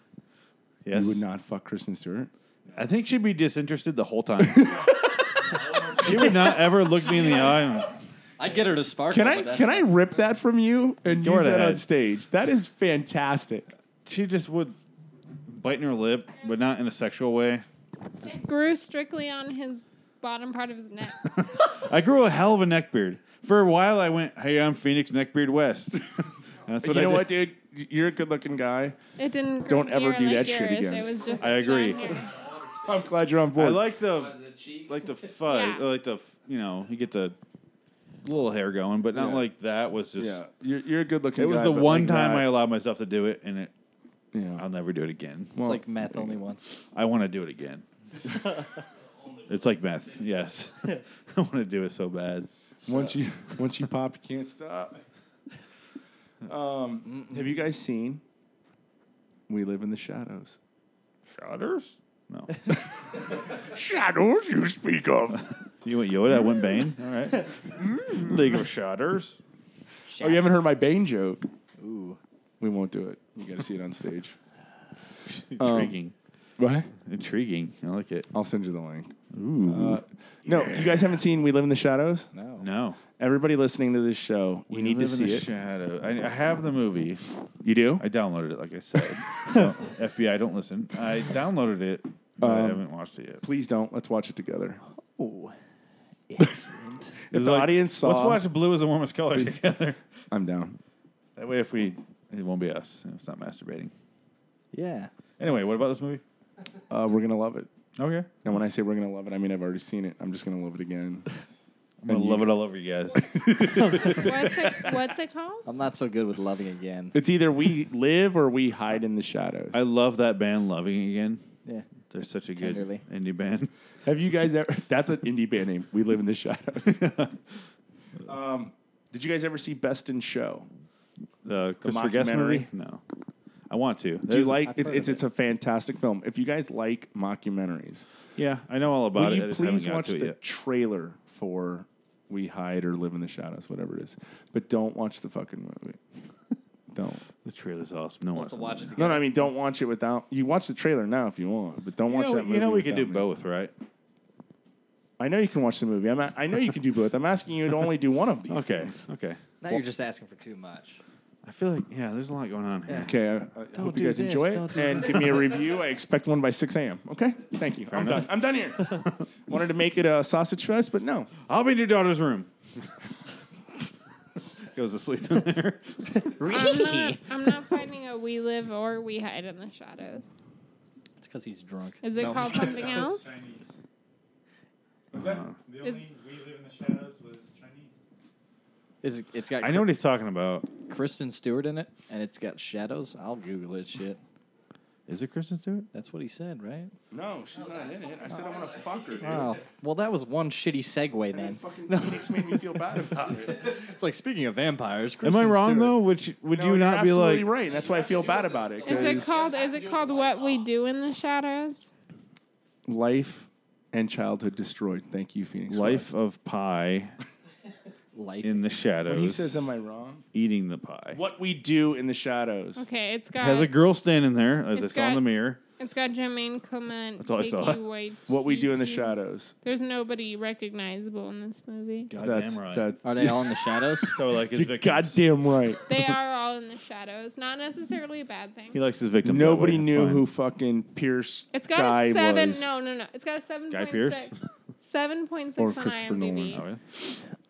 [SPEAKER 2] Yes,
[SPEAKER 1] You would not fuck Kristen Stewart.
[SPEAKER 2] I think she'd be disinterested the whole time. she would not ever look me in the eye.
[SPEAKER 4] I'd get her to sparkle.
[SPEAKER 1] Can
[SPEAKER 4] but
[SPEAKER 1] I
[SPEAKER 4] that's
[SPEAKER 1] can I rip that from you and
[SPEAKER 2] Go
[SPEAKER 1] use
[SPEAKER 2] right
[SPEAKER 1] that on
[SPEAKER 2] ahead.
[SPEAKER 1] stage? That is fantastic.
[SPEAKER 2] She just would biting her lip, but not in a sexual way.
[SPEAKER 3] grew strictly on his bottom part of his neck.
[SPEAKER 2] I grew a hell of a neck beard. For a while, I went, "Hey, I'm Phoenix Neckbeard West." And that's what
[SPEAKER 1] you
[SPEAKER 2] I
[SPEAKER 1] know
[SPEAKER 2] did.
[SPEAKER 1] what, dude? Y- You're a good-looking guy.
[SPEAKER 3] It didn't. Grow
[SPEAKER 1] Don't ever
[SPEAKER 3] here
[SPEAKER 1] do
[SPEAKER 3] like
[SPEAKER 1] that shit
[SPEAKER 3] yours.
[SPEAKER 1] again.
[SPEAKER 3] It was just.
[SPEAKER 2] I agree.
[SPEAKER 3] down here.
[SPEAKER 1] I'm glad you're on board.
[SPEAKER 2] I like the
[SPEAKER 7] The cheek.
[SPEAKER 2] Oh, um, like the fuzz,
[SPEAKER 3] Yeah.
[SPEAKER 2] or like the f- you know, you get the little hair going, but not
[SPEAKER 1] Yeah.
[SPEAKER 2] like that was just.
[SPEAKER 1] yeah, you're, you're a good-looking.
[SPEAKER 2] It was
[SPEAKER 1] guy,
[SPEAKER 2] the
[SPEAKER 1] but
[SPEAKER 2] one
[SPEAKER 1] like
[SPEAKER 2] time I
[SPEAKER 1] that-
[SPEAKER 2] allowed myself to do it, and it,
[SPEAKER 1] Yeah.
[SPEAKER 2] I'll never do it again.
[SPEAKER 4] It's
[SPEAKER 1] Well,
[SPEAKER 4] like meth only once.
[SPEAKER 2] I want to do it again. it's like meth. Yes, I want to do it so bad.
[SPEAKER 1] once you once you pop, you can't stop. Um, have you guys seen? We live in the shadows.
[SPEAKER 2] Shatters? No.
[SPEAKER 1] Shadows you speak of.
[SPEAKER 2] You went Yoda. I went Bane. All right. League of Shatters.
[SPEAKER 1] Oh, you haven't heard my Bane joke. Ooh, we won't do it. You got to see it on stage.
[SPEAKER 2] Intriguing.
[SPEAKER 1] What?
[SPEAKER 2] Intriguing. I like it.
[SPEAKER 1] I'll send you the link.
[SPEAKER 2] Ooh.
[SPEAKER 1] Uh, no, you guys haven't seen We Live in the Shadows?
[SPEAKER 9] no.
[SPEAKER 2] no.
[SPEAKER 1] Everybody listening to this show, you need to
[SPEAKER 2] oh. Live in
[SPEAKER 1] see
[SPEAKER 2] the
[SPEAKER 1] it.
[SPEAKER 2] Shadow. I, I have the movie.
[SPEAKER 1] you do?
[SPEAKER 2] I downloaded it, like I said. No, FBI, don't listen. I downloaded it, but I
[SPEAKER 1] Um,
[SPEAKER 2] haven't watched it yet.
[SPEAKER 1] Please don't. Let's watch it together.
[SPEAKER 4] Oh, excellent.
[SPEAKER 1] If
[SPEAKER 2] It's
[SPEAKER 1] the
[SPEAKER 2] like,
[SPEAKER 1] audience saw,
[SPEAKER 2] Let's watch Blue is the Warmest Color together.
[SPEAKER 1] I'm down.
[SPEAKER 2] That way, if we, it won't be us. It's not masturbating.
[SPEAKER 4] yeah.
[SPEAKER 2] Anyway, what about this movie?
[SPEAKER 1] Uh, we're gonna love it.
[SPEAKER 2] Okay.
[SPEAKER 1] And when I say we're gonna love it, I mean I've already seen it. I'm just gonna love it again.
[SPEAKER 2] I'm gonna
[SPEAKER 1] And you-
[SPEAKER 2] love it all over you guys.
[SPEAKER 3] What's it? What's it called?
[SPEAKER 4] I'm not so good with loving again.
[SPEAKER 1] It's either we live or we hide in the shadows.
[SPEAKER 2] I love that band, Loving Again.
[SPEAKER 4] Yeah.
[SPEAKER 2] They're such a
[SPEAKER 4] Tenderly.
[SPEAKER 2] good indie band.
[SPEAKER 1] Have you guys ever? That's an indie band name. We live in the shadows. um, did you guys ever see Best in Show?
[SPEAKER 2] The Christopher Guest
[SPEAKER 1] mockumentary?
[SPEAKER 2] movie? No, I want to.
[SPEAKER 1] Do you like?
[SPEAKER 4] I've
[SPEAKER 1] It's
[SPEAKER 4] heard
[SPEAKER 1] it's,
[SPEAKER 4] of
[SPEAKER 1] it's a fantastic film. If you guys like mockumentaries,
[SPEAKER 2] Yeah, I know all
[SPEAKER 1] Will
[SPEAKER 2] about it. I
[SPEAKER 1] you
[SPEAKER 2] just
[SPEAKER 1] please
[SPEAKER 2] haven't got
[SPEAKER 1] watch
[SPEAKER 2] to it
[SPEAKER 1] the
[SPEAKER 2] yet.
[SPEAKER 1] trailer for We Hide or Live in the Shadows, whatever it is? But don't watch the fucking movie. don't.
[SPEAKER 2] The trailer's awesome. No one.
[SPEAKER 4] have to watch it
[SPEAKER 1] No, no,
[SPEAKER 4] together.
[SPEAKER 1] I mean don't watch it without. You watch the trailer now if you want, but don't
[SPEAKER 2] You
[SPEAKER 1] watch
[SPEAKER 2] know,
[SPEAKER 1] that. Movie
[SPEAKER 2] you know we could do
[SPEAKER 1] without me.
[SPEAKER 2] both, right?
[SPEAKER 1] I know you can watch the movie. I'm. a- I know you can do both. I'm asking you to only do one of these.
[SPEAKER 2] Okay.
[SPEAKER 1] things.
[SPEAKER 2] Okay.
[SPEAKER 4] Now you're just asking for too much.
[SPEAKER 2] I feel like yeah, there's a lot going on here.
[SPEAKER 1] Okay. I, I hope
[SPEAKER 4] do
[SPEAKER 1] you guys
[SPEAKER 4] this,
[SPEAKER 1] enjoy
[SPEAKER 4] don't
[SPEAKER 1] it
[SPEAKER 4] do
[SPEAKER 1] and give me a review. I expect one by 6 a.m. Okay. Thank you. I'm done.
[SPEAKER 2] enough.
[SPEAKER 1] I'm done here. Wanted to make it a sausage fest, but no.
[SPEAKER 2] I'll be in your daughter's room. goes to sleep in there.
[SPEAKER 3] I'm not, I'm not finding a we live or we hide in the shadows.
[SPEAKER 4] It's because he's drunk.
[SPEAKER 3] Is it
[SPEAKER 4] No, I'm
[SPEAKER 3] called
[SPEAKER 4] just kidding.
[SPEAKER 3] something else? Uh-huh.
[SPEAKER 8] Chinese.
[SPEAKER 2] Uh,
[SPEAKER 8] The
[SPEAKER 3] It's-
[SPEAKER 8] only We Live in the Shadows was Chinese.
[SPEAKER 9] Is it's got
[SPEAKER 2] I know what he's talking about.
[SPEAKER 4] Kristen Stewart in it, and it's got shadows. I'll Google it shit.
[SPEAKER 2] Is it Kristen Stewart?
[SPEAKER 4] That's what he said, right?
[SPEAKER 1] No, she's not in it. I said I want to fuck her. Dude.
[SPEAKER 4] Oh, well, that was one shitty segue
[SPEAKER 1] And then
[SPEAKER 4] then.
[SPEAKER 1] fucking Phoenix made me feel bad about it.
[SPEAKER 4] It's like speaking of vampires.
[SPEAKER 2] Am I
[SPEAKER 4] Kristen
[SPEAKER 2] wrong
[SPEAKER 4] Stewart-
[SPEAKER 2] though? Which would
[SPEAKER 1] No,
[SPEAKER 2] you
[SPEAKER 1] you're
[SPEAKER 2] not be
[SPEAKER 1] absolutely
[SPEAKER 2] like?
[SPEAKER 1] right? and That's why I feel bad about it.
[SPEAKER 3] Is it
[SPEAKER 1] 'cause
[SPEAKER 3] called? Is it called what we do in the shadows?
[SPEAKER 1] life and childhood destroyed? Thank you, Phoenix.
[SPEAKER 2] Life
[SPEAKER 1] Wright.
[SPEAKER 2] of pie
[SPEAKER 4] Life.
[SPEAKER 2] in the shadows.
[SPEAKER 1] When he says, "Am I wrong?"
[SPEAKER 2] eating the pie.
[SPEAKER 1] What we do in the shadows.
[SPEAKER 3] Okay, it's got.
[SPEAKER 2] Has a girl standing there as I
[SPEAKER 3] It's
[SPEAKER 2] saw in
[SPEAKER 3] got-
[SPEAKER 2] the mirror.
[SPEAKER 3] It's got Jermaine Clement.
[SPEAKER 2] That's all I saw.
[SPEAKER 3] Taiki Waititi.
[SPEAKER 1] What we do in the shadows.
[SPEAKER 3] There's nobody recognizable in this movie.
[SPEAKER 2] Goddamn
[SPEAKER 1] That's
[SPEAKER 2] right.
[SPEAKER 1] that.
[SPEAKER 4] Are they all in the shadows?
[SPEAKER 2] So like his
[SPEAKER 1] You're
[SPEAKER 2] victims.
[SPEAKER 1] goddamn right.
[SPEAKER 3] They are all in the shadows. Not necessarily a bad thing.
[SPEAKER 2] He likes his victims. that
[SPEAKER 1] Nobody
[SPEAKER 2] way, it's
[SPEAKER 1] knew
[SPEAKER 2] fine.
[SPEAKER 1] who fucking Pierce
[SPEAKER 3] It's got
[SPEAKER 1] guy
[SPEAKER 3] a seven.
[SPEAKER 1] was.
[SPEAKER 3] No, no, no. It's got a seven
[SPEAKER 2] Guy
[SPEAKER 3] point
[SPEAKER 2] Pierce
[SPEAKER 3] six. Seven point
[SPEAKER 1] Or
[SPEAKER 3] six on
[SPEAKER 1] Christopher
[SPEAKER 3] IMDb.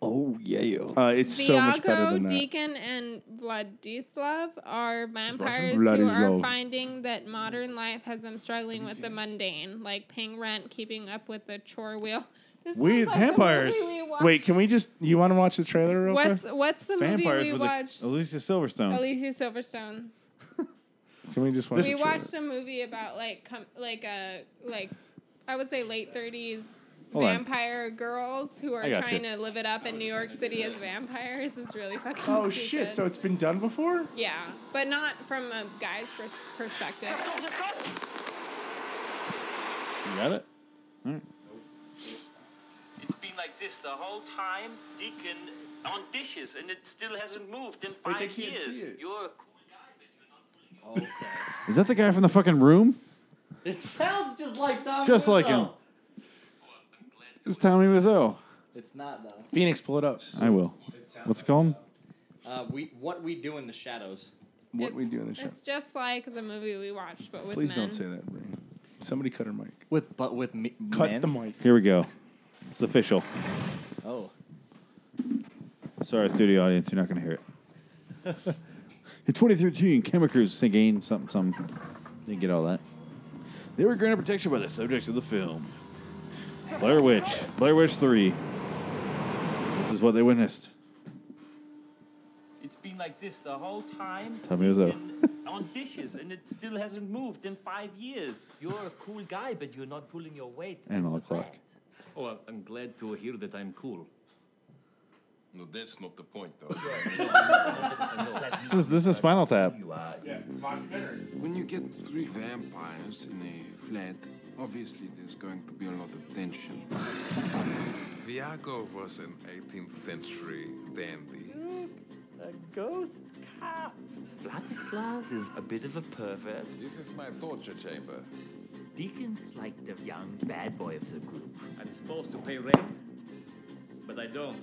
[SPEAKER 2] Oh, yeah.
[SPEAKER 4] oh yeah.
[SPEAKER 1] Uh, it's so much better than
[SPEAKER 3] Viago,
[SPEAKER 1] that.
[SPEAKER 3] Deacon, and Vladislav are vampires who
[SPEAKER 1] Vladislav.
[SPEAKER 3] are finding that modern life has them struggling with the mundane, like paying rent, keeping up with the chore wheel. This
[SPEAKER 2] We-
[SPEAKER 3] sounds like
[SPEAKER 2] vampires.
[SPEAKER 3] The movie we watched.
[SPEAKER 1] Wait, can we just? You want to watch the trailer real
[SPEAKER 3] what's what's the
[SPEAKER 2] Vampires
[SPEAKER 3] movie we
[SPEAKER 2] with
[SPEAKER 3] watched?
[SPEAKER 2] a, Alicia Silverstone.
[SPEAKER 3] Alicia Silverstone.
[SPEAKER 1] quick? Can we just watch?
[SPEAKER 3] we
[SPEAKER 1] the trailer?
[SPEAKER 3] watched a movie about like com- like a like I would say late thirties
[SPEAKER 2] Hold on.
[SPEAKER 3] vampire girls who are
[SPEAKER 2] I got
[SPEAKER 3] trying
[SPEAKER 2] you.
[SPEAKER 3] to live it up in New York City as vampires. It's really fucking.
[SPEAKER 1] Oh
[SPEAKER 3] stupid.
[SPEAKER 1] shit! So it's been done before.
[SPEAKER 3] yeah, but not from a guy's pers- perspective.
[SPEAKER 2] You got it.
[SPEAKER 10] It's been like this the whole time, Deacon on dishes, and it still hasn't moved in five
[SPEAKER 1] can't see
[SPEAKER 10] years.
[SPEAKER 1] it.
[SPEAKER 10] You're a cool guy, but you're not pulling your
[SPEAKER 2] Is that the guy from the fucking room?
[SPEAKER 4] It sounds just like Tom.
[SPEAKER 2] Just like him. It's Tommy Wiseau.
[SPEAKER 4] It's not though.
[SPEAKER 1] Phoenix, pull it up.
[SPEAKER 2] I will. What's it called?
[SPEAKER 4] Uh, we what we do in the shadows.
[SPEAKER 1] What we
[SPEAKER 3] It's-
[SPEAKER 1] do in the show?
[SPEAKER 3] It's just like the movie we watched, but with
[SPEAKER 1] Please
[SPEAKER 3] men.
[SPEAKER 1] don't say that, Brie. Somebody cut her mic.
[SPEAKER 4] With but with me,
[SPEAKER 1] Cut
[SPEAKER 4] men?
[SPEAKER 1] the mic.
[SPEAKER 2] Here we go. It's official.
[SPEAKER 4] Oh,
[SPEAKER 2] Sorry, studio audience, you're not gonna hear it. In 2013, camera crews singing something something. Didn't get all that. They were granted protection by the subjects of the film. Blair Witch, Blair Witch 3. This is what they witnessed.
[SPEAKER 10] It's been like this the whole time.
[SPEAKER 2] Tommy Wiseau.
[SPEAKER 10] Deacon on dishes, and it still hasn't moved in five years. You're a cool guy, but you're not pulling your weight.
[SPEAKER 2] Analog
[SPEAKER 10] That's
[SPEAKER 2] clock.
[SPEAKER 10] right.
[SPEAKER 5] Oh, I- I'm glad to hear that I'm cool.
[SPEAKER 10] No, that's not the point, though.
[SPEAKER 2] This is this is Spinal Tap.
[SPEAKER 10] you are.
[SPEAKER 11] When you get three vampires in a flat, obviously there's going to be a lot of tension. Viago was an 18th century dandy.
[SPEAKER 10] A ghost cop. Vladislav is a bit of a pervert.
[SPEAKER 11] This is my torture chamber.
[SPEAKER 10] Deacon's like the young bad boy of the group. I'm supposed to pay rent, but I don't.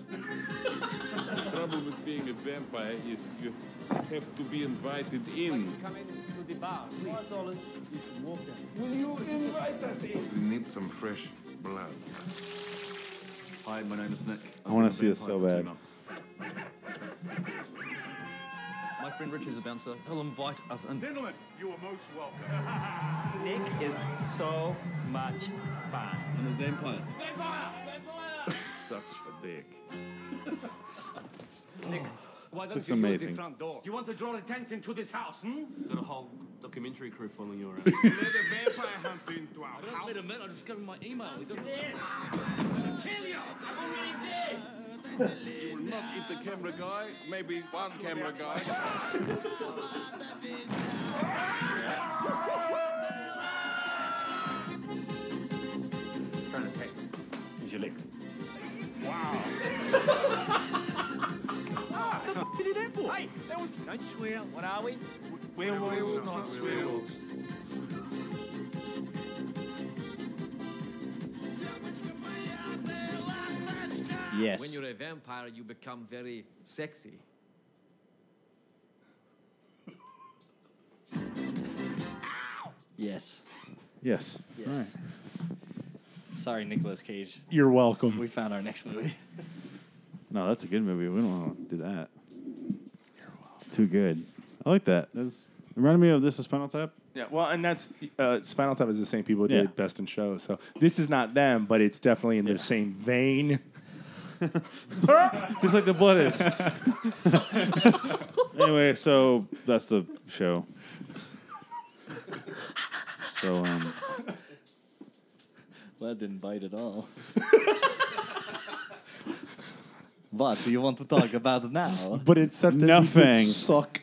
[SPEAKER 11] Trouble with being a vampire is you have to be invited in.
[SPEAKER 10] Come in to the bar. Four dollars each water.
[SPEAKER 11] We need some fresh blood.
[SPEAKER 5] Hi, my name is Nick.
[SPEAKER 2] I wanna see this so bad.
[SPEAKER 5] My friend Rich is a bouncer. He'll invite us in.
[SPEAKER 7] Gentlemen, you are most welcome.
[SPEAKER 10] Nick is so much fun.
[SPEAKER 5] I'm a vampire. Such a dick.
[SPEAKER 10] Nick, why don't
[SPEAKER 2] looks
[SPEAKER 10] you use
[SPEAKER 2] amazing.
[SPEAKER 10] the front door? You want to draw attention to this house, hmm?
[SPEAKER 5] Got a whole documentary crew following you around.
[SPEAKER 7] Let a vampire hunt into our house.
[SPEAKER 5] Wait a minute, I just got my email. It doesn't-
[SPEAKER 10] Kill you! I'm already dead!
[SPEAKER 11] You will not eat the camera guy, maybe one camera guy.
[SPEAKER 10] Use your legs. Wow. Hey, that was. Don't swear. What are we?
[SPEAKER 11] Werewolves, not werewolves.
[SPEAKER 4] Ah,
[SPEAKER 2] Yes.
[SPEAKER 5] a vampire, you become very sexy.
[SPEAKER 4] yes,
[SPEAKER 2] Yes.
[SPEAKER 4] yes. Sorry, Nicolas Cage.
[SPEAKER 1] You're welcome.
[SPEAKER 4] We found our next movie.
[SPEAKER 2] No, that's a good movie. We don't want to do that. too good. I like that. That's reminded me of this is Spinal Tap.
[SPEAKER 1] Yeah, well, and that's uh, Spinal Tap is the same people who
[SPEAKER 2] Yeah.
[SPEAKER 1] did Best in Show, so this is not them, but it's definitely in the same vein.
[SPEAKER 2] Just like the blood is. anyway, so that's the show. So um,
[SPEAKER 4] That didn't bite at all. what do you want to talk about now?
[SPEAKER 1] But it's something you could Nothing. suck.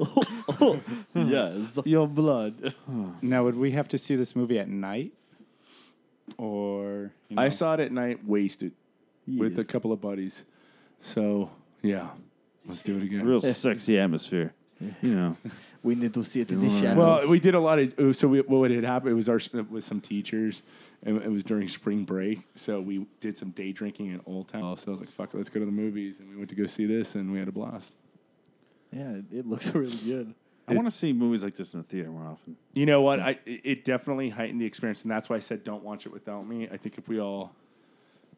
[SPEAKER 4] uh, yes.
[SPEAKER 12] Your blood. now, would we have to see this movie at night? Or. you
[SPEAKER 1] I
[SPEAKER 12] know?
[SPEAKER 1] saw it at night, wasted, with a
[SPEAKER 12] Yes.
[SPEAKER 1] couple of buddies. So yeah, let's do it again.
[SPEAKER 2] real sexy atmosphere. You know,
[SPEAKER 9] we need to see it
[SPEAKER 1] Well, we did a lot of uh, so we, what had happened it was our with some teachers and it was during spring break so we did some day drinking in Old Town so I was like fuck it, let's go to the movies and we went to go see this and we had a blast.
[SPEAKER 9] Yeah, it, it looks really good.
[SPEAKER 2] I want to see movies like this in the theater more often.
[SPEAKER 1] You know what? I it it definitely heightened the experience and that's why I said don't watch it without me. I think if we all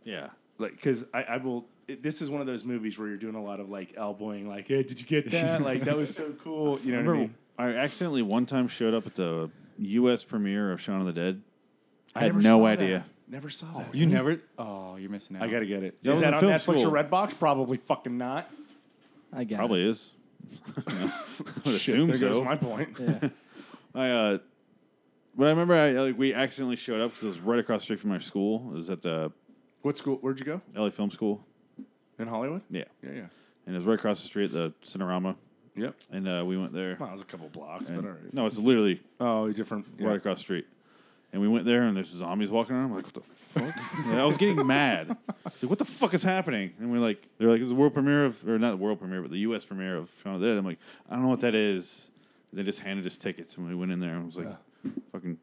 [SPEAKER 2] yeah
[SPEAKER 1] like because I, I will it, this is one of those movies where you're doing a lot of like elbowing like hey did you get that like that was so cool you know what I mean.
[SPEAKER 2] I accidentally one time showed up at the U.S. premiere of Shaun of the Dead. I,
[SPEAKER 1] I
[SPEAKER 2] had
[SPEAKER 1] never
[SPEAKER 2] no
[SPEAKER 1] saw
[SPEAKER 2] idea.
[SPEAKER 1] that. Never saw that.
[SPEAKER 8] You never. Oh, you're missing out.
[SPEAKER 1] I gotta get it. Is
[SPEAKER 2] That was
[SPEAKER 1] that
[SPEAKER 2] in
[SPEAKER 1] on
[SPEAKER 2] film
[SPEAKER 1] Netflix
[SPEAKER 2] school.
[SPEAKER 1] or Redbox? Probably fucking not.
[SPEAKER 9] I get
[SPEAKER 2] Probably is. I would
[SPEAKER 1] Shit,
[SPEAKER 2] assume
[SPEAKER 1] there
[SPEAKER 2] so.
[SPEAKER 1] goes my point.
[SPEAKER 9] Yeah.
[SPEAKER 2] I uh, but I remember I like we accidentally showed up because it was right across the street from our school. It was at the
[SPEAKER 1] what school? Where'd you go?
[SPEAKER 2] LA Film School
[SPEAKER 1] in Hollywood.
[SPEAKER 2] Yeah,
[SPEAKER 1] yeah, yeah.
[SPEAKER 2] And it was right across the street at the Cinerama.
[SPEAKER 1] Yep.
[SPEAKER 2] And uh, we went there.
[SPEAKER 1] Well, it was a couple blocks, but
[SPEAKER 2] And-
[SPEAKER 1] all right.
[SPEAKER 2] No, it's literally
[SPEAKER 1] oh different yeah.
[SPEAKER 2] right across the street. And we went there, and there's zombies walking around. I'm like, what the fuck? And I was getting mad. It's like, what the fuck is happening? And we're like, they're like, it's the world premiere of, or not the world premiere, but the U.S. premiere of Shaun of the Dead. I'm like, I don't know what that is. They just handed us tickets, and we went in there, and it was like, fucking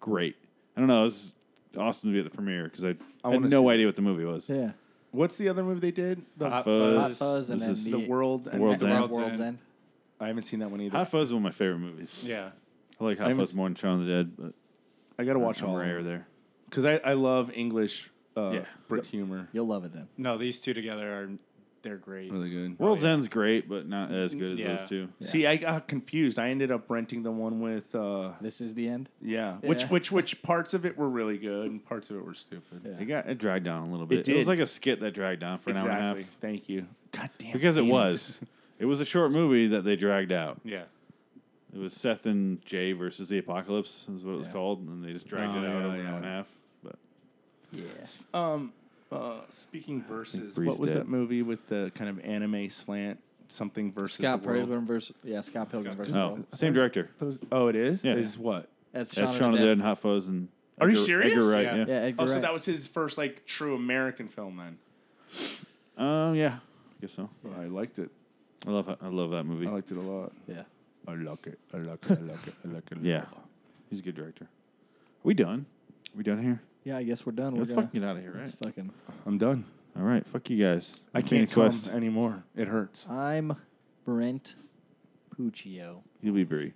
[SPEAKER 2] great. I don't know. It was awesome to be at the premiere because I,
[SPEAKER 1] I
[SPEAKER 2] had
[SPEAKER 1] wanna
[SPEAKER 2] no
[SPEAKER 1] see-
[SPEAKER 2] idea what the movie was.
[SPEAKER 9] Yeah.
[SPEAKER 1] What's the other movie they did? The
[SPEAKER 2] Hot Fuzz. Hot Fuzz and
[SPEAKER 1] This
[SPEAKER 2] then
[SPEAKER 1] is the
[SPEAKER 2] the-
[SPEAKER 1] world.
[SPEAKER 2] The
[SPEAKER 1] and
[SPEAKER 2] World's
[SPEAKER 1] the
[SPEAKER 2] End.
[SPEAKER 4] World's End.
[SPEAKER 1] I haven't seen that one either.
[SPEAKER 2] Hot Fuzz is one of my favorite movies.
[SPEAKER 1] Yeah.
[SPEAKER 2] I like
[SPEAKER 1] I
[SPEAKER 2] Hot
[SPEAKER 1] haven't
[SPEAKER 2] Fuzz more than Shaun of the Dead, but
[SPEAKER 1] I gotta watch
[SPEAKER 2] I'm
[SPEAKER 1] all of
[SPEAKER 2] rare
[SPEAKER 1] them.
[SPEAKER 2] there.
[SPEAKER 1] Because I, I love English uh,
[SPEAKER 2] Yeah.
[SPEAKER 1] Brit humor.
[SPEAKER 9] You'll love it then.
[SPEAKER 8] No, these two together are. They're great.
[SPEAKER 1] Really good.
[SPEAKER 2] World's End's great, but not as good as
[SPEAKER 8] Yeah.
[SPEAKER 2] those two.
[SPEAKER 1] See, I got confused. I ended up renting the one with. Uh,
[SPEAKER 9] this is the end.
[SPEAKER 1] Yeah. Which
[SPEAKER 2] Yeah.
[SPEAKER 1] which which parts of it were really good and parts of it were stupid.
[SPEAKER 2] It got it dragged on a little
[SPEAKER 1] It
[SPEAKER 2] bit. It, was
[SPEAKER 1] did.
[SPEAKER 2] like a skit that dragged on for an hour and a half.
[SPEAKER 1] Exactly. Thank you. God damn.
[SPEAKER 2] Because it
[SPEAKER 1] Phoenix.
[SPEAKER 2] was. It was a short movie that they dragged out.
[SPEAKER 1] Yeah.
[SPEAKER 2] It was Seth and Jay versus the Apocalypse is what it was called, and they just dragged
[SPEAKER 1] Oh,
[SPEAKER 2] it out
[SPEAKER 1] yeah,
[SPEAKER 2] over an hour
[SPEAKER 1] yeah.
[SPEAKER 2] and a half. But
[SPEAKER 9] Yes.
[SPEAKER 1] Um, uh, speaking versus,
[SPEAKER 2] Bree's
[SPEAKER 1] what was
[SPEAKER 2] dead.
[SPEAKER 1] that movie with the kind of anime slant? Something versus
[SPEAKER 4] Scott
[SPEAKER 1] the world?
[SPEAKER 4] Pilgrim versus yeah, Scott Pilgrim versus.
[SPEAKER 2] Oh,
[SPEAKER 4] World.
[SPEAKER 2] same director.
[SPEAKER 1] Those- oh, it is.
[SPEAKER 2] Yeah.
[SPEAKER 1] Is what?
[SPEAKER 4] That's
[SPEAKER 2] That's Shaun of the Dead and Hot Fuzz and
[SPEAKER 1] Are you
[SPEAKER 2] Edgar-
[SPEAKER 1] serious?
[SPEAKER 2] Edgar Wright, yeah.
[SPEAKER 1] oh, so that was his first like true American film then.
[SPEAKER 2] Um, yeah, I guess so.
[SPEAKER 1] I liked it.
[SPEAKER 2] I love I love that movie. I
[SPEAKER 1] liked it a lot.
[SPEAKER 9] Yeah,
[SPEAKER 1] I like it. I like it. I like it. I like it.
[SPEAKER 2] yeah. He's a good director. Are we done? Are we done here?
[SPEAKER 9] Yeah, I guess we're done.
[SPEAKER 2] Let's
[SPEAKER 9] we're gonna-
[SPEAKER 2] fucking get out of here, right?
[SPEAKER 9] Let's fucking.
[SPEAKER 1] I'm done.
[SPEAKER 2] All right, fuck you guys.
[SPEAKER 1] I
[SPEAKER 2] I'm
[SPEAKER 1] can't
[SPEAKER 2] Phoenix
[SPEAKER 1] come
[SPEAKER 2] West.
[SPEAKER 1] anymore. It hurts.
[SPEAKER 9] I'm Brent Puccio.
[SPEAKER 2] You'll be Bree.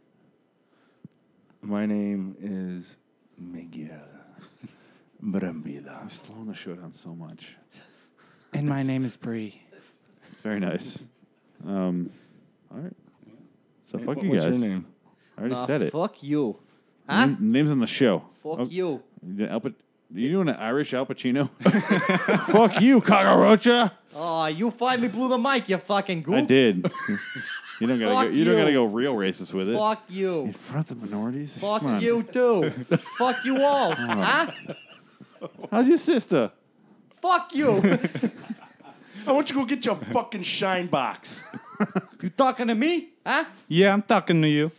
[SPEAKER 1] My name is Miguel Brambila. I'm
[SPEAKER 2] slowing the show down so much.
[SPEAKER 8] And my name is Bree.
[SPEAKER 2] Very nice. Um, all right. So
[SPEAKER 1] Hey,
[SPEAKER 2] fuck
[SPEAKER 1] what-
[SPEAKER 2] you
[SPEAKER 1] what's
[SPEAKER 2] guys.
[SPEAKER 1] your name?
[SPEAKER 2] I already
[SPEAKER 4] Nah,
[SPEAKER 2] said it.
[SPEAKER 4] Uh, Fuck you. Huh?
[SPEAKER 2] Name- name's on the show.
[SPEAKER 4] Fuck
[SPEAKER 2] Oh,
[SPEAKER 4] you.
[SPEAKER 2] the Al Pa- you doing an Irish Al Pacino? fuck you, cockroacha.
[SPEAKER 4] Oh, you finally blew the mic, you fucking goop.
[SPEAKER 2] I did. you don't gotta.
[SPEAKER 4] Fuck
[SPEAKER 2] Go, you, don't
[SPEAKER 4] you.
[SPEAKER 2] gotta go real racist with it.
[SPEAKER 4] Fuck you. In
[SPEAKER 2] front of the minorities.
[SPEAKER 4] Fuck
[SPEAKER 2] Come on.
[SPEAKER 4] you too. Fuck you all. Huh?
[SPEAKER 2] How's your sister?
[SPEAKER 4] Fuck you.
[SPEAKER 1] I want you to go get your fucking shine box.
[SPEAKER 4] you talking to me? Huh?
[SPEAKER 8] Yeah, I'm talking to you.